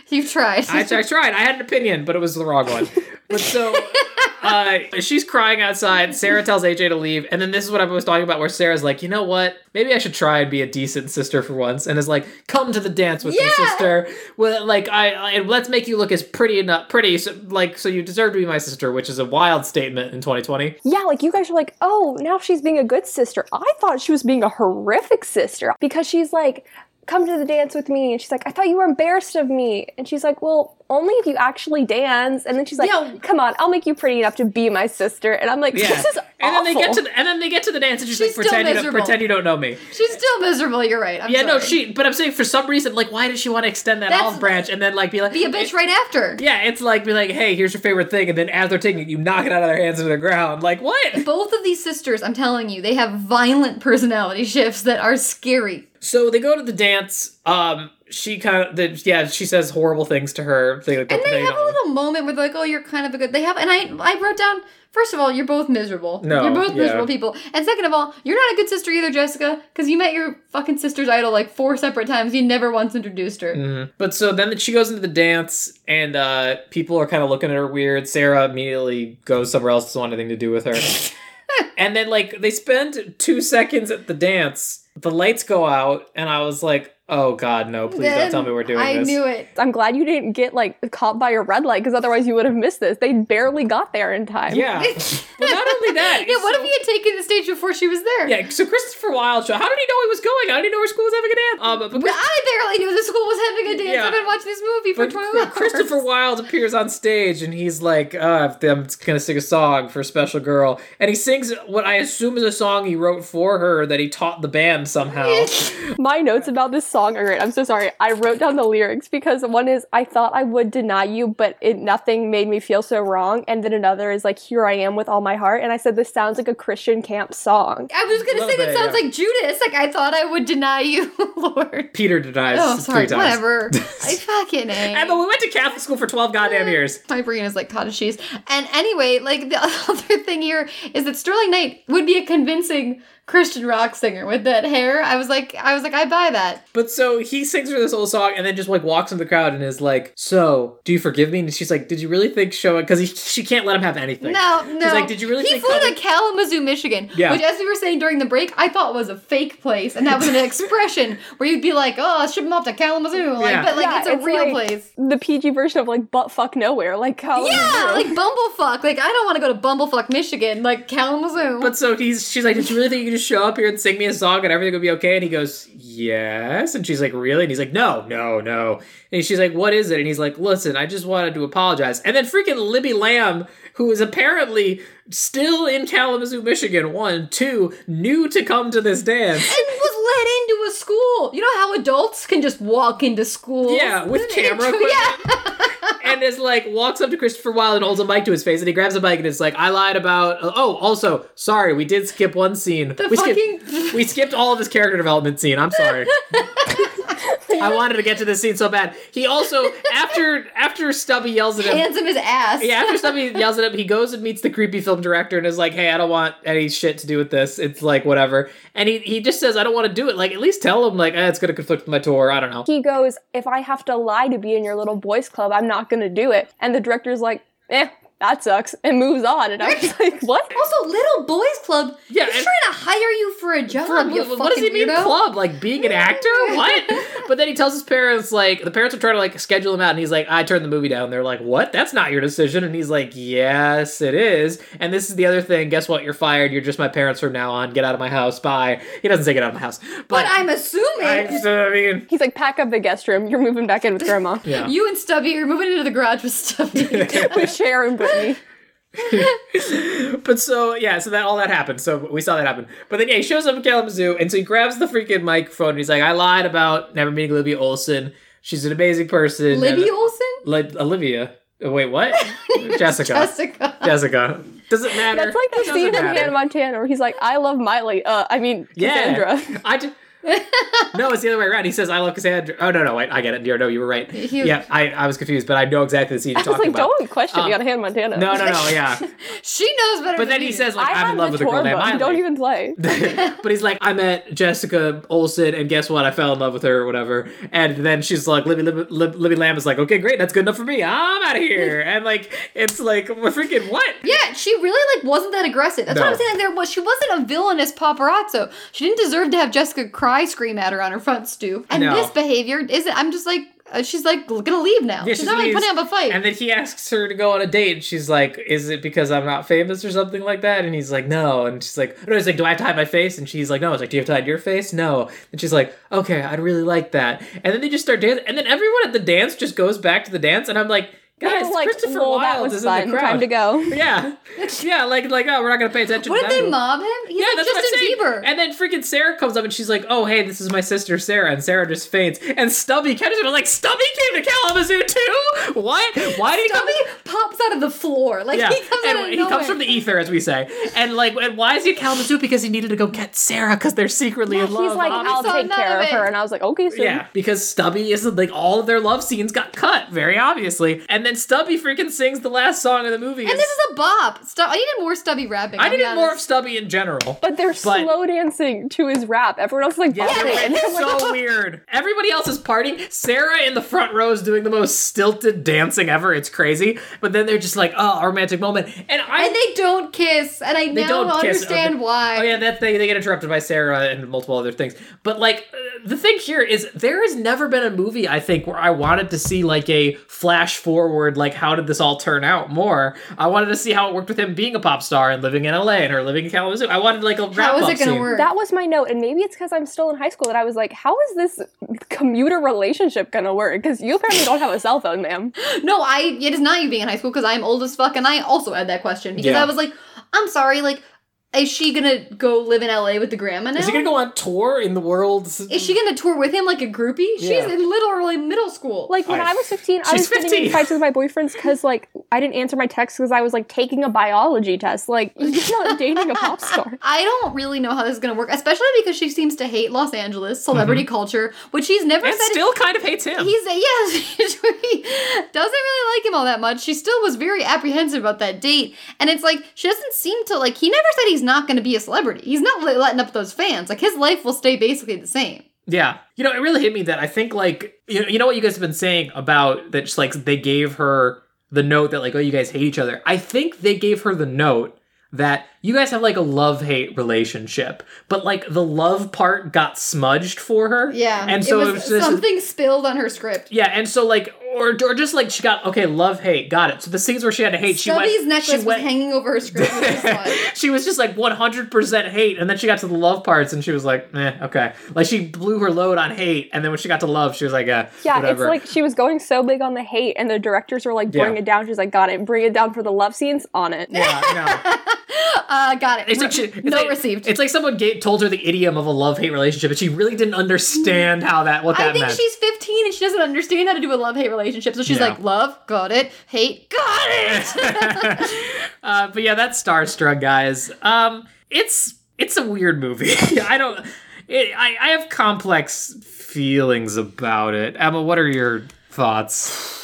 Speaker 3: you tried.
Speaker 2: I, I tried. I had an opinion, but it was the wrong one. But so uh, she's crying outside. Sarah tells AJ to leave, and then this is what I was talking about, where Sarah's like, "You know what? Maybe I should try and be a decent sister for once," and is like, "Come to the dance with me,
Speaker 3: Yeah.
Speaker 2: sister. Well, like I, I and let's make you look as pretty and not pretty, so, like so you deserve to be my sister," which is a wild statement in 2020.
Speaker 4: Yeah, like you guys are like, oh, now she's being a good sister. I thought she was being a horrific sister because she's like, come to the dance with me. And she's like, I thought you were embarrassed of me. And she's like, well, only if you actually dance. And then she's like,
Speaker 3: Yeah.
Speaker 4: come on, I'll make you pretty enough to be my sister. And I'm like,
Speaker 2: Yeah.
Speaker 4: this is awful.
Speaker 2: and then they get to the, and then they get to the dance, and she's,
Speaker 3: She's
Speaker 2: like,
Speaker 3: still
Speaker 2: "Pretend you don't,
Speaker 3: miserable.
Speaker 2: pretend you don't know me."
Speaker 3: She's still miserable. You're right. I'm
Speaker 2: Yeah, no,
Speaker 3: sorry.
Speaker 2: she. But I'm saying for some reason, like, why does she want to extend that
Speaker 3: That's-
Speaker 2: olive branch and then like be like
Speaker 3: be a bitch right after.
Speaker 2: Yeah, it's like be like, hey, here's your favorite thing, and then as they're taking it, you knock it out of their hands into the ground. Like what?
Speaker 3: Both of these sisters, I'm telling you, they have violent personality shifts that are scary.
Speaker 2: So they go to the dance. Um, she kind of, the, yeah, she says horrible things to her. They, like,
Speaker 3: And they
Speaker 2: they
Speaker 3: have a
Speaker 2: don't-
Speaker 3: little moment where they're like, "Oh, you're kind of a good." They have, and I, I wrote down. First of all, you're both miserable.
Speaker 2: No,
Speaker 3: you're both
Speaker 2: yeah.
Speaker 3: miserable people. And second of all, you're not a good sister either, Jessica, because you met your fucking sister's idol like four separate times. You never once introduced her.
Speaker 2: But so then she goes into the dance, and uh, people are kind of looking at her weird. Sarah immediately goes somewhere else, doesn't want anything to do with her. and then, like, they spend two seconds at the dance. The lights go out, and I was like, oh, God, no, please don't
Speaker 3: Then
Speaker 2: tell me we're doing
Speaker 3: I
Speaker 2: this.
Speaker 3: knew it.
Speaker 4: I'm glad you didn't get like caught by a red light because otherwise you would have missed this. They barely got there in time.
Speaker 2: Yeah. but not only that.
Speaker 3: Yeah, what
Speaker 2: so-
Speaker 3: if he had taken the stage before she was there?
Speaker 2: Yeah, so Christopher Wilde show. How did he know he was going? How did he know her school was having a dance? Um, but,
Speaker 3: But I barely knew the school was having a dance.
Speaker 2: Yeah.
Speaker 3: I've been watching this movie for
Speaker 2: but
Speaker 3: 21 hours.
Speaker 2: Christopher Wilde appears on stage and he's like, uh, "I'm gonna sing a song for a special girl," and he sings what I assume is a song he wrote for her that he taught the band somehow.
Speaker 4: My notes about this song are great. I'm so sorry. I wrote down the lyrics because one is I thought I would deny you, but it nothing made me feel so wrong. And then another is like here I am with all my heart. And I said this sounds like a Christian camp song.
Speaker 3: I was gonna
Speaker 2: Little
Speaker 3: say
Speaker 2: bit,
Speaker 3: that sounds
Speaker 2: yeah.
Speaker 3: like Judas. Like I thought I would deny you, Lord.
Speaker 2: Peter denies
Speaker 3: Oh, I'm
Speaker 2: three
Speaker 3: sorry.
Speaker 2: times.
Speaker 3: Whatever. I fucking a.
Speaker 2: Emma, we went to Catholic school for twelve goddamn years.
Speaker 3: My brain is like cottage cheese. And anyway, like the other thing here is that Sterling Knight would be a convincing Christian rock singer with that hair. I was like, I was like, I buy that.
Speaker 2: But so he sings her this whole song and then just like walks in the crowd and is like, So, do you forgive me? And she's like, Did you really think Showa? Because she can't let him have anything.
Speaker 3: No, no.
Speaker 2: She's like, Did you really
Speaker 3: He
Speaker 2: think
Speaker 3: flew
Speaker 2: Coven-"
Speaker 3: to Kalamazoo, Michigan,
Speaker 2: Yeah.
Speaker 3: which, as we were saying during the break, I thought was a fake place, and that was an expression where you'd be like, "Oh, I'll ship him off to Kalamazoo," like,
Speaker 2: Yeah.
Speaker 3: but like
Speaker 4: Yeah,
Speaker 3: it's a
Speaker 4: it's
Speaker 3: real
Speaker 4: like-
Speaker 3: place.
Speaker 4: The PG version of like butt fuck nowhere. Like
Speaker 2: Oh,
Speaker 4: how
Speaker 3: Yeah, like Bumblefuck. Like I don't want to go to Bumblefuck, Michigan. Like Kalamazoo.
Speaker 2: But so he's she's like, Did you really think you could just show up here and sing me a song and everything would be okay? And he goes, Yes. And she's like, Really? And he's like, No, no, no. And she's like, What is it? And he's like, Listen, I just wanted to apologize. And then freaking Libby Lamb, who is apparently still in Kalamazoo, Michigan, one, two, new to come to this dance.
Speaker 3: and was let into a school. You know how adults can just walk into school.
Speaker 2: Yeah, with camera
Speaker 3: Yeah,
Speaker 2: and is like walks up to Christopher Wilde and holds a mic to his face, and he grabs a mic and is like, "I lied about. Oh, also, sorry, we did skip one scene.
Speaker 3: The
Speaker 2: we
Speaker 3: fucking-
Speaker 2: skipped we skipped all of his character development scene. I'm sorry. I wanted to get to this scene so bad. He also after after Stubby yells at him.
Speaker 3: hands him his ass.
Speaker 2: yeah, after Stubby yells at him, he goes and meets the creepy film director and is like, "Hey, I don't want any shit to do with this. It's like whatever." And he, he just says, "I don't want to do it." Like, at least tell him like, eh, "It's going to conflict with my tour." I don't know.
Speaker 4: he goes, If I have to lie to be in your little boys club, I'm not gonna do it. And the director's like, eh, that sucks, and moves on. And I was like, What?
Speaker 3: Also, little boys club.
Speaker 2: Yeah,
Speaker 3: he's
Speaker 2: and-
Speaker 3: trying to hire you for a job.
Speaker 2: For a-
Speaker 3: you
Speaker 2: what does he
Speaker 3: fucking
Speaker 2: mean
Speaker 3: weirdo.
Speaker 2: club? Like being an actor? What? but then he tells his parents like the parents are trying to like schedule him out, and he's like, I turned the movie down. They're like, What? That's not your decision. And he's like, Yes, it is. And this is the other thing. Guess what? You're fired. You're just my parents from now on. Get out of my house. Bye. He doesn't say get out of my house,
Speaker 3: But
Speaker 2: but,
Speaker 3: I'm assuming
Speaker 2: I'm just- I mean,
Speaker 4: He's like, pack up the guest room. You're moving back in with grandma.
Speaker 2: yeah.
Speaker 3: you and Stubby are moving into the garage with Stubby.
Speaker 4: with Cher and Brittany.
Speaker 2: But so yeah, so that all that happened. So we saw that happen. But then yeah, he shows up in Kalamazoo, and so he grabs the freaking microphone, and he's like, I lied about never meeting Libby Olson. She's an amazing person.
Speaker 3: Libby
Speaker 2: And-
Speaker 3: Olson?
Speaker 2: Like Olivia. Oh, wait, what? Jessica.
Speaker 3: Jessica.
Speaker 2: Jessica. Doesn't matter.
Speaker 4: That's like the
Speaker 2: Doesn't
Speaker 4: scene in
Speaker 2: matter.
Speaker 4: Hannah Montana where he's like, I love Miley. Uh, I mean,
Speaker 2: Yeah.
Speaker 4: Cassandra.
Speaker 2: I ju- no, it's the other way around. He says, "I love Cassandra." Oh no, no, wait, I get it. You're, no, you were right.
Speaker 3: He-
Speaker 2: yeah, I, I was confused, but I know exactly the scene
Speaker 4: I
Speaker 2: you're
Speaker 4: was
Speaker 2: talking
Speaker 4: like,
Speaker 2: about.
Speaker 4: don't question me
Speaker 2: Um,
Speaker 4: on Hannah Montana.
Speaker 2: No, no, no, yeah.
Speaker 3: She knows better.
Speaker 2: But
Speaker 3: than
Speaker 2: then
Speaker 3: you
Speaker 2: he
Speaker 3: do.
Speaker 2: says, like,
Speaker 4: I
Speaker 2: I'm
Speaker 4: have
Speaker 2: in love
Speaker 4: the
Speaker 2: with a girl
Speaker 4: tour
Speaker 2: named
Speaker 4: book.
Speaker 2: Miley.
Speaker 4: You Don't even play.
Speaker 2: but he's like, I met Jessica Olson, and guess what? I fell in love with her, or whatever. And then she's like, Libby, Libby, Lib- Libby Lamb is like, okay, great, that's good enough for me. I'm out of here. And like, it's like, we're freaking what?
Speaker 3: Yeah, she really like wasn't that aggressive. That's what
Speaker 2: No.
Speaker 3: I'm saying. Like, there was she wasn't a villainous paparazzo. She didn't deserve to have Jessica cry scream at her on her front stoop. And
Speaker 2: No.
Speaker 3: this behavior isn't. I'm just like uh, she's like gonna leave now.
Speaker 2: Yeah,
Speaker 3: she's, not like
Speaker 2: leaves,
Speaker 3: putting up a fight.
Speaker 2: And then he asks her to go on a date, and she's like, "Is it because I'm not famous or something like that?" And he's like, "No." And she's like, "No." He's like, "Do I have to hide my face?" And she's like, "No." It's like, "Do you have to hide your face?" No. And she's like, "Okay, I'd really like that." And then they just start dancing, and then everyone at the dance just goes back to the dance, and I'm like,
Speaker 4: I
Speaker 2: "Guys,
Speaker 4: was like,
Speaker 2: Christopher
Speaker 4: well, that
Speaker 2: Wilde
Speaker 4: was
Speaker 2: is
Speaker 4: fun.
Speaker 2: in the crowd."
Speaker 4: Time to go.
Speaker 2: Yeah, yeah, like like oh, we're not gonna pay attention.
Speaker 3: what
Speaker 2: to
Speaker 3: did they
Speaker 2: that.
Speaker 3: mob him? He's
Speaker 2: Yeah,
Speaker 3: like
Speaker 2: that's
Speaker 3: Justin
Speaker 2: what I'm saying.
Speaker 3: Bieber.
Speaker 2: And then freaking Sarah comes up and she's like, "Oh, hey, this is my sister Sarah," and Sarah just faints. And Stubby catches her I'm like, "Stubby came to Kalamazoo too? What? Why did
Speaker 3: Stubby
Speaker 2: he come?"
Speaker 3: pops out of the floor. Like
Speaker 2: Yeah,
Speaker 3: he comes out
Speaker 2: and
Speaker 3: of
Speaker 2: he
Speaker 3: nowhere.
Speaker 2: comes from the ether, as we say. And like, and why is he at Kalamazoo? Because he needed to go get Sarah because they're secretly
Speaker 4: Yeah,
Speaker 2: in love.
Speaker 4: he's like, I'll
Speaker 3: saw
Speaker 4: take
Speaker 3: none
Speaker 4: care
Speaker 3: of
Speaker 4: of,
Speaker 3: it.
Speaker 4: her. And I was like, okay, so
Speaker 2: Yeah, because Stubby is like all of their love scenes got cut, very obviously. And then Stubby freaking sings the last song of the movie.
Speaker 3: and this is a bop. Stub- I needed more Stubby rapping.
Speaker 2: I
Speaker 3: I'll be
Speaker 2: needed more of
Speaker 3: honest.
Speaker 2: Stubby in general.
Speaker 4: But they're slow dancing to his rap. Everyone else is like,
Speaker 2: Yeah,
Speaker 4: "Fuck it." And I'm
Speaker 2: it's
Speaker 4: like,
Speaker 2: so weird. Everybody else is partying. Sarah in the front row is doing the most stilted dancing ever. It's crazy. But then they're just like, oh, our romantic moment. And I
Speaker 3: And they don't kiss. And I now
Speaker 2: don't kiss.
Speaker 3: understand
Speaker 2: Okay.
Speaker 3: why.
Speaker 2: Oh yeah, that thing they get interrupted by Sarah and multiple other things. But like uh, the thing here is there has never been a movie I think where I wanted to see like a flash forward like how did this all turn out more. I wanted to see how it worked with him being a pop star and living in LA and her living in Kalamazoo. I wanted like a wrap
Speaker 3: How is
Speaker 2: up
Speaker 3: it gonna
Speaker 2: scene.
Speaker 3: work?
Speaker 4: that was my note. And maybe it's because I'm still in high school that I was like, how is this commuter relationship going to work? Because you apparently don't have a cell phone, ma'am.
Speaker 3: No, I it is not you being in high school because I'm old as fuck and I also had that question because
Speaker 2: Yeah.
Speaker 3: I was like, I'm sorry, like, is she gonna go live in LA with the grandma now?
Speaker 2: Is he gonna go on tour in the world?
Speaker 3: Is she gonna tour with him like a groupie?
Speaker 2: Yeah.
Speaker 3: She's in literally middle school.
Speaker 4: Like when
Speaker 2: I-
Speaker 4: I, was 15, I
Speaker 2: She's
Speaker 4: was getting
Speaker 2: 15.
Speaker 4: in fights with my boyfriends because like I didn't answer my text because I was like taking a biology test. Like you're not dating a pop star.
Speaker 3: I don't really know how this is gonna work, especially because she seems to hate Los Angeles celebrity culture, which she's never
Speaker 2: Mm-hmm. and
Speaker 3: said.
Speaker 2: still kind of hates him.
Speaker 3: He's yes, he doesn't really like him all that much, she still was very apprehensive about that date. And it's like she doesn't seem to like. He never said he's not going to be a celebrity. He's not li- letting up those fans. Like his life will stay basically the same.
Speaker 2: Yeah. You know, it really hit me that I think like you know, you know what you guys have been saying about that just like they gave her the note that like oh you guys hate each other. I think they gave her the note that you guys have like a love-hate relationship, but like the love part got smudged for her.
Speaker 3: Yeah,
Speaker 2: And so it was, just
Speaker 3: something spilled on her script.
Speaker 2: yeah, and so like or or just like she got okay, love hate, got it. So the scenes where she had to hate, she went
Speaker 3: Stubby's necklace
Speaker 2: she went,
Speaker 3: was hanging over her script. which is why-
Speaker 2: she was just like 100% hate and then she got to the love parts and she was like eh, okay like she blew her load on hate and then when she got to love she was like uh,
Speaker 4: Yeah,
Speaker 2: whatever
Speaker 4: it's like she was going so big on the hate, and the directors were like, "Bring
Speaker 2: Yeah.
Speaker 4: it down." She's like, "Got it. Bring it down for the love scenes on it."
Speaker 2: yeah, no.
Speaker 3: uh, got it.
Speaker 2: It's like she, it's
Speaker 3: no
Speaker 2: like-
Speaker 3: received.
Speaker 2: It's like someone gave, told her the idiom of a love-hate relationship, and she really didn't understand how that what that
Speaker 3: I think
Speaker 2: meant.
Speaker 3: she's 15 and she doesn't understand how to do a love hate relationship. So she's
Speaker 2: Yeah.
Speaker 3: like, love, got it, hate, got it.
Speaker 2: uh, but yeah, that's Starstruck, guys. Um, it's it's a weird movie. I don't. It, I I have complex feelings about it. Emma, what are your thoughts?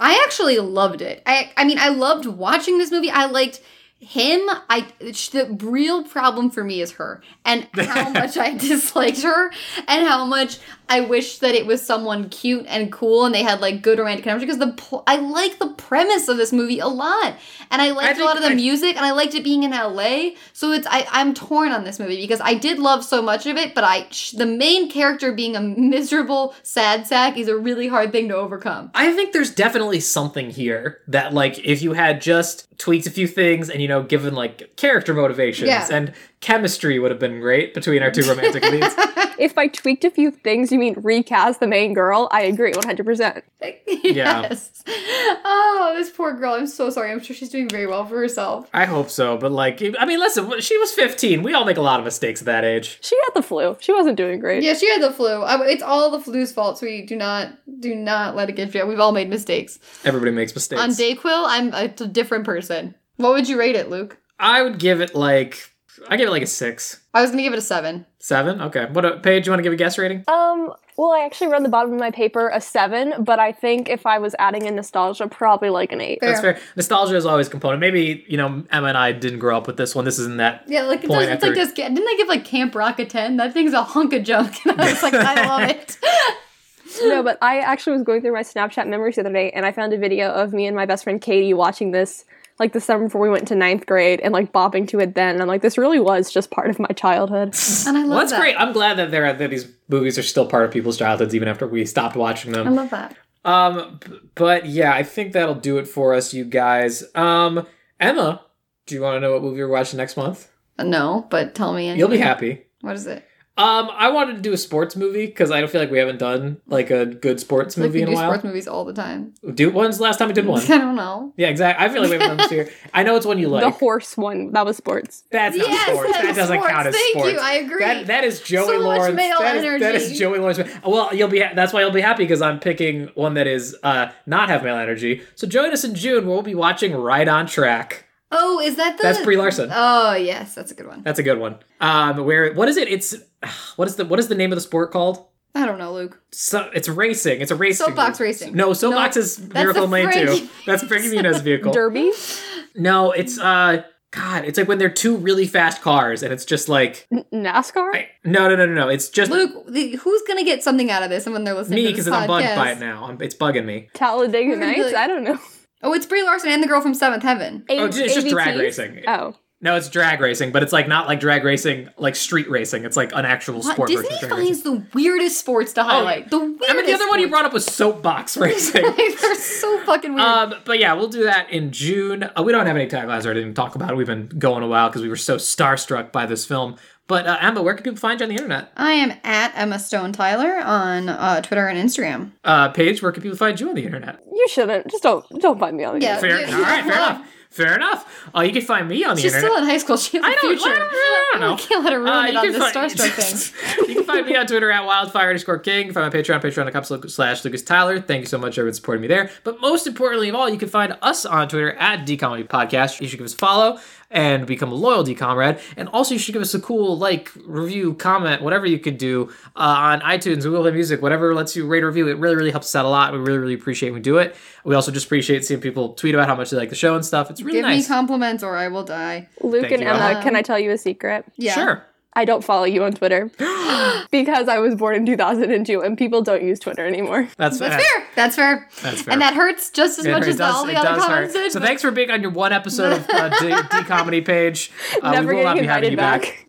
Speaker 3: I actually loved it. I I mean, I loved watching this movie. I liked him. I sh- the real problem for me is her and how much I disliked her and how much I wish that it was someone cute and cool and they had like good romantic chemistry because the pl- I like the premise of this movie a lot and I liked a lot of
Speaker 2: think
Speaker 3: the
Speaker 2: I-
Speaker 3: music and I liked it being in LA. So it's I I'm torn on this movie because I did love so much of it, but I sh- the main character being a miserable sad sack is a really hard thing to overcome.
Speaker 2: I think there's definitely something here that like if you had just tweaked a few things and you know given like character motivations
Speaker 3: Yeah.
Speaker 2: and chemistry would have been great between our two romantic leads.
Speaker 4: If I tweaked a few things, you mean recast the main girl? I agree, one hundred percent.
Speaker 3: yes. Oh, this poor girl. I'm so sorry. I'm sure she's doing very well for herself.
Speaker 2: I hope so, but like I mean listen, she was 15. We all make a lot of mistakes at that age.
Speaker 4: She had the flu. She wasn't doing great.
Speaker 3: Yeah, she had the flu. I- It's all the flu's fault. So we do not do not let it get you. We've all made mistakes.
Speaker 2: Everybody makes mistakes.
Speaker 3: On Dayquil, I'm a t- different person. What would you rate it, Luke?
Speaker 2: I would give it like I give it like a 6.
Speaker 3: I was gonna give it a seven.
Speaker 2: 7? Okay. What a, Paige, you want to give a guess rating?
Speaker 4: Um. Well, I actually read the bottom of my paper a seven, but I think if I was adding in nostalgia, probably like an eight.
Speaker 2: That's fair. Nostalgia is always a component. Maybe, you know, Emma and I didn't grow up with this one. This isn't that
Speaker 3: Yeah, like it
Speaker 2: Point
Speaker 3: does, it's like
Speaker 2: after-
Speaker 3: this. Didn't they give like Camp Rock a ten? That thing's a hunk of junk. And I was like, I love it.
Speaker 4: No, but I actually was going through my Snapchat memories the other day and I found a video of me and my best friend Katie watching this like the summer before we went to ninth grade and like bopping to it then. And I'm like, this really was just part of my childhood.
Speaker 3: And I love
Speaker 2: Well, that's
Speaker 3: that.
Speaker 2: great. I'm glad that there that these movies are still part of people's childhoods even after we stopped watching
Speaker 3: I
Speaker 2: them.
Speaker 3: love that.
Speaker 2: Um, b- but yeah, I think that'll do it for us, you guys. Um, Emma, do you want to know what movie we're watching next month?
Speaker 3: Uh, No, but tell me.
Speaker 2: You'll be
Speaker 3: anyway.
Speaker 2: happy.
Speaker 3: What is it?
Speaker 2: Um, I wanted to do a sports movie because I don't feel like we haven't done like a good sports
Speaker 3: Like
Speaker 2: movie
Speaker 3: we
Speaker 2: in a
Speaker 3: do
Speaker 2: while.
Speaker 3: sports movies all the time.
Speaker 2: Do when's the last time we did one?
Speaker 3: I don't know.
Speaker 2: yeah, exactly. I feel like we haven't done this year. I know it's one you like.
Speaker 4: the horse one, that was sports.
Speaker 2: That's not
Speaker 3: Yes,
Speaker 2: sports.
Speaker 3: that
Speaker 2: That
Speaker 3: is
Speaker 2: doesn't
Speaker 3: sports.
Speaker 2: count as
Speaker 3: Thank you.
Speaker 2: sports.
Speaker 3: I agree.
Speaker 2: That, that is Joey
Speaker 3: So much
Speaker 2: Lawrence.
Speaker 3: male
Speaker 2: that, is, that
Speaker 3: energy.
Speaker 2: is Joey Lawrence. Well, you'll be. That's why you'll be happy because I'm picking one that is uh, not have male energy. So join us in June. We'll be watching Right on Track.
Speaker 3: Oh, is that the?
Speaker 2: That's Brie Larson.
Speaker 3: Oh yes, that's a good one.
Speaker 2: That's a good one. Um, where what is it? It's what is the what is the name of the sport called?
Speaker 3: I don't know, Luke.
Speaker 2: So, it's racing. It's a racing.
Speaker 3: Soapbox racing.
Speaker 2: No, soapbox
Speaker 3: No,
Speaker 2: is
Speaker 3: that's
Speaker 2: Miracle
Speaker 3: the
Speaker 2: in Lane Two.
Speaker 3: Frankie-
Speaker 2: That's Frankie Muniz vehicle.
Speaker 4: Derby?
Speaker 2: No, it's uh, God, it's like when they're two really fast cars, and it's just like
Speaker 4: N- NASCAR?
Speaker 2: no, no, no, no, no. It's just
Speaker 3: Luke, the, who's gonna get something out of this? And when they're listening
Speaker 2: me
Speaker 3: to this
Speaker 2: because I'm bugged
Speaker 3: podcast?
Speaker 2: by it now. I'm, it's bugging me.
Speaker 4: Talladega
Speaker 3: We're gonna be
Speaker 4: Nights?
Speaker 3: like-
Speaker 4: I don't know.
Speaker 3: Oh, it's Brie Larson and the girl from Seventh Heaven.
Speaker 2: Oh, it's just drag
Speaker 4: AVTs?
Speaker 2: racing.
Speaker 4: Oh.
Speaker 2: No, it's drag racing, but it's like not like drag racing, like street racing. It's like an actual
Speaker 3: What?
Speaker 2: sport
Speaker 3: Disney
Speaker 2: version of drag
Speaker 3: finds
Speaker 2: racing.
Speaker 3: the weirdest sports to highlight. the weirdest.
Speaker 2: I mean, Oh, the other one you brought up was
Speaker 3: Oh
Speaker 2: soapbox racing.
Speaker 3: sports. They're so fucking weird.
Speaker 2: Um, but yeah, we'll do that in June. Uh, we don't have any taglines or anything to talk about. We've been going a while because we were so starstruck by this film. But uh, Emma, where can people find you on the internet?
Speaker 3: I am at Emma Stone Tyler on uh, Twitter and Instagram.
Speaker 2: Uh, Paige, where can people find you on the internet?
Speaker 4: You shouldn't. Just don't don't find me on
Speaker 3: Yeah.
Speaker 4: it.
Speaker 2: Fair,
Speaker 3: you-
Speaker 2: all right, fair enough. Fair enough. Uh, you can find me on the
Speaker 3: She's
Speaker 2: internet.
Speaker 3: still in high school. She has
Speaker 2: I
Speaker 3: a
Speaker 2: don't,
Speaker 3: future.
Speaker 2: I don't, I don't know.
Speaker 3: We can't let her ruin
Speaker 2: Uh,
Speaker 3: it
Speaker 2: you
Speaker 3: on
Speaker 2: can
Speaker 3: this
Speaker 2: find-
Speaker 3: Starstruck thing.
Speaker 2: you can find me on Twitter at wildfire underscore king. Find my Patreon, patreon.com slash Lucas Tyler. Thank you so much, everyone, supporting me there. But most importantly of all, you can find us on Twitter at DComedy Podcast. You should give us a follow. and become a loyalty comrade. And also, you should give us a cool like review, comment, whatever you could do uh, on iTunes, Google Play Music, whatever lets you rate or review. It really, really helps us out a lot. We really, really appreciate when we do it. We also just appreciate seeing people tweet about how much they like the show and stuff. It's really
Speaker 3: Give
Speaker 2: nice.
Speaker 3: me compliments or I will die.
Speaker 4: Luke
Speaker 2: Thank
Speaker 4: and
Speaker 2: you.
Speaker 4: Emma,
Speaker 3: Um,
Speaker 4: can I tell you a secret?
Speaker 3: Yeah.
Speaker 2: Sure.
Speaker 4: I don't follow you on Twitter because I was born in 2002 and people don't use Twitter anymore.
Speaker 2: That's,
Speaker 3: That's fair. That's fair.
Speaker 2: That's fair.
Speaker 3: And that hurts just as
Speaker 2: It
Speaker 3: much
Speaker 2: hurt-
Speaker 3: as all the
Speaker 2: it
Speaker 3: other
Speaker 2: does hurt.
Speaker 3: comments did.
Speaker 2: So thanks for being on your one episode of uh, D, D comedy, Paige. Uh,
Speaker 4: Never
Speaker 2: we will
Speaker 4: getting
Speaker 2: not be having
Speaker 4: invited
Speaker 2: you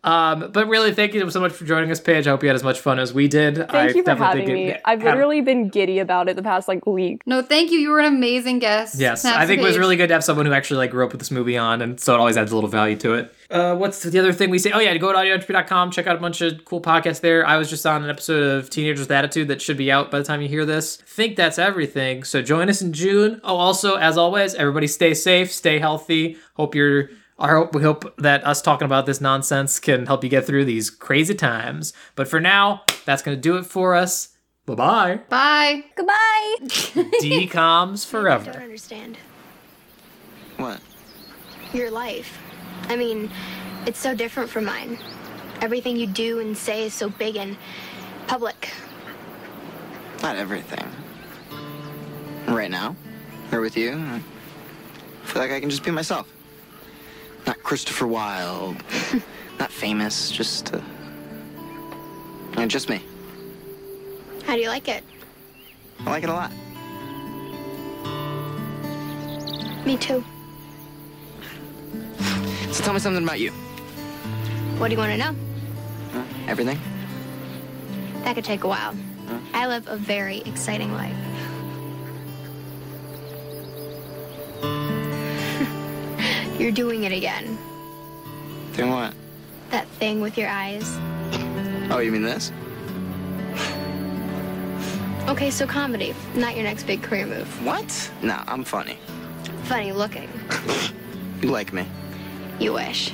Speaker 2: back. Um, but really, thank you so much for joining us, Paige. I hope you had as much fun as we did.
Speaker 4: Thank you for having
Speaker 2: it-
Speaker 4: me. I've
Speaker 2: had-
Speaker 4: literally been giddy about it the past like week.
Speaker 3: no, thank you. You were an amazing guest.
Speaker 2: Yes,
Speaker 3: Snaps
Speaker 2: I think it was
Speaker 3: Page.
Speaker 2: really good to have someone who actually like grew up with this movie on, and so it always adds a little value to it. Uh, what's the other thing we say? Oh yeah, go to audioentropy.com, check out a bunch of cool podcasts there. I was just on an episode of Teenagers with Attitude that should be out by the time you hear this. think that's everything. So join us in June. Oh, also as always, everybody stay safe, stay healthy. Hope you're. I hope we hope that us talking about this nonsense can help you get through these crazy times. But for now, that's gonna do it for us. Bye bye.
Speaker 3: Bye.
Speaker 4: Goodbye.
Speaker 2: Decoms
Speaker 5: I don't
Speaker 2: forever.
Speaker 5: understand.
Speaker 1: What?
Speaker 5: Your life. I mean, it's so different from mine. Everything you do and say is so big and public.
Speaker 1: Not everything. Right now, here with you, I feel like I can just be myself. Not Christopher Wilde, not famous, just, uh, yeah, just me.
Speaker 5: How do you like it?
Speaker 1: I like it a lot.
Speaker 5: Me too.
Speaker 1: So tell me something about you.
Speaker 5: What do you want to know?
Speaker 1: Huh? Everything?
Speaker 5: That could take a while. I live a very exciting life. You're doing it again.
Speaker 1: Doing what?
Speaker 5: That thing with your eyes.
Speaker 1: Oh, you mean this?
Speaker 5: Okay, so comedy, not your next big career move.
Speaker 1: What? No, I'm funny.
Speaker 5: Funny looking.
Speaker 1: You like me.
Speaker 5: You wish.